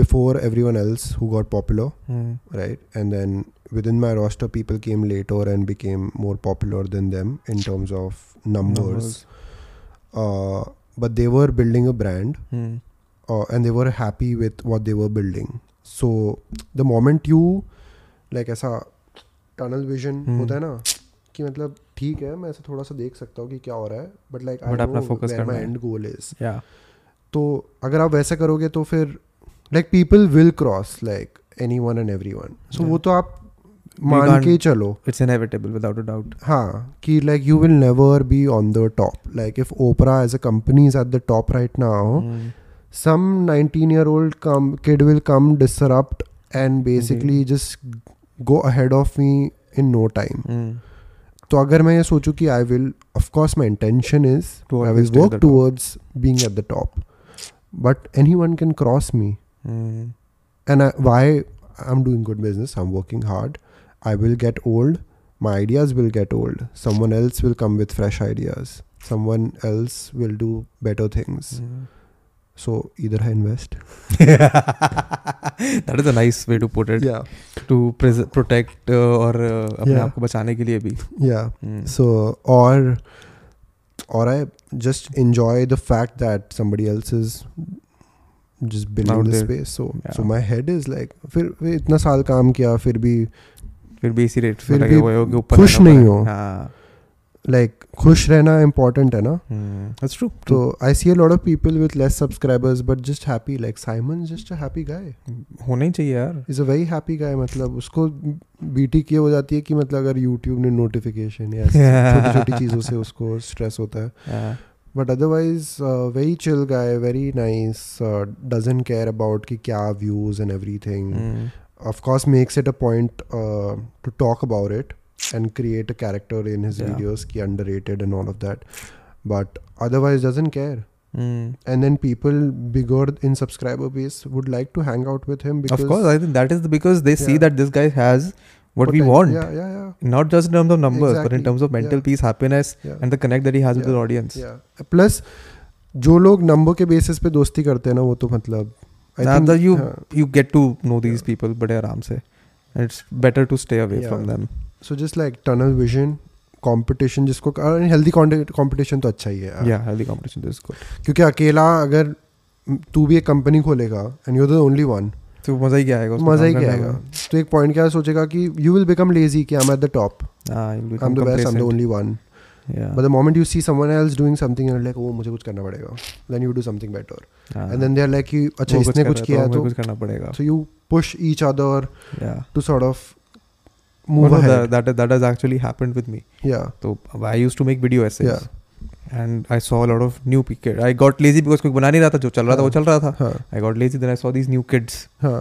before everyone else who got popular
Hmm.
right and then within my roster people came later and became more popular than them in terms of numbers, Uh, but they were building a brand
Hmm.
uh, and they were happy with what they were building so the moment you like ऐसा tunnel vision
Hmm.
होता है ना कि मतलब ठीक है मैं ऐसे थोड़ा सा देख सकता हूँ कि क्या हो रहा है बट लाइक
But अपना focus करना
माय
है।
एंड गोल इज
yeah
तो अगर आप वैसा करोगे तो फिर like people will cross like anyone and everyone so
Yeah.
वो तो आप
You
मान
can't-
के चलो
it's inevitable without a doubt
हाँ कि like you will never be on the top like if opener as a company is at the top right now
Hmm.
Some 19 year old come kid will come disrupt and basically
Mm-hmm.
Just go ahead of me in no time
Hmm.
तो अगर मैं ये सोचूं कि I will of course my intention is
To
I
always
will
stay at
work
the top.
Towards being at the top but anyone can cross me
Hmm.
and I, why i'm doing good business i'm working hard i will get old my ideas will get old someone else will come with fresh ideas someone else will do better things
Mm.
so either i invest
[LAUGHS] that is a nice way to put it
yeah
to pres- protect uh, or uh, अपने
Yeah.
आप को बचाने के लिए भी
yeah
Hmm.
so or or i just enjoy the fact that somebody else is just
Out
building the
there.
space so so
Yeah.
my head is like फिर फिर इतना साल काम किया फिर भी
फिर भी इसी रेट
फिर
लगे
भी
हुए हो कि ऊपर
खुश
रहना
नहीं
पड़ा।
हो।
हाँ
like खुश रहना important है ना
Hmm. that's true तो
So तो I see a lot of people with less subscribers, but just happy. Like Simon's just a happy guy.
होना ही चाहिए
[LAUGHS]
यार
He's a very happy guy. मतलब उसको बीटी की हो जाती है कि मतलब अगर YouTube ने notification या
[LAUGHS]
छोटी छोटी चीज़ों से उसको stress होता है.
हाँ,
But otherwise, uh, very chill guy, very nice. Uh, doesn't care about कि क्या views and everything.
hmm.
Of course, makes it a point uh, to talk about it and create a character in his
Yeah.
videos कि underrated and all of that. But otherwise, doesn't care.
Hmm.
and then people bigger in subscriber base would like to hang out with him because
of course I think that is the, because they see
Yeah.
that this guy has what we
Poten-
want
Yeah, yeah, yeah.
not just in terms of numbers but in
Exactly.
terms of mental
Yeah.
peace happiness
Yeah.
and the connect that he has with
Yeah.
the audience
yeah plus जो लोग number के basis पे दोस्ती करते हैं ना वो तो मतलब I
Now
think-
that you
हाँ,
you get to know these people but aram se and it's better to stay away
Yeah.
from them
so just like tunnel vision competition जिसको हेल्दी कंपटीशन तो अच्छा ही है यार।
yeah healthy competition is good
क्योंकि अकेला अगर तू भी एक कंपनी खोलेगा and you the only one
तो मजा ही क्या आएगा उसमें
मजा ही
काम
क्या
करने
आएगा तो एक पॉइंट क्या सोचेगा कि यू विल बिकम लेजी कि I am at the top
में? हाँ, you'll
I am
become
the best I am the
complacent.
Only one
Yeah.
But the moment you see someone else doing something and like वो "Oh, मुझे कुछ करना पड़ेगा then you do something better
हाँ,
and then they are like कि अच्छा
वो
इसने
कर
कुछ
रहा है,
किया है
हमें
तो
कुछ करना पड़ेगा
so you push each other
yeah
to sort of
No,
move
no,
ahead
that, that that has actually happened with me
yeah
so i used to make video essays
Yeah.
and i saw a lot of new pe- kid i got lazy because कोई बना नहीं रहा था जो चल रहा था वो
हाँ.
चल रहा था
huh
i got lazy then i saw these new kids
huh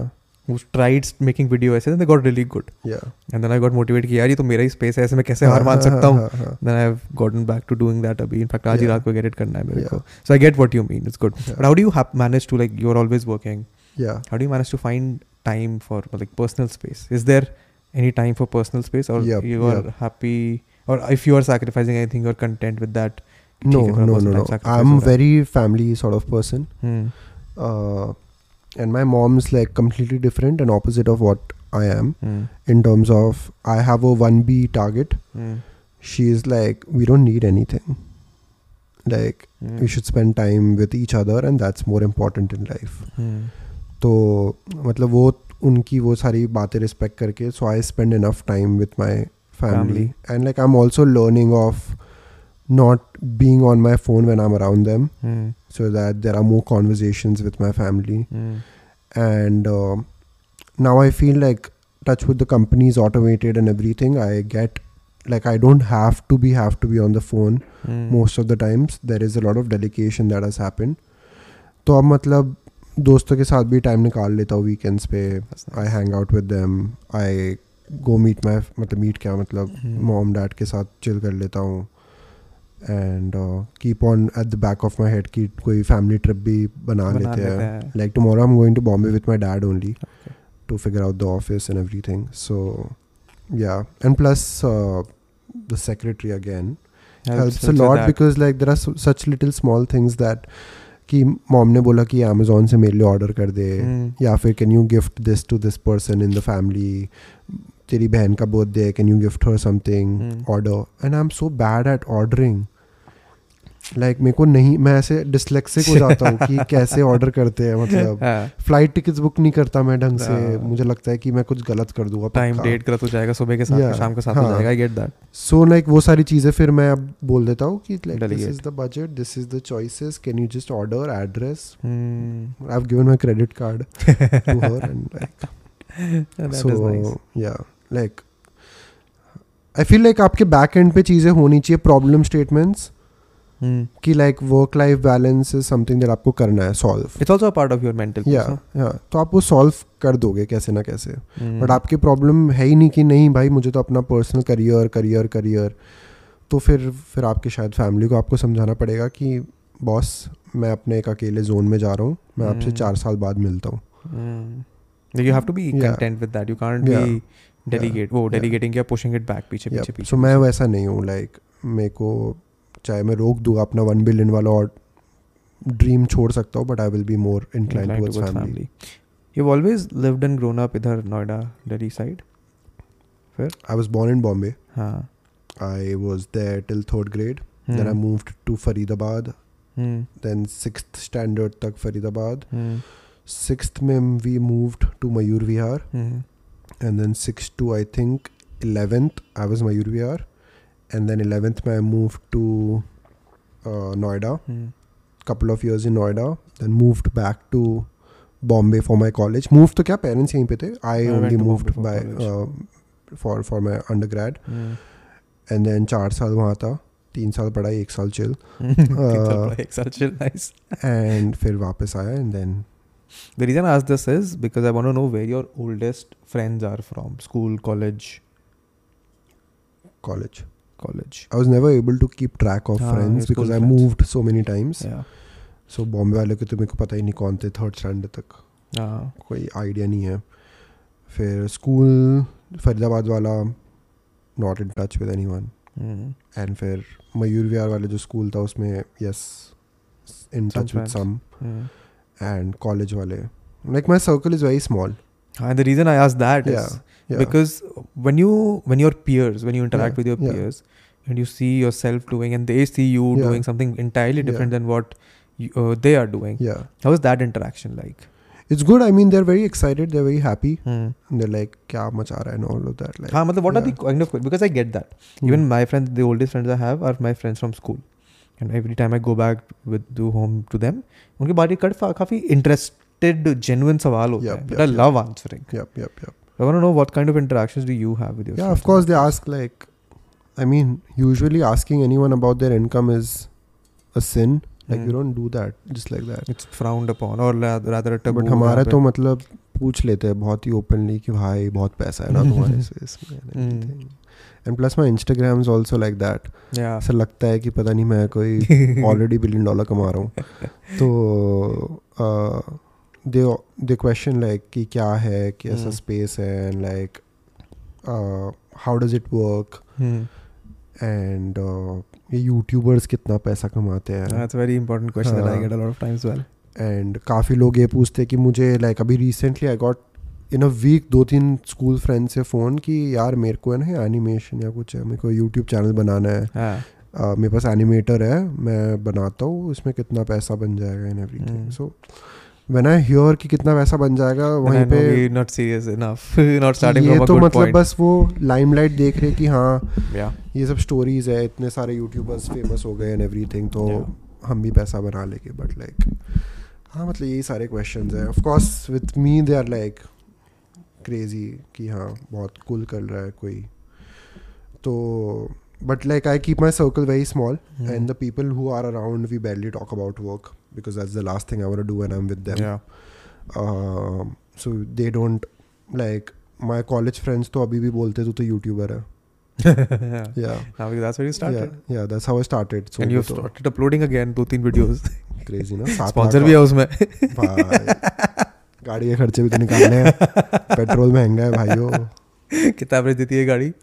who tried making video essays and they got really good
yeah
and then i got motivated कि यार ये तो मेरा ही space है ऐसे मैं कैसे हार मान सकता हूँ then I've gotten back to doing that. Abhi. In fact, आज ही
Yeah.
रात को get it करना है मेरे
Yeah.
को. So I get what you mean. It's good.
Yeah.
But how do you hap- manage to like you're always working?
yeah
How do you manage to find time for like personal space? Is there any time for personal space, or
Yep,
you are
yep.
happy, or if you are sacrificing anything, you're content with that? कि
no
ठीक है, अच्छा थोड़ा
no no
personal
no
time sacrifice
i'm
हो रहा है.
very family sort of person
Hmm.
uh and my mom's like completely different and opposite of what i am
Hmm.
in terms of i have a 1b target
Hmm.
she is like we don't need anything like
Hmm.
we should spend time with each other and that's more important in life
Hmm.
तो मतलब वो उनकी वो सारी बातें respect करके so I spend enough time with my family
Family.
And like I am also learning of not being on my phone when I am around them
Hmm.
So that there are more conversation with my family
Hmm.
And now I feel like touch with the companies automated and everything I get like i don't have to be have to be on the phone
Hmm.
most of the times there is a lot of dedication that has happened तो अब मतलब दोस्तों के साथ भी time निकाल लेता हूँ वीकेंड्स पे
That's
I
nice.
Hang out with them I go meet my मतलब मीट क्या मतलब
Hmm.
मॉम डैड के साथ चिल कर लेता हूँ uh, and keep on at the back of my head की कोई फैमिली ट्रिप भी बना
बना
लेते
लेते
हैं
हैं.
Like tomorrow I am going to Bombay with my dad only
Okay.
To figure out the office and every thing so या and plus uh, the secretary again helps Uh, a
with
lot
that.
because like there are so, such little small things that कि mom ने बोला कि Amazon से मेरे लिए order कर दे
Hmm.
या फिर can you gift this to this person in the family तेरी बहन का birthday can you gift her something
Hmm.
Order and I am so bad at ordering like मेरे को नहीं मैं ऐसे डिस्लेक्सिक हो जाता हूँ कि
[LAUGHS]
कैसे ऑर्डर करते हैं मतलब
हाँ.
फ्लाइट टिकट्स बुक नहीं करता मैं
[LAUGHS]
ढंग से
हाँ।
मुझे लगता है कि मैं कुछ गलत कर दूंगा
Time
पक्का।
date का तो जाएगा सुबह के साथ
हाँ। Yeah.
शाम के साथ हो
हाँ.
जाएगा. I get that.
So like वो सारी चीज़ें फिर मैं अब बोल देता हूँ कि like this is
Delegate.
The budget this is the choices can you just order address
Hmm.
I have given my credit
[LAUGHS]
card to her and like
That is nice.
So या लाइक आई फील लाइक आपके back end पे चीज़ें होनी चाहिए problem statements
Hmm.
कि like work life balance is something that आपको करना है solve
It's also a part of your mental. peace,
या
no?
या तो आप वो सॉल्व कर दोगे कैसे ना कैसे
Hmm.
बट आपकी प्रॉब्लम है ही नहीं कि नहीं भाई मुझे तो अपना पर्सनल करियर करियर करियर तो फिर फिर आपके शायद फैमिली को आपको समझाना पड़ेगा कि बॉस मैं अपने एक अकेले जोन में जा रहा हूँ मैं आपसे
Hmm.
चार साल बाद मिलता हूँ
Mm. Like, You have to be
Yeah.
content with that. You can't
Yeah.
be delegate. वो
Yeah.
delegating या pushing it back पीछे पीछे पीछे.
सो मैं वैसा नहीं हूँ लाइक मेरे को चाहे मैं रोक दूंगा अपना वन बिलियन वाला और ड्रीम छोड़ सकता हूँ but I will be more incline
Inclined
towards
towards
family
family. You've always lived and grown up इधर Noida Delhi side.
I was born in Bombay
हाँ.
I was there till third grade then I
Hmm.
Moved to Faridabad
Hmm.
Then sixth standard तक Faridabad
Hmm.
sixth mem we moved to mayur vihar
Hmm.
and then 6 to i think 11th i was mayur vihar and then 11th i moved to uh, noida
Hmm.
couple of years in noida then moved back to bombay for my college moved to kya parents yahin pe the
I
i,
went
only
to
moved
Bombay
by
for
uh, for for my undergrad
Hmm. [LAUGHS]
and then चार साल वहाँ था तीन साल पढ़ा एक साल chill
तीन साल पढ़ाई, एक साल chill, nice.
and फिर वापस आया and then
The reason I ask this is because I want to know where your oldest friends are from. School, college,
college
college.
I was never able to keep track of
हाँ,
friends
Ah, your
because
school
I
friends.
moved so many times.
Yeah.
So Bombay वाले के तो मेरे को पता ही नहीं कौन
Ah,
थे थर्ड स्टैंडर्ड तक
हाँ.
कोई आइडिया नहीं है फिर स्कूल फरीदाबाद वाला not in touch with anyone
mm-hmm.
And फिर मयूर विहार वाले जो स्कूल था उसमें yes in touch with
friends.
Some
Mm-hmm.
And college वाले like my circle is very small
And the reason I asked that is
Yeah, yeah.
because when you when your peers when you interact
Yeah,
with your
yeah.
peers and you see yourself doing and they see you
Yeah.
doing something entirely different than what you, uh, they are doing.
yeah
How is that interaction like?
it's good i mean they're very excited they're very happy
Hmm.
and they're like kya macha raha hai and all of that like
हाँ मतलब what are
yeah. Hmm.
the kind of because I get that even my friends the oldest friends I have are my friends from school and every time I go back with do home to them उनके बारे में cut- काफी interested genuine सवाल होते
Yep,
हैं but
yep,
I
yep.
love answering
yep yep yep
I want to know what kind of interactions do you have with your
yeah
friends
of course they ask like i mean usually asking anyone about their income is a sin like
Hmm.
you don't do that just like that
it's frowned upon or la- rather a taboo
but हमारा
यहाँ
तो
पे।
मतलब पूछ लेते हैं बहुत ही openly कि भाई बहुत पैसा है ना तुम्हारे
[LAUGHS] Hmm.
इसमें and plus my Instagram is also like that
yeah
ऐसा लगता है कि पता नहीं मैं कोई
[LAUGHS]
ऑलरेडी बिलियन डॉलर कमा रहा हूँ तो दे दे क्वेश्चन लाइक कि क्या है कैसा
Hmm.
स्पेस है uh, and like how does it work
Hmm.
And uh, ये यूट्यूबर्स कितना पैसा कमाते हैं
that's a very important question that I
हाँ।
get a lot of times well
and काफ़ी लोग ये पूछते हैं कि मुझे लाइक अभी recently I got in a week दो तीन स्कूल फ्रेंड से फ़ोन कि यार मेरे को है ना एनिमेशन या कुछ है मेरे को यूट्यूब चैनल बनाना है
हाँ
अ, मेरे पास एनिमेटर है मैं बनाता हूँ इसमें कितना पैसा बन जाएगा इन एवरीथिंग
हम्म।
सो व्हेन आई हियर कि कितना पैसा बन जाएगा
Then I
वहीं
know
पे
we're not serious enough [LAUGHS] not starting
ये
from a
तो
good
मतलब
point
बस वो लाइमलाइट देख रहे कि हाँ
yeah
ये सब स्टोरीज है इतने सारे यूट्यूबर्स फेमस हो गए एंड एवरीथिंग तो हम भी पैसा बना लेंगे बट लाइक हाँ मतलब यही सारे क्वेश्चंस हैं of course with me they are like crazy कि हाँ बहुत कूल कर रहा है कोई तो but like I keep my circle very small
Hmm.
And the people who are around we badly talk about work because that's the last thing I want do and I am with them
Hmm. yeah [LAUGHS]
um, so they don't like my college friends तो अभी भी बोलते तू तो YouTuber है
yeah
yeah
now that's where you started
yeah yeah that's how I started so
and you've
तो
started uploading again दो तीन
[LAUGHS]
videos
crazy
[LAUGHS]
ना सात
sponsor
लाख
भी है
का- [LAUGHS]
उसमें
भाई, गाड़ी के खर्चे भी तो निकालने हैं पेट्रोल महंगा है
[LAUGHS]
भाइयों
कितना एवरेज देती है गाड़ी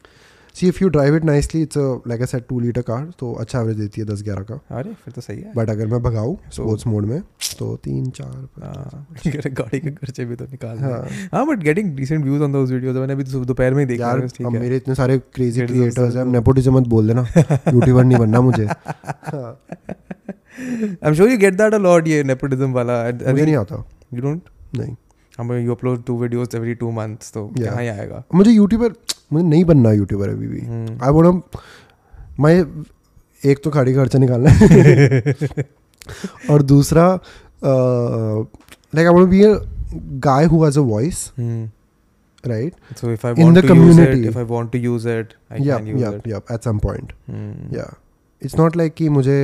see if you drive it nicely it's like I said two litre car तो अच्छा एवरेज देती है दस ग्यारह का
अरे फिर तो सही है
बट अगर मैं भगाऊँ
तो-
स्पोर्ट्स मोड में तो तीन चार
हाँ, [LAUGHS] गाड़ी के खर्चे भी तो निकाल
हाँ
हाँ but getting decent views on those videos मैंने अभी दो- दोपहर में ही देखा
यार
है, तो- ठीक
अब
है
मेरे इतने सारे crazy
It is
creators
also-
हैं नेपोटिज्म मत बोल देना यूट्यूबर नहीं बनना
[LAUGHS]
मुझे हाँ,
I am sure you get that a lot ये नेपोटिज्म वाला
मुझे नहीं आता
यू डोंट
नहीं
हम you upload two videos every two months तो
Yeah.
कहाँ ही आएगा
मुझे यूट्यूबर मुझे नहीं बनना यूट्यूबर अभी भी
हम्म।
आई वांट मैं एक तो गाड़ी का खर्चा निकालना है और दूसरा like I want be a guy who has a voice
hmm
right
so if I
In
want
the
to use it
community.
If I want to use it I
या
कैन यूज
या
it
या at some point
hmm
या it's not like कि मुझे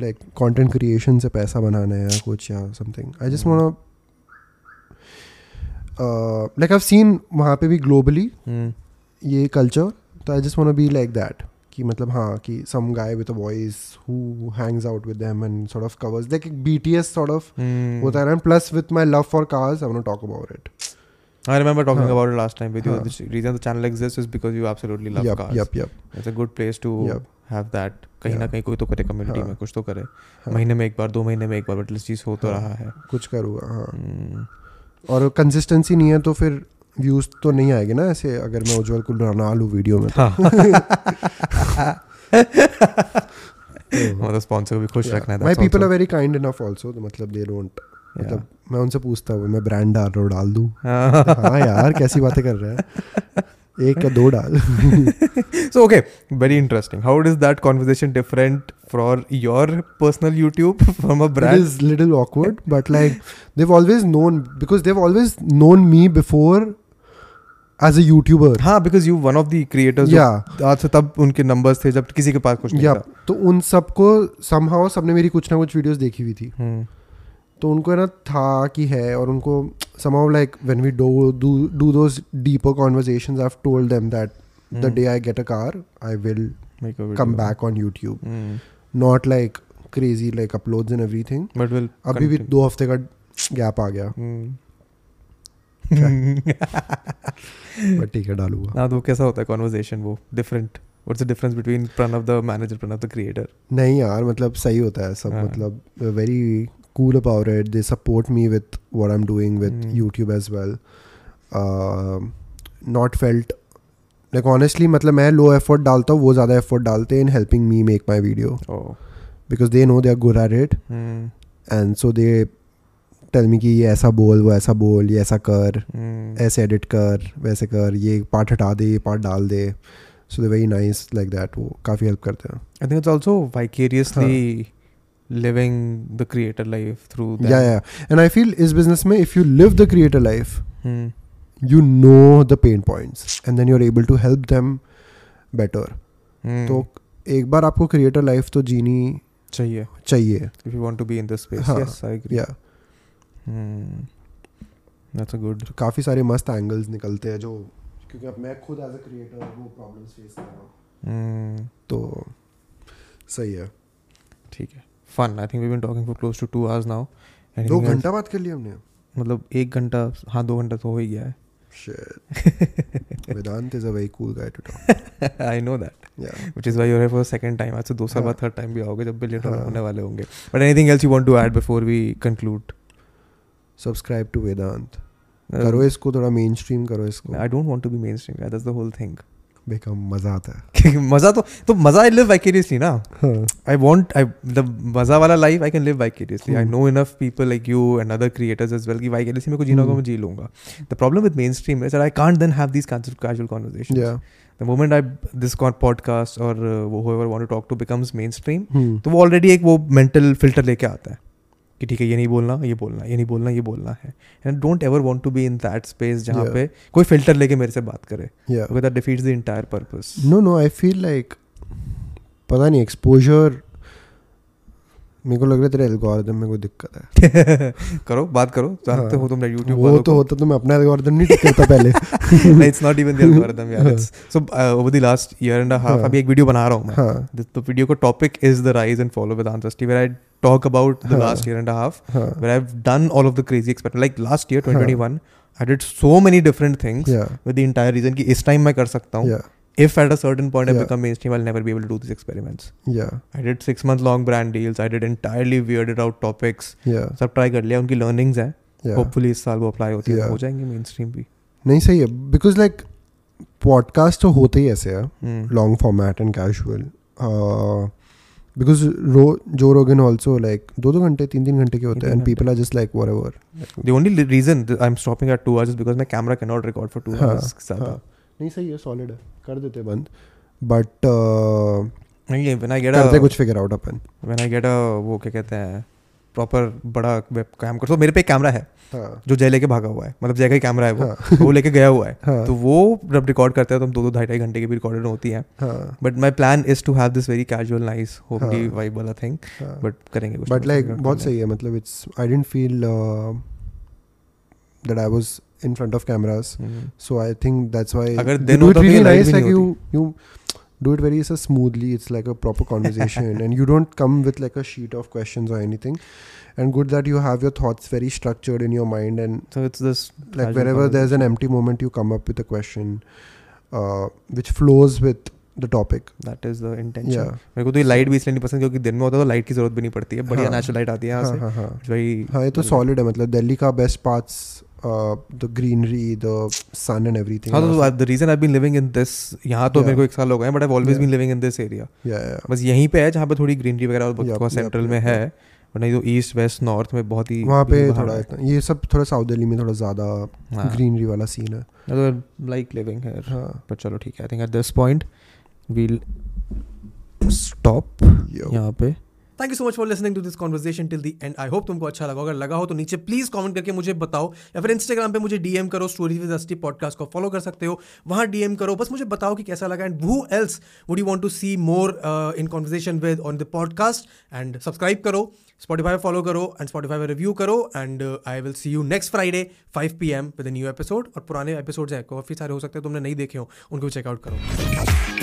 like content creation से पैसा बनाना है या कुछ या something I just want like I seen वहाँ पे भी ग्लोबली
हम्म
ये कल्चर तो I just want be like that कि मतलब हाँ कि some guy with a voice who hangs out with them and sort of covers like एक बीटीएस सॉर्ट ऑफ
हम्म
होता तो है ना plus with my love for cars I want talk about it
I remember talking
Huh.
about it last time with you.
Huh.
The reason the channel exists is because you absolutely love
yup
cars.
Yep yep
It's a good place to
Yep.
have that. कहीं ना
Yeah.
कहीं कोई तो करे community
हाँ.
में कुछ तो करे
हाँ.
महीने में एक बार दो महीने में एक बार बट चीज हो तो
हाँ.
रहा है
कुछ करूँगा हाँ
हम्म,
और कंसिस्टेंसी नहीं है तो फिर व्यूज तो नहीं आएंगे ना ऐसे अगर मैं उज्जवल को डरा लूँ वीडियो में
हाँ
तो
मतलब स्पॉन्सर को भी खुश रखना है
my
that's
people are
also-
very kind enough also मतलब दे डोंट
Yeah.
मतलब मैं उनसे पूछता हूँ मैं ब्रांड डाल रहा हूँ डाल दूँ
हाँ.
हाँ यार कैसी बातें कर रहा है एक या दो डाल
[LAUGHS] So okay, very interesting. How is that conversation different for your personal YouTube [LAUGHS] from a [LAUGHS]
It
brand?
is little awkward, but like they've always known because they've always known me before as a YouTuber.
हाँ because you one of the creators जो
Yeah.
आज से तब उनके numbers थे जब किसी के पास कुछ नहीं
या
था
तो उन सबको somehow सबने मेरी कुछ ना कुछ वीडियोस देखी हुई थी
हम्म,
तो उनको है ना था कि है और उनको somehow like when we do do do those deeper conversations I've told them that the
Hmm.
day I get a car I will
make a video.
come back on YouTube
hmm,
not like crazy like uploads and everything
but we'll
अभी भी
continue.
दो हफ्ते का gap आ गया
हम्म,
but ठीक है डालूंगा
[LAUGHS] हाँ तो वो कैसा होता है कॉन्वर्जेशन वो different what's the difference between Pranav the manager Pranav the creator
नहीं यार मतलब सही होता है सब
हाँ।
मतलब very cool about it they support me with what I am doing with
Hmm.
YouTube as well Uh, not felt like honestly मतलब मैं लो एफर्ट डालता हूँ वो ज़्यादा एफर्ट डालते हैं in helping me make my video
oh
because they know they are good at it
Hmm,
and so they tell me कि ये ऐसा बोल वो ऐसा बोल ये ऐसा कर
hmm.
ऐसे एडिट कर वैसे कर ये पार्ट हटा दे ये पार्ट डाल दे so they very nice like that वो काफ़ी हेल्प करते हैं
I think it's also vicariously living the creator life through
yeah yeah and i feel is business में if you live the creator life
Hmm,
you know the pain points and then you're able to help them better
hmm.
तो एक बार आपको creator life तो जीनी
चाहिए
चाहिए
if you want to be in this space
हाँ,
yes I agree
yeah
Hmm. That's a good
काफ़ी तो सारे मस्त एंगल्स निकलते हैं जो क्योंकि अब मैं खुद एज अ क्रिएटर वो प्रॉब्लम्स फेस कर रहा हूँ
hmm.
तो सही है
ठीक है fun I think we been talking for close to two hours now
दो घंटा बात कर लिया हमने
मतलब एक घंटा हाँ दो घंटा तो हो ही गया है
shit Vedant is a very cool guy to talk
[LAUGHS] I know that
या
which is why your for second time आज से दो साल
हाँ।
बाद थर्ड टाइम भी आओगे जब बिलियन
हाँ।
डॉलर होने वाले होंगे but anything else you want to add before we conclude
subscribe to Vedant
Um, Uh,
करो इसको थोड़ा मेन स्ट्रीम करो इसको
I don't want to be mainstream that's the whole [LAUGHS] thing
become मज़ा आता है
मज़ा तो तो मज़ा आई लिव वाइकेरियसली ना
हाँ
आई वॉन्ट आई द मज़ा वाला life I can live vicariously I
Hmm.
Know enough people like you and other creators as well कि वाइकेरियसली मेरे को जीना होगा
Hmm.
मैं जी लूंगा the problem with mainstream is I can't then have these casual conversation
yeah
the moment I this podcast और वो want to talk to becomes mainstream
hmm.
तो वो ऑलरेडी एक वो मेंटल फिल्टर लेके आता है कि ठीक है ये नहीं बोलना ये बोलना ये नहीं बोलना ये बोलना है and don't ever want to be in that space जहाँ
Yeah.
पे कोई फिल्टर लेके मेरे से बात करे
yeah
because that defeats the entire purpose
no no i feel like पता नहीं एक्सपोजर मेरे को लग रहा है तेरे एल्गोरिदम में कोई दिक्कत है
करो बात करो जानते
हाँ।
हो तुम यूट्यूब
वो तो होता तो मैं अपना एल्गोरिदम नहीं ठीक करता पहले
it's not even the algorithm यार uh, it's so over the last year and half
हाँ।
अभी एक वीडियो बना रहा हूँ मैं
हाँ
The- the video का topic is the rise and fall of Vedanta Steve, where I talk about the
हाँ।
last year and a half,
हाँ
where I've done all of the crazy experiment. Like last year, 2021, I did so many different things
या
with the entire reason कि इस time मैं कर सकता हूँ.
या
If at a certain point I
Yeah.
become mainstream, I'll never be able to do these experiments.
या
I did six month long brand deals. I did entirely weirded out topics.
या
सब try कर लिया उनकी learnings हैं.
या
Hopefully इस साल वो apply होती है
Yeah.
हो जाएंगे mainstream भी.
नहीं सही है बिकॉज लाइक पॉडकास्ट तो होते ही ऐसे है
Hmm.
Long format and casual Uh, because रो जो रोगन ऑल्सो लाइक दो दो घंटे तीन तीन घंटे के होते हैं and people are just like whatever
The only li- reason that I'm stopping at two hours is because my camera cannot record for two
हाँ,
hours. ज़्यादा.
हाँ नहीं सही है सॉलिड है कर देते बंद बट
नहीं, When I get
uh, करते
a
कुछ फिगर आउट अपन
व्हेन आई गेट अ वो क्या कहते हैं प्रॉपर बड़ा वेब कैम कर तो मेरे पे एक कैमरा है
हाँ
जो जय लेके भागा हुआ है मतलब जय का ही कैमरा है वो
हाँ
वो लेके गया हुआ है [LAUGHS]
हाँ
तो वो जब रिकॉर्ड करते हैं तो हम दो दो ढाई ढाई घंटे की भी रिकॉर्डिंग होती है
हाँ
but my plan is to have this very casual nice hopefully
हाँ।
वाइब वाला थिंग
बट
बट करेंगे कुछ
बट
ना
लाइक
कुछ record
बहुत
करना
सही है मतलब it's I didn't feel that I was in front of cameras
है। Hmm,
so I think that's why
अगर दिन होता तो ये light भी
लाइक
नहीं
you you do it very smoothly it's like a proper
[LAUGHS]
conversation and you don't come with like a sheet of questions और anything and good that you have your thoughts very structured in your mind and
So it's this
like
casual
wherever there's an empty moment you come up with a question uh, which flows with the topic
that is the intention.
yeah
मेरे को तो ये light भी इसलिए नहीं पसंद क्योंकि दिन में होता है तो लाइट की जरूरत भी नहीं पड़ती है बढ़िया
हाँ।
नेचुरल लाइट आती है यहाँ से
हाँ हाँ हाँ
It's very
हाँ ये तो
मतलब-
सॉलिड है मतलब दिल्ली का best parts the greenery the sun and everything
हाँ तो the reason I been living in this यहाँ तो
Yeah.
मेरे को एक साल हो गए हैं but I always
Yeah.
Been living in this area
या या
बस यहीं पे है जहाँ पे थोड़ी ग्रीनरी वगैरह और
Yup,
बहुत- थोड़ा
yup,
सेंट्रल
yup,
में
yup.
है वरना ये तो ईस्ट वेस्ट नॉर्थ में बहुत ही
वहाँ पे
भीड़ भाड़
थोड़ा इतना- ये सब थोड़ा साउथ दिल्ली में थोड़ा ज़्यादा
हाँ।
ग्रीनरी वाला सीन है
है लाइक लिविंग हियर
हाँ
बट चलो ठीक है I think at this point we'll stop
yo.
यहाँ पे
thank you so much for listening to this conversation till the end I hope तुमको अच्छा लगा होगा। अगर लगा हो तो नीचे प्लीज कमेंट करके मुझे बताओ या फिर इंस्टाग्राम पे मुझे डीएम करो स्टोरी विद अस्टी पॉडकास्ट को फॉलो कर सकते हो वहाँ डीएम करो बस मुझे बताओ कि कैसा लगा and who else would you want to see more in conversation with on the podcast and subscribe करो स्पॉटीफाई फॉलो करो एंड स्पॉटीफाई में रिव्यू करो uh, and I will see you next Friday five P M with new episode और पुराने episodes हैं काफ़ी सारे हो सकते हैं तुमने नहीं देखे हो उनको चेकआउट करो